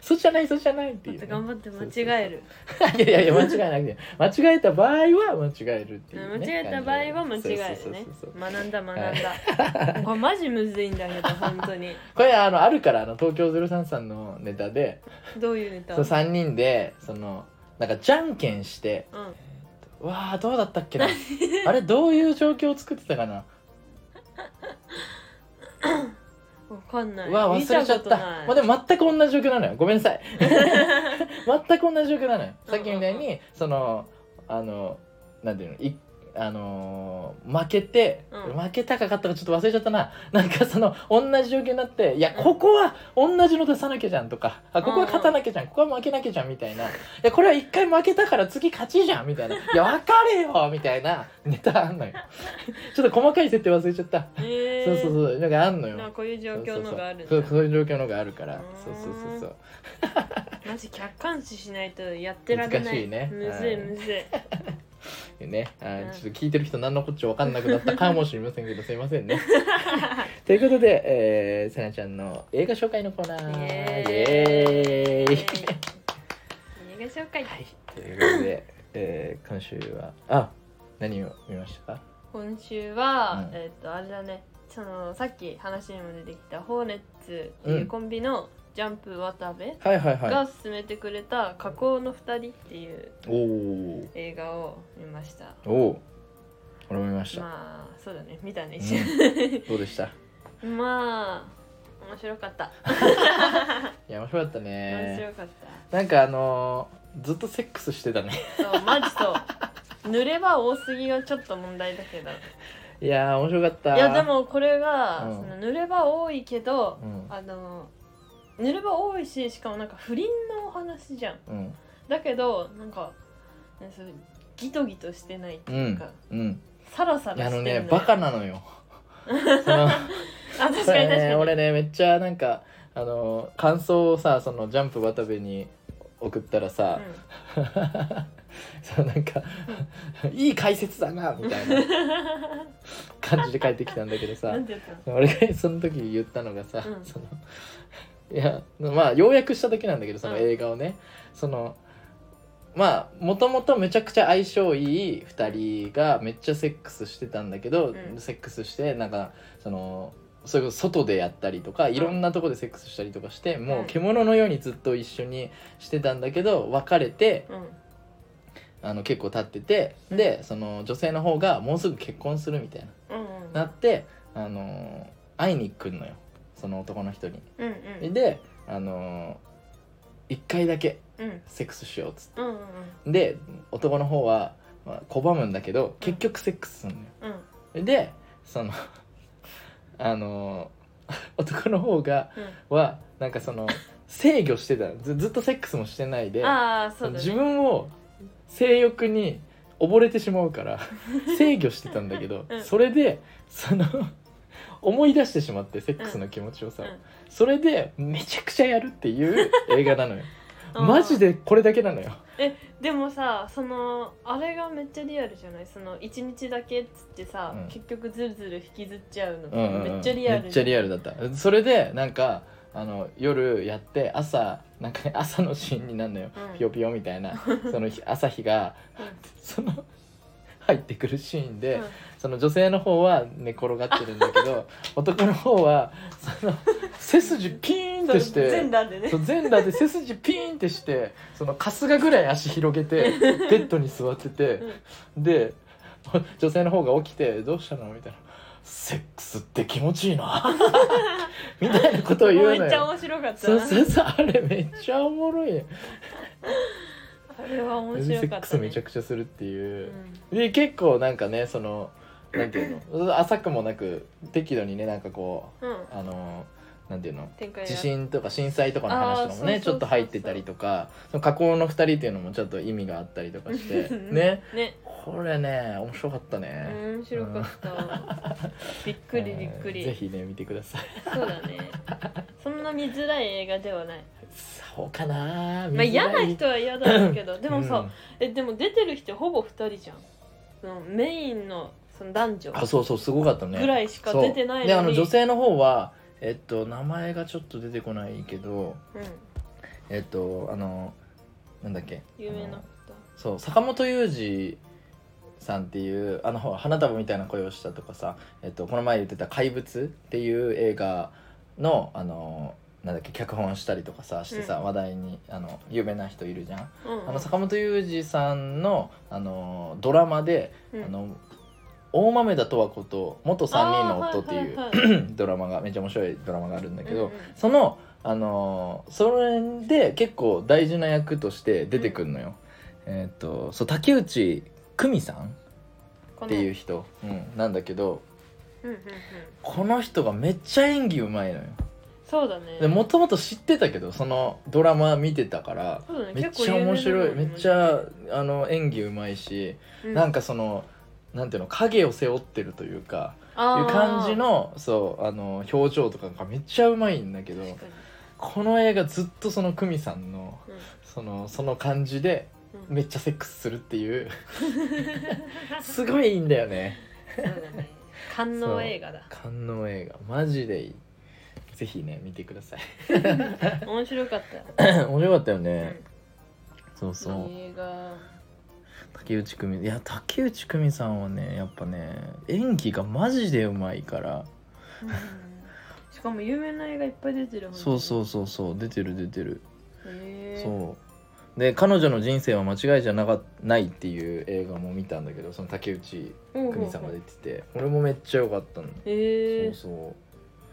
[SPEAKER 1] そうじゃないそうじゃないって
[SPEAKER 2] ー、
[SPEAKER 1] いう
[SPEAKER 2] もっ
[SPEAKER 1] ね、
[SPEAKER 2] と頑張って間違える、
[SPEAKER 1] いやいやいや間違いなくて間違えた場合は間違えるっていう、ね、
[SPEAKER 2] 間違えた場合は間違え
[SPEAKER 1] そ
[SPEAKER 2] る
[SPEAKER 1] うそう
[SPEAKER 2] ね
[SPEAKER 1] そうそう
[SPEAKER 2] 学んだ学んだこれマジむずいんだけど本当に
[SPEAKER 1] これあのあるからあの東京03さんのネタで
[SPEAKER 2] どういうネタ
[SPEAKER 1] そう3人でそのなんかじゃんけんして「
[SPEAKER 2] うん
[SPEAKER 1] わあどうだったっけなあれどういう状況を作ってたか な
[SPEAKER 2] わかんない。
[SPEAKER 1] うわあ忘れちゃっ
[SPEAKER 2] 見
[SPEAKER 1] た
[SPEAKER 2] ない
[SPEAKER 1] ま あ、でも全く同じ状況なのよごめんなさい全く同じ状況なのよさっきみたいにそのあのなんていうのいあのー負けて、
[SPEAKER 2] うん
[SPEAKER 1] 負けたか勝ったかちょっと忘れちゃったななんかその同じ状況になっていやここは同じの出さなきゃじゃんとかあここは勝たなきゃじゃんここは負けなきゃじゃんみたいないやこれは一回負けたから次勝ちじゃんみたい ないや分かれよみたいなネタあんのよちょっと細かい設定忘れちゃった、
[SPEAKER 2] えー
[SPEAKER 1] そうそうそうなんかあんのよ
[SPEAKER 2] なんかこういう状況のがあるんだ
[SPEAKER 1] そうそうそうそういう状況のがあるから
[SPEAKER 2] う
[SPEAKER 1] そう
[SPEAKER 2] ー
[SPEAKER 1] んそうそうそう
[SPEAKER 2] マジ客観視しないとやってられない。
[SPEAKER 1] 難しいね
[SPEAKER 2] むず
[SPEAKER 1] はい
[SPEAKER 2] いむずい。
[SPEAKER 1] でねあー
[SPEAKER 2] うん
[SPEAKER 1] ちょっと聞いてる人何のこっちゃ分かんなくなったかもしれませんけどすいません ねということで、えー、さなちゃんの映画紹介のコーナー
[SPEAKER 2] イ
[SPEAKER 1] イ
[SPEAKER 2] エ
[SPEAKER 1] エ
[SPEAKER 2] ーイ
[SPEAKER 1] ーイ
[SPEAKER 2] 映画紹介。
[SPEAKER 1] はいということで、えー、今週はあ何を見ましたか
[SPEAKER 2] 今週は、
[SPEAKER 1] うん
[SPEAKER 2] えっとあれだね。そのさっき話にも出てきたホーネッツっていうコンビのジャンプ渡部
[SPEAKER 1] はいはいはい
[SPEAKER 2] が勧めてくれた「加工の二人」っていう
[SPEAKER 1] おー
[SPEAKER 2] 映画を見ました。
[SPEAKER 1] おお俺も見ました、
[SPEAKER 2] まあそうだね見たね
[SPEAKER 1] うん
[SPEAKER 2] 一緒
[SPEAKER 1] どうでしたい
[SPEAKER 2] に。 まあ面白かった。
[SPEAKER 1] や面白かった
[SPEAKER 2] 面
[SPEAKER 1] ね
[SPEAKER 2] 白かった
[SPEAKER 1] なんかあのー、ずっとセックスしてたね
[SPEAKER 2] そうマジそう濡れば多すぎはちょっと問題だけど
[SPEAKER 1] いやー面白かった
[SPEAKER 2] いやでもこれが、
[SPEAKER 1] うん
[SPEAKER 2] その濡れば多いけど
[SPEAKER 1] う、ん
[SPEAKER 2] あの濡れば多いししかもなんか不倫のお話じゃん
[SPEAKER 1] うん
[SPEAKER 2] だけどなんかねそうギトギトしてないって
[SPEAKER 1] う
[SPEAKER 2] いうんか、
[SPEAKER 1] うん
[SPEAKER 2] サラサ
[SPEAKER 1] いや
[SPEAKER 2] ラ
[SPEAKER 1] あの
[SPEAKER 2] してるよ
[SPEAKER 1] ねバカなの よその
[SPEAKER 2] あ確
[SPEAKER 1] そ
[SPEAKER 2] か
[SPEAKER 1] れ
[SPEAKER 2] に確か
[SPEAKER 1] ね
[SPEAKER 2] に
[SPEAKER 1] 俺ねめっちゃなんかあの感想をさそのジャンプ渡部に送ったらさ、 そうなんか、 いい解説だなみたいな感じで帰ってきたんだけど
[SPEAKER 2] うん、な
[SPEAKER 1] さ
[SPEAKER 2] んて言ったの
[SPEAKER 1] 俺がその時言ったのがさ、
[SPEAKER 2] うん
[SPEAKER 1] その いやまあ要約した時なんだけどその
[SPEAKER 2] うん
[SPEAKER 1] 映画をね、そのまあもともとめちゃくちゃ相性いい2人がめっちゃセックスしてたんだけど、
[SPEAKER 2] うん
[SPEAKER 1] セックスしてなんかそのそれこそ外でやったりとかいろんなとこでセックスしたりとかして、もう獣のようにずっと一緒にしてたんだけど別れて、
[SPEAKER 2] うん
[SPEAKER 1] あの結構経っててでその女性の方がもうすぐ結婚するみたいな
[SPEAKER 2] うんうん
[SPEAKER 1] なって、あのー会いに来るのよその男の人に。
[SPEAKER 2] うん
[SPEAKER 1] で、あのー、1回だけ
[SPEAKER 2] うんうん
[SPEAKER 1] セックスしようっつっ
[SPEAKER 2] うんう
[SPEAKER 1] て
[SPEAKER 2] ん
[SPEAKER 1] で男の方は、まあ拒むんだけど結局セックスするのよ。
[SPEAKER 2] うん
[SPEAKER 1] でその あのー男の方がはなんかその制御してたのずずっとセックスもしてないで。
[SPEAKER 2] うんああそうだ
[SPEAKER 1] 自
[SPEAKER 2] ね
[SPEAKER 1] 分を性欲に溺れてしまうから 制御してたんだけど、
[SPEAKER 2] うん
[SPEAKER 1] それでその思い出してしまってセックスの気持ちをさ、それでめちゃくちゃやるっていう映画なのよ
[SPEAKER 2] うん
[SPEAKER 1] マジでこれだけなのよ
[SPEAKER 2] でもさそのあれがめっちゃリアルじゃないその一日だけっつってさ、
[SPEAKER 1] うん
[SPEAKER 2] 結局ずるずる引きずっちゃう
[SPEAKER 1] う
[SPEAKER 2] の、
[SPEAKER 1] んうんうん
[SPEAKER 2] めっちゃリアル
[SPEAKER 1] めっちゃリアルだったそれでなんかあの夜やって朝なんか、ね、朝のシーンになるのよ、
[SPEAKER 2] うん
[SPEAKER 1] ピヨピヨみたいなその日朝日がその入ってくるシーンで、
[SPEAKER 2] うんうん
[SPEAKER 1] その女性の方は寝転がってるんだけ ど男の方はその背筋ピーンとし
[SPEAKER 2] そう全
[SPEAKER 1] て
[SPEAKER 2] 裸でね
[SPEAKER 1] そう全裸で背筋ピーンってしてその春日ぐらい足広げ てベッドに座っててで女性の方が起きて「どうしたの?」みたいな「セックスって気持ちいいな」 みたいなことを言う
[SPEAKER 2] め
[SPEAKER 1] の
[SPEAKER 2] っちゃ
[SPEAKER 1] よ。
[SPEAKER 2] 面白かった
[SPEAKER 1] そう
[SPEAKER 2] な
[SPEAKER 1] そうそうあれめっちゃおもろい。
[SPEAKER 2] あれは面
[SPEAKER 1] セ
[SPEAKER 2] 白か
[SPEAKER 1] ッ
[SPEAKER 2] っ
[SPEAKER 1] ク
[SPEAKER 2] た、
[SPEAKER 1] ス
[SPEAKER 2] ね、。
[SPEAKER 1] めちゃくちゃするっていううんで結構なんかねそのなんていうの 浅くもなく適度にねなんかこう
[SPEAKER 2] うん
[SPEAKER 1] あのなんていうの
[SPEAKER 2] 展開が
[SPEAKER 1] 地震とか震災とかの話とかも
[SPEAKER 2] あ
[SPEAKER 1] ね
[SPEAKER 2] ー
[SPEAKER 1] ちょっと入ってたりとかその加工の2人っていうのもちょっと意味があったりとかしてね
[SPEAKER 2] ね
[SPEAKER 1] これね面白かったね。
[SPEAKER 2] 面白かったびっくりびっく
[SPEAKER 1] え
[SPEAKER 2] り
[SPEAKER 1] ーぜひね見てください。
[SPEAKER 2] そうだねそんな見づらい映画ではない
[SPEAKER 1] そうかな。
[SPEAKER 2] まあ嫌な人は嫌だろうけどで
[SPEAKER 1] で
[SPEAKER 2] もさ、えでも出てる人ほぼ2人じゃんそのメインのその男女
[SPEAKER 1] あそうそうすごかったね。
[SPEAKER 2] ぐらいしか出てない
[SPEAKER 1] そう
[SPEAKER 2] のに
[SPEAKER 1] であの女性の方はえっと名前がちょっと出てこないけど
[SPEAKER 2] うん、
[SPEAKER 1] えっとあのなんだっけ
[SPEAKER 2] 有名な
[SPEAKER 1] あ
[SPEAKER 2] 方
[SPEAKER 1] のそう坂本雄二さんっていうあのほら花束みたいな声をしたとかさ、えっと、この前言ってた「怪物」っていう映画のあのなんだっけ脚本したりとかさしてさ、
[SPEAKER 2] うん
[SPEAKER 1] 話題にあの有名な人いるじゃん。
[SPEAKER 2] うんうん
[SPEAKER 1] あの坂本雄二さんのあのドラマで、
[SPEAKER 2] うん
[SPEAKER 1] あの大豆田十和子と元3人の夫って
[SPEAKER 2] あ
[SPEAKER 1] い
[SPEAKER 2] ー
[SPEAKER 1] う
[SPEAKER 2] はいはいはい
[SPEAKER 1] ドラマがめっちゃ面白いドラマがあるんだけど、
[SPEAKER 2] うんうん
[SPEAKER 1] その、あのーそれで結構大事な役として出てくるのよ。えーっとそう竹内久美さん
[SPEAKER 2] こ
[SPEAKER 1] っ
[SPEAKER 2] の
[SPEAKER 1] ていう人、うんなんだけど
[SPEAKER 2] うんうんうん
[SPEAKER 1] この人がめっちゃ演技うまいのよ。
[SPEAKER 2] そうだね
[SPEAKER 1] でもともと知ってたけどそのドラマ見てたから。
[SPEAKER 2] そうだね
[SPEAKER 1] めっ
[SPEAKER 2] 結
[SPEAKER 1] ち
[SPEAKER 2] 構
[SPEAKER 1] ゃ
[SPEAKER 2] 有
[SPEAKER 1] 面
[SPEAKER 2] 名だも
[SPEAKER 1] 白い
[SPEAKER 2] ん
[SPEAKER 1] め
[SPEAKER 2] ね
[SPEAKER 1] っちゃあの演技うまいし、
[SPEAKER 2] う
[SPEAKER 1] なんかそのなんていうの影を背負ってるというか、
[SPEAKER 2] あ
[SPEAKER 1] い
[SPEAKER 2] ー
[SPEAKER 1] う感じのそうあの表情とかがめっちゃうまいんだけど
[SPEAKER 2] 確かに
[SPEAKER 1] この映画ずっとその久美さんのそのその感じで
[SPEAKER 2] うんうん
[SPEAKER 1] めっちゃセックスするって いうすごいいいんだよね
[SPEAKER 2] そうだね官能映画だ
[SPEAKER 1] 官能映画マジでいいぜひね見てください
[SPEAKER 2] 面白かったよ
[SPEAKER 1] 面白かったよね、そう
[SPEAKER 2] う
[SPEAKER 1] そ
[SPEAKER 2] ん
[SPEAKER 1] う
[SPEAKER 2] 映画
[SPEAKER 1] 竹内久美いや竹内久美さんはねやっぱね演技がマジでうまいから
[SPEAKER 2] うんしかも有名な映画いっぱい出てる
[SPEAKER 1] そうそううそうそう出てる出てる
[SPEAKER 2] へえ
[SPEAKER 1] そうで彼女の人生は間違いじゃなかないっていう映画も見たんだけどその竹内
[SPEAKER 2] う
[SPEAKER 1] 久美さんが出
[SPEAKER 2] て
[SPEAKER 1] てて俺もめっちゃ良かったの、
[SPEAKER 2] へえち
[SPEAKER 1] そう
[SPEAKER 2] ょ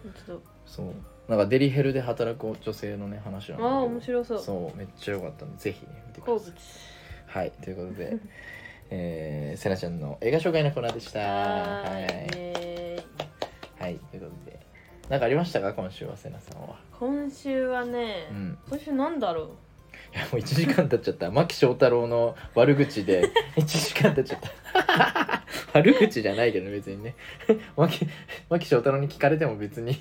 [SPEAKER 2] っと
[SPEAKER 1] そうそうなんかデリヘルで働く女性のね話な
[SPEAKER 2] あ
[SPEAKER 1] んだけ
[SPEAKER 2] あ
[SPEAKER 1] ど
[SPEAKER 2] 面白そう
[SPEAKER 1] そうめっちゃ良かったのでぜひね見てく
[SPEAKER 2] 好
[SPEAKER 1] ださ
[SPEAKER 2] 物
[SPEAKER 1] いはいということで えー、せなちゃんの映画紹介のコーナーでした
[SPEAKER 2] は
[SPEAKER 1] は
[SPEAKER 2] ーい
[SPEAKER 1] い、
[SPEAKER 2] えー
[SPEAKER 1] はい、ということでなんかありましたか今週はせなさんは
[SPEAKER 2] 今週はね
[SPEAKER 1] うん
[SPEAKER 2] 今週なんだろう
[SPEAKER 1] いやもう1時間経っちゃった牧翔太郎の悪口 で1時間経っちゃった 悪口じゃないけど別にね 牧牧翔太郎に聞かれても別に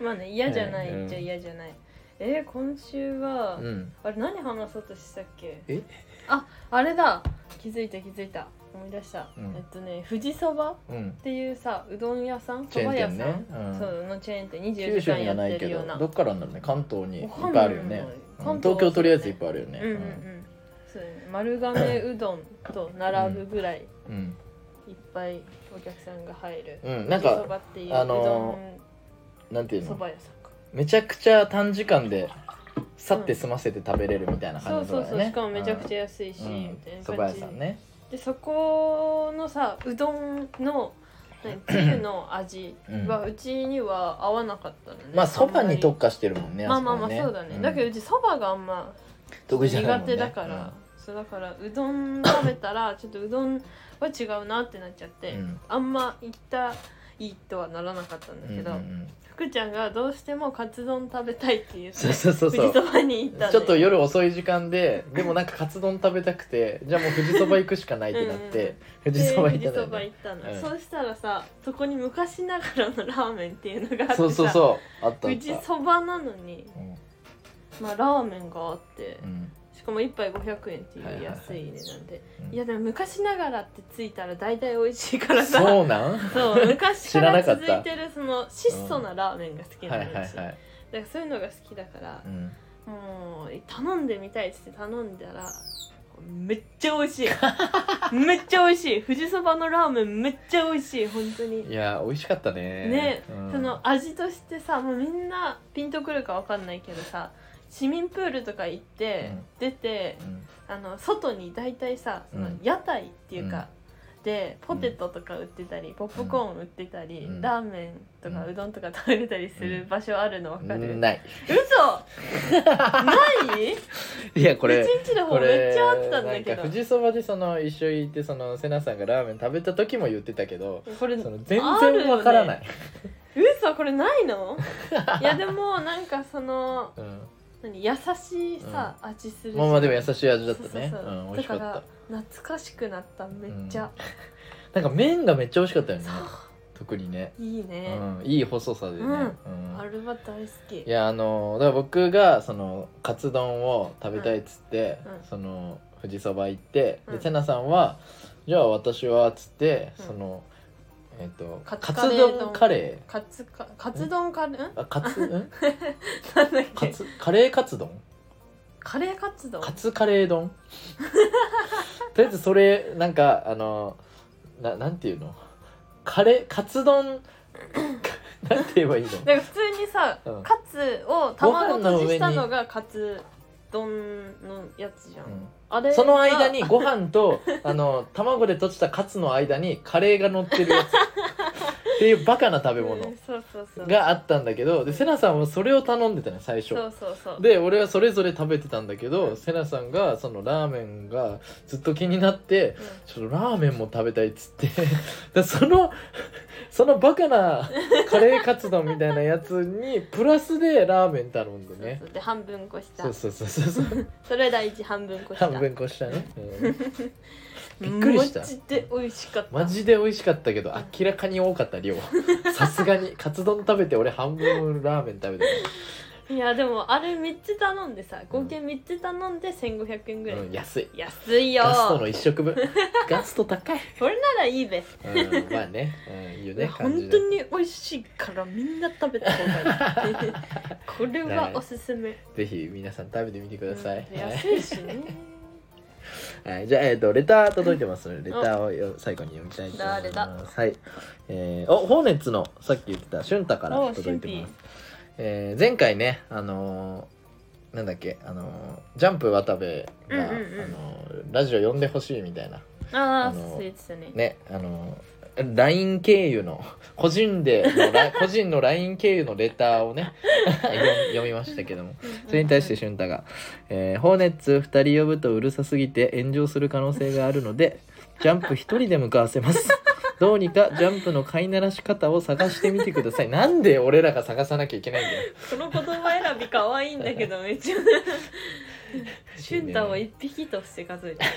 [SPEAKER 2] まあね嫌じゃない
[SPEAKER 1] うん
[SPEAKER 2] っちゃ嫌じゃない、えー、今週は、
[SPEAKER 1] うん
[SPEAKER 2] あれ何話そうとしたっけ
[SPEAKER 1] え
[SPEAKER 2] ああれだ気づいた気づいた思い出した、
[SPEAKER 1] うん
[SPEAKER 2] えっとね富士そばっ
[SPEAKER 1] うん
[SPEAKER 2] ていうさうどん屋さん
[SPEAKER 1] チ
[SPEAKER 2] そ
[SPEAKER 1] ェーン
[SPEAKER 2] ば屋さ
[SPEAKER 1] 店
[SPEAKER 2] ん、
[SPEAKER 1] ね、うん
[SPEAKER 2] そうのチェーン店24
[SPEAKER 1] 九
[SPEAKER 2] 時
[SPEAKER 1] 州
[SPEAKER 2] 間
[SPEAKER 1] に
[SPEAKER 2] や
[SPEAKER 1] はな
[SPEAKER 2] って
[SPEAKER 1] いけ
[SPEAKER 2] るよ
[SPEAKER 1] ど
[SPEAKER 2] うな
[SPEAKER 1] どっからなんだろうね関東にいっ
[SPEAKER 2] わか
[SPEAKER 1] ぱ
[SPEAKER 2] んないい
[SPEAKER 1] あるよね
[SPEAKER 2] 関東
[SPEAKER 1] うん東京とりあえずいっぱいあるよね
[SPEAKER 2] うんうんうんそうだね丸亀うどんと並ぶぐらい
[SPEAKER 1] うん、
[SPEAKER 2] いっぱいお客さんが入る
[SPEAKER 1] うんなん
[SPEAKER 2] 富士そ
[SPEAKER 1] か
[SPEAKER 2] ばっていうう
[SPEAKER 1] あ
[SPEAKER 2] ど
[SPEAKER 1] のなんていうん
[SPEAKER 2] そ
[SPEAKER 1] の
[SPEAKER 2] ば屋さんか
[SPEAKER 1] めちゃくちゃ短時間でさって済ませて食べれるみたいな
[SPEAKER 2] そ
[SPEAKER 1] 感
[SPEAKER 2] う
[SPEAKER 1] じ
[SPEAKER 2] そ
[SPEAKER 1] と
[SPEAKER 2] う
[SPEAKER 1] か
[SPEAKER 2] そう
[SPEAKER 1] ね
[SPEAKER 2] しかもめちゃく
[SPEAKER 1] ゃ
[SPEAKER 2] ちゃ安いしみたいな
[SPEAKER 1] そば屋さんね
[SPEAKER 2] でそこのさうどんの何 つゆの味はうちには合わなかったのね
[SPEAKER 1] まあそばに特
[SPEAKER 2] か
[SPEAKER 1] 化してるもんね
[SPEAKER 2] まあまあま
[SPEAKER 1] こ
[SPEAKER 2] あそうだね
[SPEAKER 1] ん
[SPEAKER 2] だけどうちそばがあんま
[SPEAKER 1] 得意じゃない
[SPEAKER 2] 苦
[SPEAKER 1] もんね
[SPEAKER 2] 手だからそうだからうどん食べ たらちょっとうどんは違うなってなっちゃっ
[SPEAKER 1] う
[SPEAKER 2] て
[SPEAKER 1] んうん
[SPEAKER 2] あんま行ったいいとはならなかったんだけど
[SPEAKER 1] うんうんうん
[SPEAKER 2] 福ちゃんがどうしてもカツ丼食べたいって言って
[SPEAKER 1] そうそうそうそ
[SPEAKER 2] 富士
[SPEAKER 1] う
[SPEAKER 2] そばに行ったんだよ
[SPEAKER 1] ちょっと夜遅い時間ででもなんかカツ丼食べたくてじゃあもう富士そば行くしかないってなっ
[SPEAKER 2] うんうんう
[SPEAKER 1] て
[SPEAKER 2] ん
[SPEAKER 1] 富士そば行った
[SPEAKER 2] で富士そ
[SPEAKER 1] んだ
[SPEAKER 2] ば
[SPEAKER 1] よ
[SPEAKER 2] 行
[SPEAKER 1] ね
[SPEAKER 2] ったの、
[SPEAKER 1] うん
[SPEAKER 2] そうしたらさそこに昔ながらのラーメンっていうのがあってさ
[SPEAKER 1] そうそうそうあったあっ
[SPEAKER 2] 富士
[SPEAKER 1] た
[SPEAKER 2] そばなのに、
[SPEAKER 1] うん
[SPEAKER 2] まあ、ラーメンがあって
[SPEAKER 1] うん
[SPEAKER 2] しかも1杯500円っていう安い値段で、いやでも昔ながらってついたら大体美味しいからさ
[SPEAKER 1] そうなん
[SPEAKER 2] そう昔か
[SPEAKER 1] 知ら
[SPEAKER 2] ら
[SPEAKER 1] なかっ
[SPEAKER 2] 続
[SPEAKER 1] た
[SPEAKER 2] いてるその質素なラーメンが好きな
[SPEAKER 1] は
[SPEAKER 2] の
[SPEAKER 1] い
[SPEAKER 2] よ
[SPEAKER 1] はい
[SPEAKER 2] 私だ
[SPEAKER 1] はい
[SPEAKER 2] からそういうのが好きだから
[SPEAKER 1] う、ん
[SPEAKER 2] もう頼んでみたいっつって頼んだらめっちゃ美味しい めっちゃ美味しい富士そばのラーメンめっちゃ美味しい本当に
[SPEAKER 1] いや美味しかったね
[SPEAKER 2] ね
[SPEAKER 1] うん
[SPEAKER 2] その味としてさもうみんなピンとくるかわかんないけどさ市民プールとか行って、
[SPEAKER 1] うん
[SPEAKER 2] 出て
[SPEAKER 1] うん
[SPEAKER 2] あの外に大体さその
[SPEAKER 1] うん
[SPEAKER 2] 屋台っていうか、でポテトとか売ってたりポップコーン売ってたり、
[SPEAKER 1] うん
[SPEAKER 2] ラーメンとかうどんとか食べれたりする場所あるのわかる、
[SPEAKER 1] うんない
[SPEAKER 2] 嘘ない
[SPEAKER 1] いやこ
[SPEAKER 2] こ
[SPEAKER 1] れ
[SPEAKER 2] 一日の
[SPEAKER 1] こ
[SPEAKER 2] 方
[SPEAKER 1] れ
[SPEAKER 2] めっちゃあったんだ
[SPEAKER 1] な
[SPEAKER 2] け
[SPEAKER 1] んか
[SPEAKER 2] ど
[SPEAKER 1] 富士そばでその一緒に行ってその瀬名さんがラーメン食べた時も言ってたけど
[SPEAKER 2] これ
[SPEAKER 1] その全然わからない、
[SPEAKER 2] 嘘これな いのいやでもなんかその
[SPEAKER 1] うん、
[SPEAKER 2] 何優しいさ、味するじゃん
[SPEAKER 1] まあまあでも優しい味だったね
[SPEAKER 2] そうそうそう
[SPEAKER 1] うん美味しかっ
[SPEAKER 2] だ
[SPEAKER 1] た
[SPEAKER 2] ら懐かしくなっためっちゃ、
[SPEAKER 1] なんか麺がめっちゃ美味しかったよね
[SPEAKER 2] そう
[SPEAKER 1] 特にね、
[SPEAKER 2] いいね、
[SPEAKER 1] うん、いい細さでね、
[SPEAKER 2] うん
[SPEAKER 1] うん
[SPEAKER 2] アルバ大好き
[SPEAKER 1] いやあのだから僕がそのカツ丼を食べたいっつって、
[SPEAKER 2] うんうん
[SPEAKER 1] その富士そば行って、
[SPEAKER 2] うん
[SPEAKER 1] で瀬名さんは「じゃあ私は」っつって、
[SPEAKER 2] うん
[SPEAKER 1] そのえっ、と
[SPEAKER 2] カ
[SPEAKER 1] カ
[SPEAKER 2] ツ
[SPEAKER 1] ツ
[SPEAKER 2] カレー丼
[SPEAKER 1] 丼カレ
[SPEAKER 2] カツかカツ丼カレ ーん
[SPEAKER 1] ーあカツん
[SPEAKER 2] なんだっ
[SPEAKER 1] カ
[SPEAKER 2] け
[SPEAKER 1] ツカレーカツ丼
[SPEAKER 2] カレーカツ丼
[SPEAKER 1] カツカレー 丼とりあえずそれなんかあのななんていうのカレーカツ丼 なんて言えばいいの
[SPEAKER 2] なんか普通にさ、
[SPEAKER 1] うん
[SPEAKER 2] カツを
[SPEAKER 1] ご飯
[SPEAKER 2] 卵
[SPEAKER 1] の上
[SPEAKER 2] とじ
[SPEAKER 1] に
[SPEAKER 2] したのがカツ丼のやつじゃん、
[SPEAKER 1] うん
[SPEAKER 2] あれが
[SPEAKER 1] その間にご飯 とあの卵でとじたカツの間にカレーが乗ってるやつっていうバカな食べ
[SPEAKER 2] う
[SPEAKER 1] 物
[SPEAKER 2] んそうそうそう
[SPEAKER 1] があったんだけどでセナさんはそれを頼んでたね最初
[SPEAKER 2] そうそうそう
[SPEAKER 1] で俺はそれぞれ食べてたんだけどセナさんがそのラーメンがずっと気になって
[SPEAKER 2] うん
[SPEAKER 1] ちょっとラーメンも食べたいっつってでそのそのバカなカレーカツ丼みたいなやつにプラスでラーメン頼んでね
[SPEAKER 2] そうそうで半分こした
[SPEAKER 1] そう
[SPEAKER 2] そ
[SPEAKER 1] そうそうそうそう
[SPEAKER 2] れ第一半分こした
[SPEAKER 1] 半分こしたね、うんびっくりした
[SPEAKER 2] マジで美味しかった
[SPEAKER 1] マジで美味しかったけど明らかに多かった 量さすがにカツ丼食べて俺半分ラーメン食べて
[SPEAKER 2] いやでもあれ3つ頼んでさ合計3つ頼んで1500円ぐ
[SPEAKER 1] た、
[SPEAKER 2] らい、
[SPEAKER 1] うん、安い
[SPEAKER 2] 安いよ
[SPEAKER 1] ガストの一食 分ガスト高い、
[SPEAKER 2] それならいいべ、
[SPEAKER 1] うん、まあね、うん、いいよ
[SPEAKER 2] いや
[SPEAKER 1] ね
[SPEAKER 2] 本
[SPEAKER 1] 感じ
[SPEAKER 2] 当
[SPEAKER 1] で
[SPEAKER 2] に美味しいからみんな食べた方 がいいこれはおすすめ、
[SPEAKER 1] ぜひ皆さん食べてみてください、
[SPEAKER 2] うん安いし ね
[SPEAKER 1] はいはい、じゃあ、えっとレター届いてますのでレターをよ最後に読みたいと思
[SPEAKER 2] 誰
[SPEAKER 1] い
[SPEAKER 2] だ
[SPEAKER 1] ますはいえー、おホーネッツのさっき言ってた俊太から
[SPEAKER 2] おう
[SPEAKER 1] 届いてます、えー、前回ねあのーなんだっけあのージャンプ渡部が、
[SPEAKER 2] うんうん
[SPEAKER 1] あ
[SPEAKER 2] うん
[SPEAKER 1] のーラジオ呼んでほしいみたいな
[SPEAKER 2] ああ
[SPEAKER 1] あの
[SPEAKER 2] そう言ってたね
[SPEAKER 1] ねあの LINE 経由の個人で のラ個人の LINE 経由のレターをね 読み読みましたけどもそれに対して俊太が「えー、ホーネッツ2人呼ぶとうるさすぎて炎上する可能性があるのでジャンプ1人で向かわせます」 どうにかジャンプの飼いならし方を探してみてくださいなんで俺らが探さなきゃいけないんだよ
[SPEAKER 2] この言葉選び可愛いん だけどめっちゃシュンタを一匹として数えてる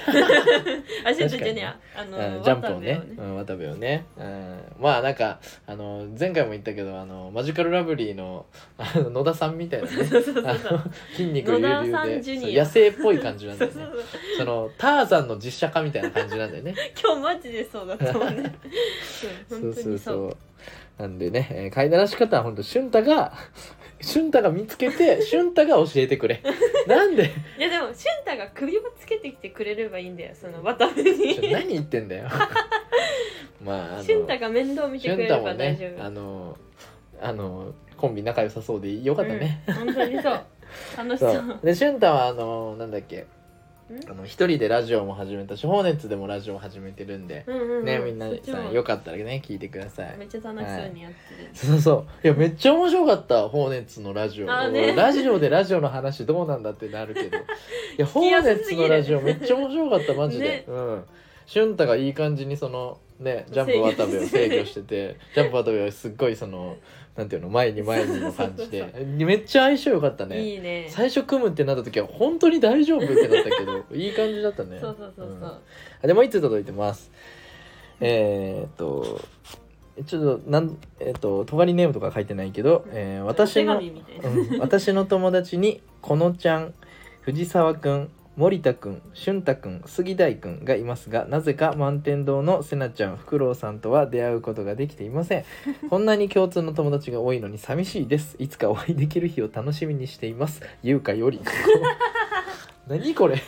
[SPEAKER 2] あシュンタじゃねえやあの
[SPEAKER 1] うんジャンプをね
[SPEAKER 2] 渡部
[SPEAKER 1] うん渡部をね、うん、まあなんかあの前回も言ったけどあのマジカルラブリーのあの野田さんみたいなね
[SPEAKER 2] そうそうそう
[SPEAKER 1] あ
[SPEAKER 2] そう
[SPEAKER 1] の筋肉隆
[SPEAKER 2] 野田さ
[SPEAKER 1] 々
[SPEAKER 2] ん
[SPEAKER 1] で
[SPEAKER 2] ジュニア
[SPEAKER 1] そう野生っぽい感じなん
[SPEAKER 2] そ
[SPEAKER 1] だよ
[SPEAKER 2] うそ
[SPEAKER 1] ね
[SPEAKER 2] う
[SPEAKER 1] そのターザンの実写化みたいな感じなんだよね
[SPEAKER 2] 今日マジでそうだったも んねう
[SPEAKER 1] そう
[SPEAKER 2] ん 本当
[SPEAKER 1] そう
[SPEAKER 2] にそう
[SPEAKER 1] そうなんでね、えー、飼いならし方は本当俊太が 俊太が見つけて俊太が教えてくれなん で
[SPEAKER 2] いやでもシュンタが首をつけてきてくれればいいんだよその渡部
[SPEAKER 1] ちょ
[SPEAKER 2] に
[SPEAKER 1] 何言ってんだよ まああの
[SPEAKER 2] シュンタが面倒見てく
[SPEAKER 1] 俊
[SPEAKER 2] れれ
[SPEAKER 1] 太
[SPEAKER 2] ば
[SPEAKER 1] も
[SPEAKER 2] 大丈
[SPEAKER 1] ね
[SPEAKER 2] 夫、
[SPEAKER 1] あのあのコンビ仲良さそうでよかったね、
[SPEAKER 2] うん、本当にそう楽しそ
[SPEAKER 1] そううで俊太はあのなんだっけ
[SPEAKER 2] うん
[SPEAKER 1] あの一人でラジオも始めたし放熱でもラジオを始めてるんで、
[SPEAKER 2] うんうんうん
[SPEAKER 1] ねみんな
[SPEAKER 2] そっち
[SPEAKER 1] さ
[SPEAKER 2] も
[SPEAKER 1] んよかったらね聞いてくださ
[SPEAKER 2] め
[SPEAKER 1] い
[SPEAKER 2] っちゃ楽しそうにやってる、
[SPEAKER 1] そうそういやめっちゃ面白かった放熱のラジオ、
[SPEAKER 2] あーね
[SPEAKER 1] ラジオでラジオの話どうなんだってなるけ どいや放
[SPEAKER 2] きやすす
[SPEAKER 1] 熱
[SPEAKER 2] ぎ
[SPEAKER 1] の
[SPEAKER 2] る
[SPEAKER 1] ラジオめっちゃ面白かったマジで、
[SPEAKER 2] ね
[SPEAKER 1] うん俊太がいい感じにそのねジャンプ渡部を制
[SPEAKER 2] 制御
[SPEAKER 1] 御して てジャンプ渡部はすっごいそのなんていうの前に前にの感じで
[SPEAKER 2] そう
[SPEAKER 1] めっちゃ相性良かったね
[SPEAKER 2] いいね
[SPEAKER 1] 最初組むってなった時は本当に大丈夫ってなったけどいい感じだったね
[SPEAKER 2] そうそうそうそう、
[SPEAKER 1] あでもいつ届いてますえー、っとちょっとなんえーっととがりネームとか書いてないけど、えー私
[SPEAKER 2] お
[SPEAKER 1] の
[SPEAKER 2] 手紙みたいな
[SPEAKER 1] うん私の友達にこのちゃん藤沢くん森田くん俊太くん杉大くんがいますがなぜか満天堂のせなちゃんフクロウさんとは出会うことができていませんこんなに共通の友達が多いのに寂しいですいつかお会いできる日を楽しみにしています優香 より何これ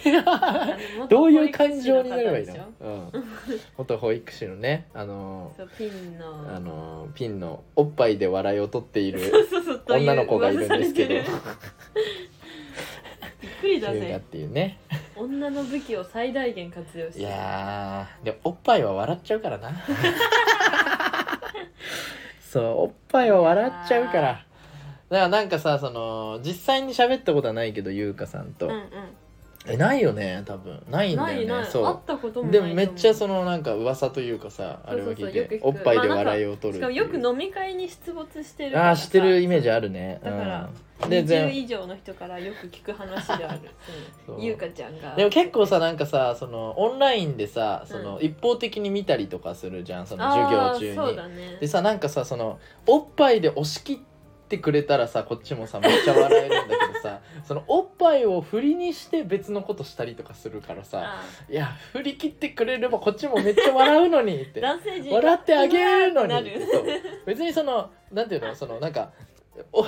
[SPEAKER 1] どういう感情になればいいの、うん、元保育士のねあの
[SPEAKER 2] そうピンの
[SPEAKER 1] あのピンのおっぱいで笑いを取っている
[SPEAKER 2] そうそうという
[SPEAKER 1] 女の子がいるんですけど
[SPEAKER 2] 噂されてるびっくりだ
[SPEAKER 1] 優香っ
[SPEAKER 2] ぜ
[SPEAKER 1] ていうね
[SPEAKER 2] 女の武器を最大限活用して
[SPEAKER 1] いやーでもおっぱいは笑っちゃうから なそうおっぱいは笑っちゃうからだからなんかさその実際に喋ったことはないけど優香さんと、
[SPEAKER 2] うんう
[SPEAKER 1] えないよね多分ない
[SPEAKER 2] ん
[SPEAKER 1] んだ
[SPEAKER 2] な
[SPEAKER 1] よ
[SPEAKER 2] い
[SPEAKER 1] ね
[SPEAKER 2] ない会
[SPEAKER 1] そ
[SPEAKER 2] ったこと
[SPEAKER 1] う
[SPEAKER 2] もない
[SPEAKER 1] で
[SPEAKER 2] と思
[SPEAKER 1] も
[SPEAKER 2] う
[SPEAKER 1] めっちゃそのなんか噂というかさあれを聞い
[SPEAKER 2] そうそうそうよく
[SPEAKER 1] て
[SPEAKER 2] 聞く
[SPEAKER 1] おっぱいで笑いを取る
[SPEAKER 2] し
[SPEAKER 1] って
[SPEAKER 2] かも
[SPEAKER 1] いう
[SPEAKER 2] よく飲み会に出没してる
[SPEAKER 1] ああーしてるイ
[SPEAKER 2] 今
[SPEAKER 1] メージあるね
[SPEAKER 2] だから
[SPEAKER 1] うん、で
[SPEAKER 2] 20
[SPEAKER 1] で
[SPEAKER 2] 以上の人からよく聞く話である そ
[SPEAKER 1] そう
[SPEAKER 2] うゆうかちゃんが
[SPEAKER 1] でも結構さなんかさそのオンラインでさその、
[SPEAKER 2] う
[SPEAKER 1] 一方的に見たりとかするじゃんその授
[SPEAKER 2] あ
[SPEAKER 1] 業
[SPEAKER 2] ー
[SPEAKER 1] 中に
[SPEAKER 2] そうだね
[SPEAKER 1] でさなんかさそのおっぱいで押し切ってくれたらさこっちもさめっちゃ笑えるんだけど さそのおっぱいを振りにして別のことしたりとかするからさ
[SPEAKER 2] あ
[SPEAKER 1] いや振り切ってくれればこっちもめっちゃ笑うのにっ
[SPEAKER 2] ー
[SPEAKER 1] て
[SPEAKER 2] 男性陣が
[SPEAKER 1] 笑ってあげるの
[SPEAKER 2] うわーっ
[SPEAKER 1] に
[SPEAKER 2] てなる
[SPEAKER 1] そう別にそのなんていうのそのなんかお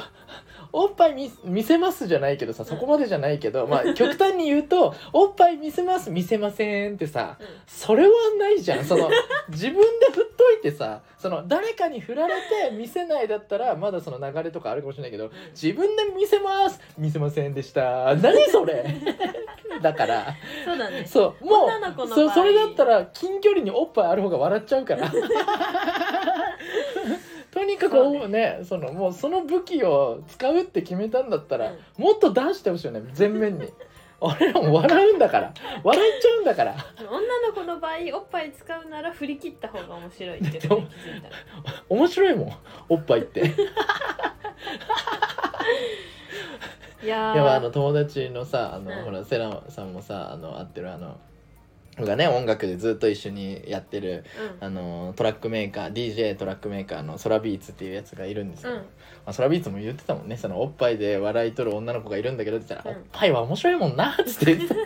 [SPEAKER 1] おっぱい見見せますじゃないけどさそこまでじゃないけど、まあ極端に言うと おっぱい見せます見せませんってさ
[SPEAKER 2] うん
[SPEAKER 1] それはないじゃんその自分で振っといてさその誰かに振られて見せないだったらまだその流れとかあるかもしれないけど自分で見せます見せませんでした何それだから
[SPEAKER 2] そうだね
[SPEAKER 1] そうも
[SPEAKER 2] 女の子
[SPEAKER 1] う
[SPEAKER 2] の
[SPEAKER 1] そ
[SPEAKER 2] 場合
[SPEAKER 1] それだったら近距離におっぱいある方が笑っちゃうから とにかく
[SPEAKER 2] そう
[SPEAKER 1] ねそのもうその武器を使うって決めたんだったら、
[SPEAKER 2] うん
[SPEAKER 1] もっと出してほしいよね全面に俺らも笑うんだから笑っちゃうんだから
[SPEAKER 2] 女の子の場合おっぱい使うなら振り切った方が面白いってことに気 づいたね
[SPEAKER 1] 面白いもんおっぱいってい
[SPEAKER 2] いやー
[SPEAKER 1] やまああの友達のさあの、
[SPEAKER 2] うん
[SPEAKER 1] ほらセラさんもさあの会ってるあのがね音楽でずっと一緒にやってるあのトラックメーカー DJ トラックメーカーのソラビーツっていうやつがいるんです
[SPEAKER 2] う
[SPEAKER 1] よ、
[SPEAKER 2] ん、う
[SPEAKER 1] ど
[SPEAKER 2] ん
[SPEAKER 1] ま、あ、ソラビーツも言ってたもんねそのおっぱいで笑い取る女の子がいるんだけどって言ったら「
[SPEAKER 2] うん
[SPEAKER 1] おっぱいは面白いもんな」っつって言ってた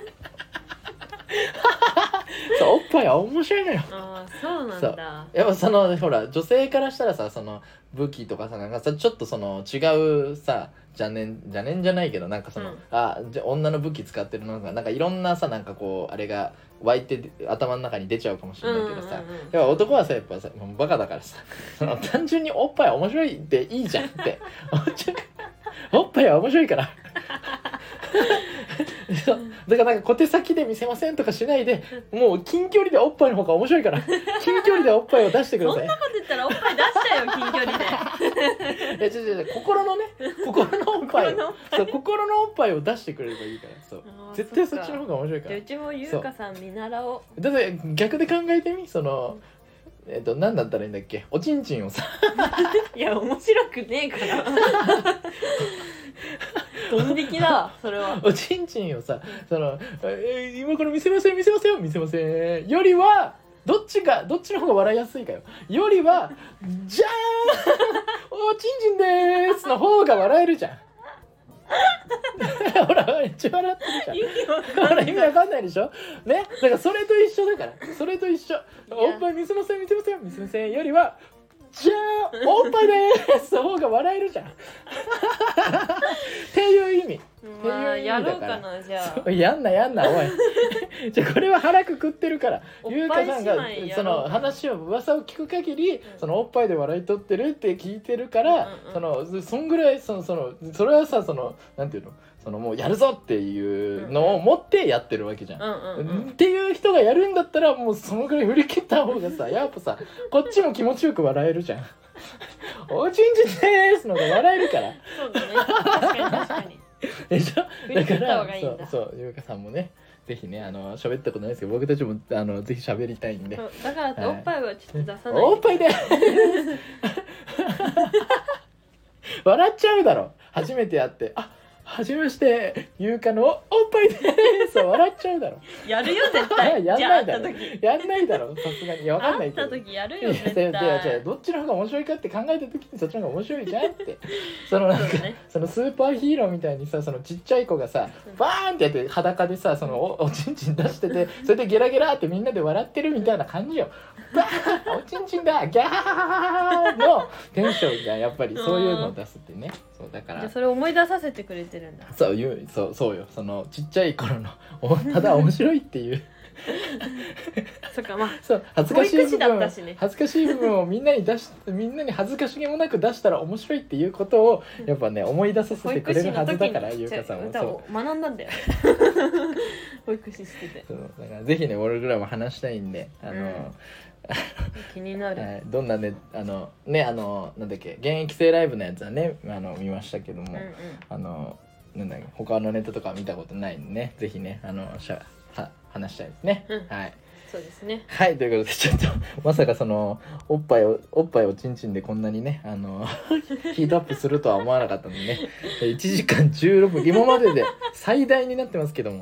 [SPEAKER 1] そうおっぱいは面白いのよ
[SPEAKER 2] ああそうなんだ
[SPEAKER 1] やっぱそのほら女性からしたらさその武器とかさなんかさちょっとその違うさ邪念邪念じゃないけどなんかその、
[SPEAKER 2] うん
[SPEAKER 1] あじゃ女の武器使ってるのがなんかいろんなさなんかこうあれが湧いて頭の中に出ちゃうかもしれないけどさ、
[SPEAKER 2] うんうんうんう
[SPEAKER 1] や
[SPEAKER 2] ん
[SPEAKER 1] っぱ男はさやっぱさもうバカだからさその単純におっぱい面白いでいいじゃんって思っちゃうおっぱいは面白いからそうだからなんか小手先で見せませんとかしないでもう近距離でおっぱいの方が面白いから近距離でおっぱいを出してくだ
[SPEAKER 2] そ
[SPEAKER 1] さ
[SPEAKER 2] ん
[SPEAKER 1] い
[SPEAKER 2] なこと言ったらおっぱい出しちゃうよ近距離で
[SPEAKER 1] いや違う違う違う心のね心のおっぱい
[SPEAKER 2] 心の
[SPEAKER 1] を
[SPEAKER 2] おっ
[SPEAKER 1] そう心のおっぱいを出してくれればいいからそう
[SPEAKER 2] あー
[SPEAKER 1] 絶対
[SPEAKER 2] そ
[SPEAKER 1] そ
[SPEAKER 2] っ
[SPEAKER 1] っ
[SPEAKER 2] か
[SPEAKER 1] ちの方が面白いか
[SPEAKER 2] じゃあ
[SPEAKER 1] ら
[SPEAKER 2] うちもゆうかさん見習おう
[SPEAKER 1] だって逆で考えてみそのえっと何だったらいいんだっけおちんちんをさ
[SPEAKER 2] いや面白くねえからドン引きだそれ は
[SPEAKER 1] おちんちんをさその、えー今から見せません見せません見せませんよりはどっちがどっちの方が笑いやすいかよよりはじゃーんおちんちんでーすの方が笑えるじゃん ほらめっちゃ笑ってるじゃん
[SPEAKER 2] 意味わ
[SPEAKER 1] ほ
[SPEAKER 2] かん
[SPEAKER 1] ら
[SPEAKER 2] な
[SPEAKER 1] 意
[SPEAKER 2] い
[SPEAKER 1] 味わかんないでしょねだからそれと一緒だからそれと一緒おっぱい見せません見せません見せませんよりはじゃあおっぱいでーすの方が笑えるじゃんっていう意味
[SPEAKER 2] まあやろうか
[SPEAKER 1] って
[SPEAKER 2] なじゃ あ
[SPEAKER 1] やんなやんなおい じゃあこれは腹くくってるから
[SPEAKER 2] おっ
[SPEAKER 1] 優
[SPEAKER 2] ぱ
[SPEAKER 1] 香
[SPEAKER 2] い
[SPEAKER 1] さん
[SPEAKER 2] 姉
[SPEAKER 1] が
[SPEAKER 2] 妹やろう
[SPEAKER 1] その話を噂を聞く限り、そのおっぱいで笑い取ってるって聞いてるか
[SPEAKER 2] う
[SPEAKER 1] ら、
[SPEAKER 2] んうんうん
[SPEAKER 1] そのそんぐらいそのそのそれはさそのなんていうのそのもうやるぞっていうのを持ってやってるわけじゃん。
[SPEAKER 2] うんうんうん
[SPEAKER 1] っていう人がやるんだったらもうそのぐらい振り切った方がさやっぱさこっちも気持ちよく笑えるじゃん。 おちんちんですのが笑えるから。
[SPEAKER 2] そうだね確かに確かに
[SPEAKER 1] でしょ
[SPEAKER 2] 振り
[SPEAKER 1] だ
[SPEAKER 2] 切
[SPEAKER 1] か
[SPEAKER 2] った方
[SPEAKER 1] ら
[SPEAKER 2] がいい
[SPEAKER 1] そ
[SPEAKER 2] ん
[SPEAKER 1] う
[SPEAKER 2] だ
[SPEAKER 1] そう優香さんもねぜひねあの喋ったことないですけど僕たちもあのぜひ喋りたいんで
[SPEAKER 2] そうだからっておっぱいはちょっと出さない
[SPEAKER 1] おっぱいで笑っちゃうだろ初めて会ってあ初めまして優香のおっぱいです笑っちゃうだろ
[SPEAKER 2] やるよ絶 対
[SPEAKER 1] やん
[SPEAKER 2] じゃあ
[SPEAKER 1] な
[SPEAKER 2] 会
[SPEAKER 1] いだ
[SPEAKER 2] った
[SPEAKER 1] ろ
[SPEAKER 2] 時
[SPEAKER 1] やんないだろさすがにいやわかんな
[SPEAKER 2] 会
[SPEAKER 1] い
[SPEAKER 2] っ
[SPEAKER 1] け
[SPEAKER 2] た
[SPEAKER 1] ど
[SPEAKER 2] 時やる
[SPEAKER 1] いや違
[SPEAKER 2] よ絶
[SPEAKER 1] う違う
[SPEAKER 2] 対
[SPEAKER 1] 違うどっちの方が面白いかって考えた時にそっちの方が面白いじゃんってそのなんか
[SPEAKER 2] そうね
[SPEAKER 1] そのスーパーヒーローみたいにさそのちっちゃい子がさ
[SPEAKER 2] うん
[SPEAKER 1] バーンってやって裸でさそのおおちんちん出して てそれでゲラゲラってみんなで笑ってるみたいな感じよ。バーンおちんちんだギャーのテンションがやっぱりそういうのを出すってねそうだか
[SPEAKER 2] じゃあ
[SPEAKER 1] ら
[SPEAKER 2] それ思い出させてくれてるんだ
[SPEAKER 1] そういうそうそうよそのちっちゃい頃のおただ面白いっていう
[SPEAKER 2] そっかまあ
[SPEAKER 1] そう恥ずかしい部
[SPEAKER 2] 保育士だ
[SPEAKER 1] 分
[SPEAKER 2] ったしね
[SPEAKER 1] 恥ずかしい部分をみんなに出しみんなに恥ずかしげもなく出したら面白いっていうことをやっぱね思い出させ
[SPEAKER 2] 保
[SPEAKER 1] てく
[SPEAKER 2] 育
[SPEAKER 1] れ
[SPEAKER 2] 士
[SPEAKER 1] る
[SPEAKER 2] の
[SPEAKER 1] はず
[SPEAKER 2] 時
[SPEAKER 1] だ
[SPEAKER 2] に
[SPEAKER 1] から優香さんも
[SPEAKER 2] 歌
[SPEAKER 1] そう
[SPEAKER 2] を学んだんだよ保育士してて
[SPEAKER 1] そうだからぜひね俺ぐらいも話したいんであの、
[SPEAKER 2] 気になる
[SPEAKER 1] はいどんなねあのねあのなんだっけ現役生ライブのやつはねあの見ましたけど
[SPEAKER 2] う
[SPEAKER 1] も、
[SPEAKER 2] んうん
[SPEAKER 1] あのなんだっけ他のネタとかは見たことないんでねぜひねあのしゃは話したいですね、
[SPEAKER 2] うん
[SPEAKER 1] はい
[SPEAKER 2] そうですね
[SPEAKER 1] はいということでちょっとまさかそのおっぱいをおっぱいをちんちんでこんなにねあの ヒートアップするとは思わなかったのでね1時間16分今までで最大になってますけども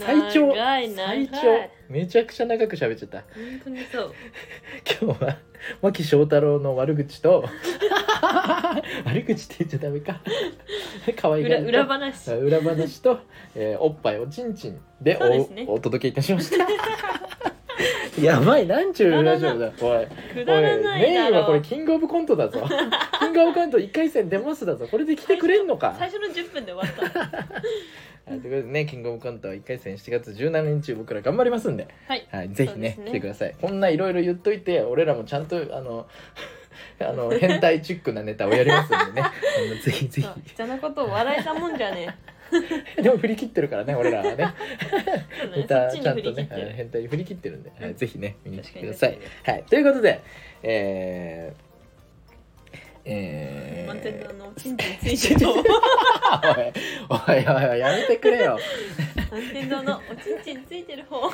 [SPEAKER 1] 最長
[SPEAKER 2] 長い長い
[SPEAKER 1] 最長めちゃくちゃ長く喋っちゃった
[SPEAKER 2] 本当にそう
[SPEAKER 1] 今日は牧翔太郎の悪口と 悪口って言っちゃダメか可愛が
[SPEAKER 2] 裏
[SPEAKER 1] りと
[SPEAKER 2] 裏話
[SPEAKER 1] 裏話と、えーおっぱいおちんちんで
[SPEAKER 2] そうですね
[SPEAKER 1] おお届けいたしましたやばいなんちゅうラジオだおい
[SPEAKER 2] く
[SPEAKER 1] お
[SPEAKER 2] だ
[SPEAKER 1] い
[SPEAKER 2] らない
[SPEAKER 1] メイ
[SPEAKER 2] だ
[SPEAKER 1] ンはこ
[SPEAKER 2] ろ
[SPEAKER 1] れ
[SPEAKER 2] う
[SPEAKER 1] キングオブコントだ ぞキングオブコント1回戦出ますだぞこれで来てくれんのか
[SPEAKER 2] 最初の10分で 終わった
[SPEAKER 1] はいということでねキングオブコントは1回戦7月17日僕ら頑張りますんで、
[SPEAKER 2] はい
[SPEAKER 1] ぜひね
[SPEAKER 2] そうですね
[SPEAKER 1] 来てくださいこんないろいろ言っといて俺らもちゃんとあの あの変態チックなネタをやります んでねあのぜひぜ
[SPEAKER 2] そう人のことを笑えたもんじゃね
[SPEAKER 1] ひでも振り切ってるからね俺らはね ネ
[SPEAKER 2] えそうだねそっ
[SPEAKER 1] タ
[SPEAKER 2] ち
[SPEAKER 1] ち
[SPEAKER 2] に
[SPEAKER 1] ゃ
[SPEAKER 2] 振
[SPEAKER 1] んと
[SPEAKER 2] り切
[SPEAKER 1] ね
[SPEAKER 2] って
[SPEAKER 1] あの
[SPEAKER 2] る
[SPEAKER 1] 変態に振り切ってるんで、はい
[SPEAKER 2] うん
[SPEAKER 1] ぜひね見に来てくださ
[SPEAKER 2] 確
[SPEAKER 1] い
[SPEAKER 2] かに
[SPEAKER 1] はいということでえーえー
[SPEAKER 2] 満点のあのチンチンついてると
[SPEAKER 1] おいおいおいおいやめてくれよ
[SPEAKER 2] 満天堂のおちんちんついてる方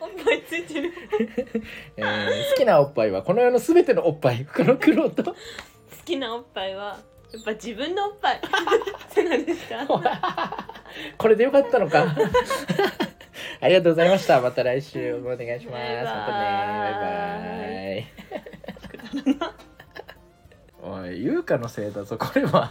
[SPEAKER 2] おっぱいついてる方
[SPEAKER 1] えー好きなおっぱいはこの世のすべてのおっぱいこの苦労と
[SPEAKER 2] 好きなおっぱいはやっぱ自分のおっぱいって何でした
[SPEAKER 1] お前これでよかったのか ありがとうございましたまた来週もお願いします
[SPEAKER 2] バイバ
[SPEAKER 1] ま
[SPEAKER 2] イ
[SPEAKER 1] たね バイバイおい優香のせいだぞこれは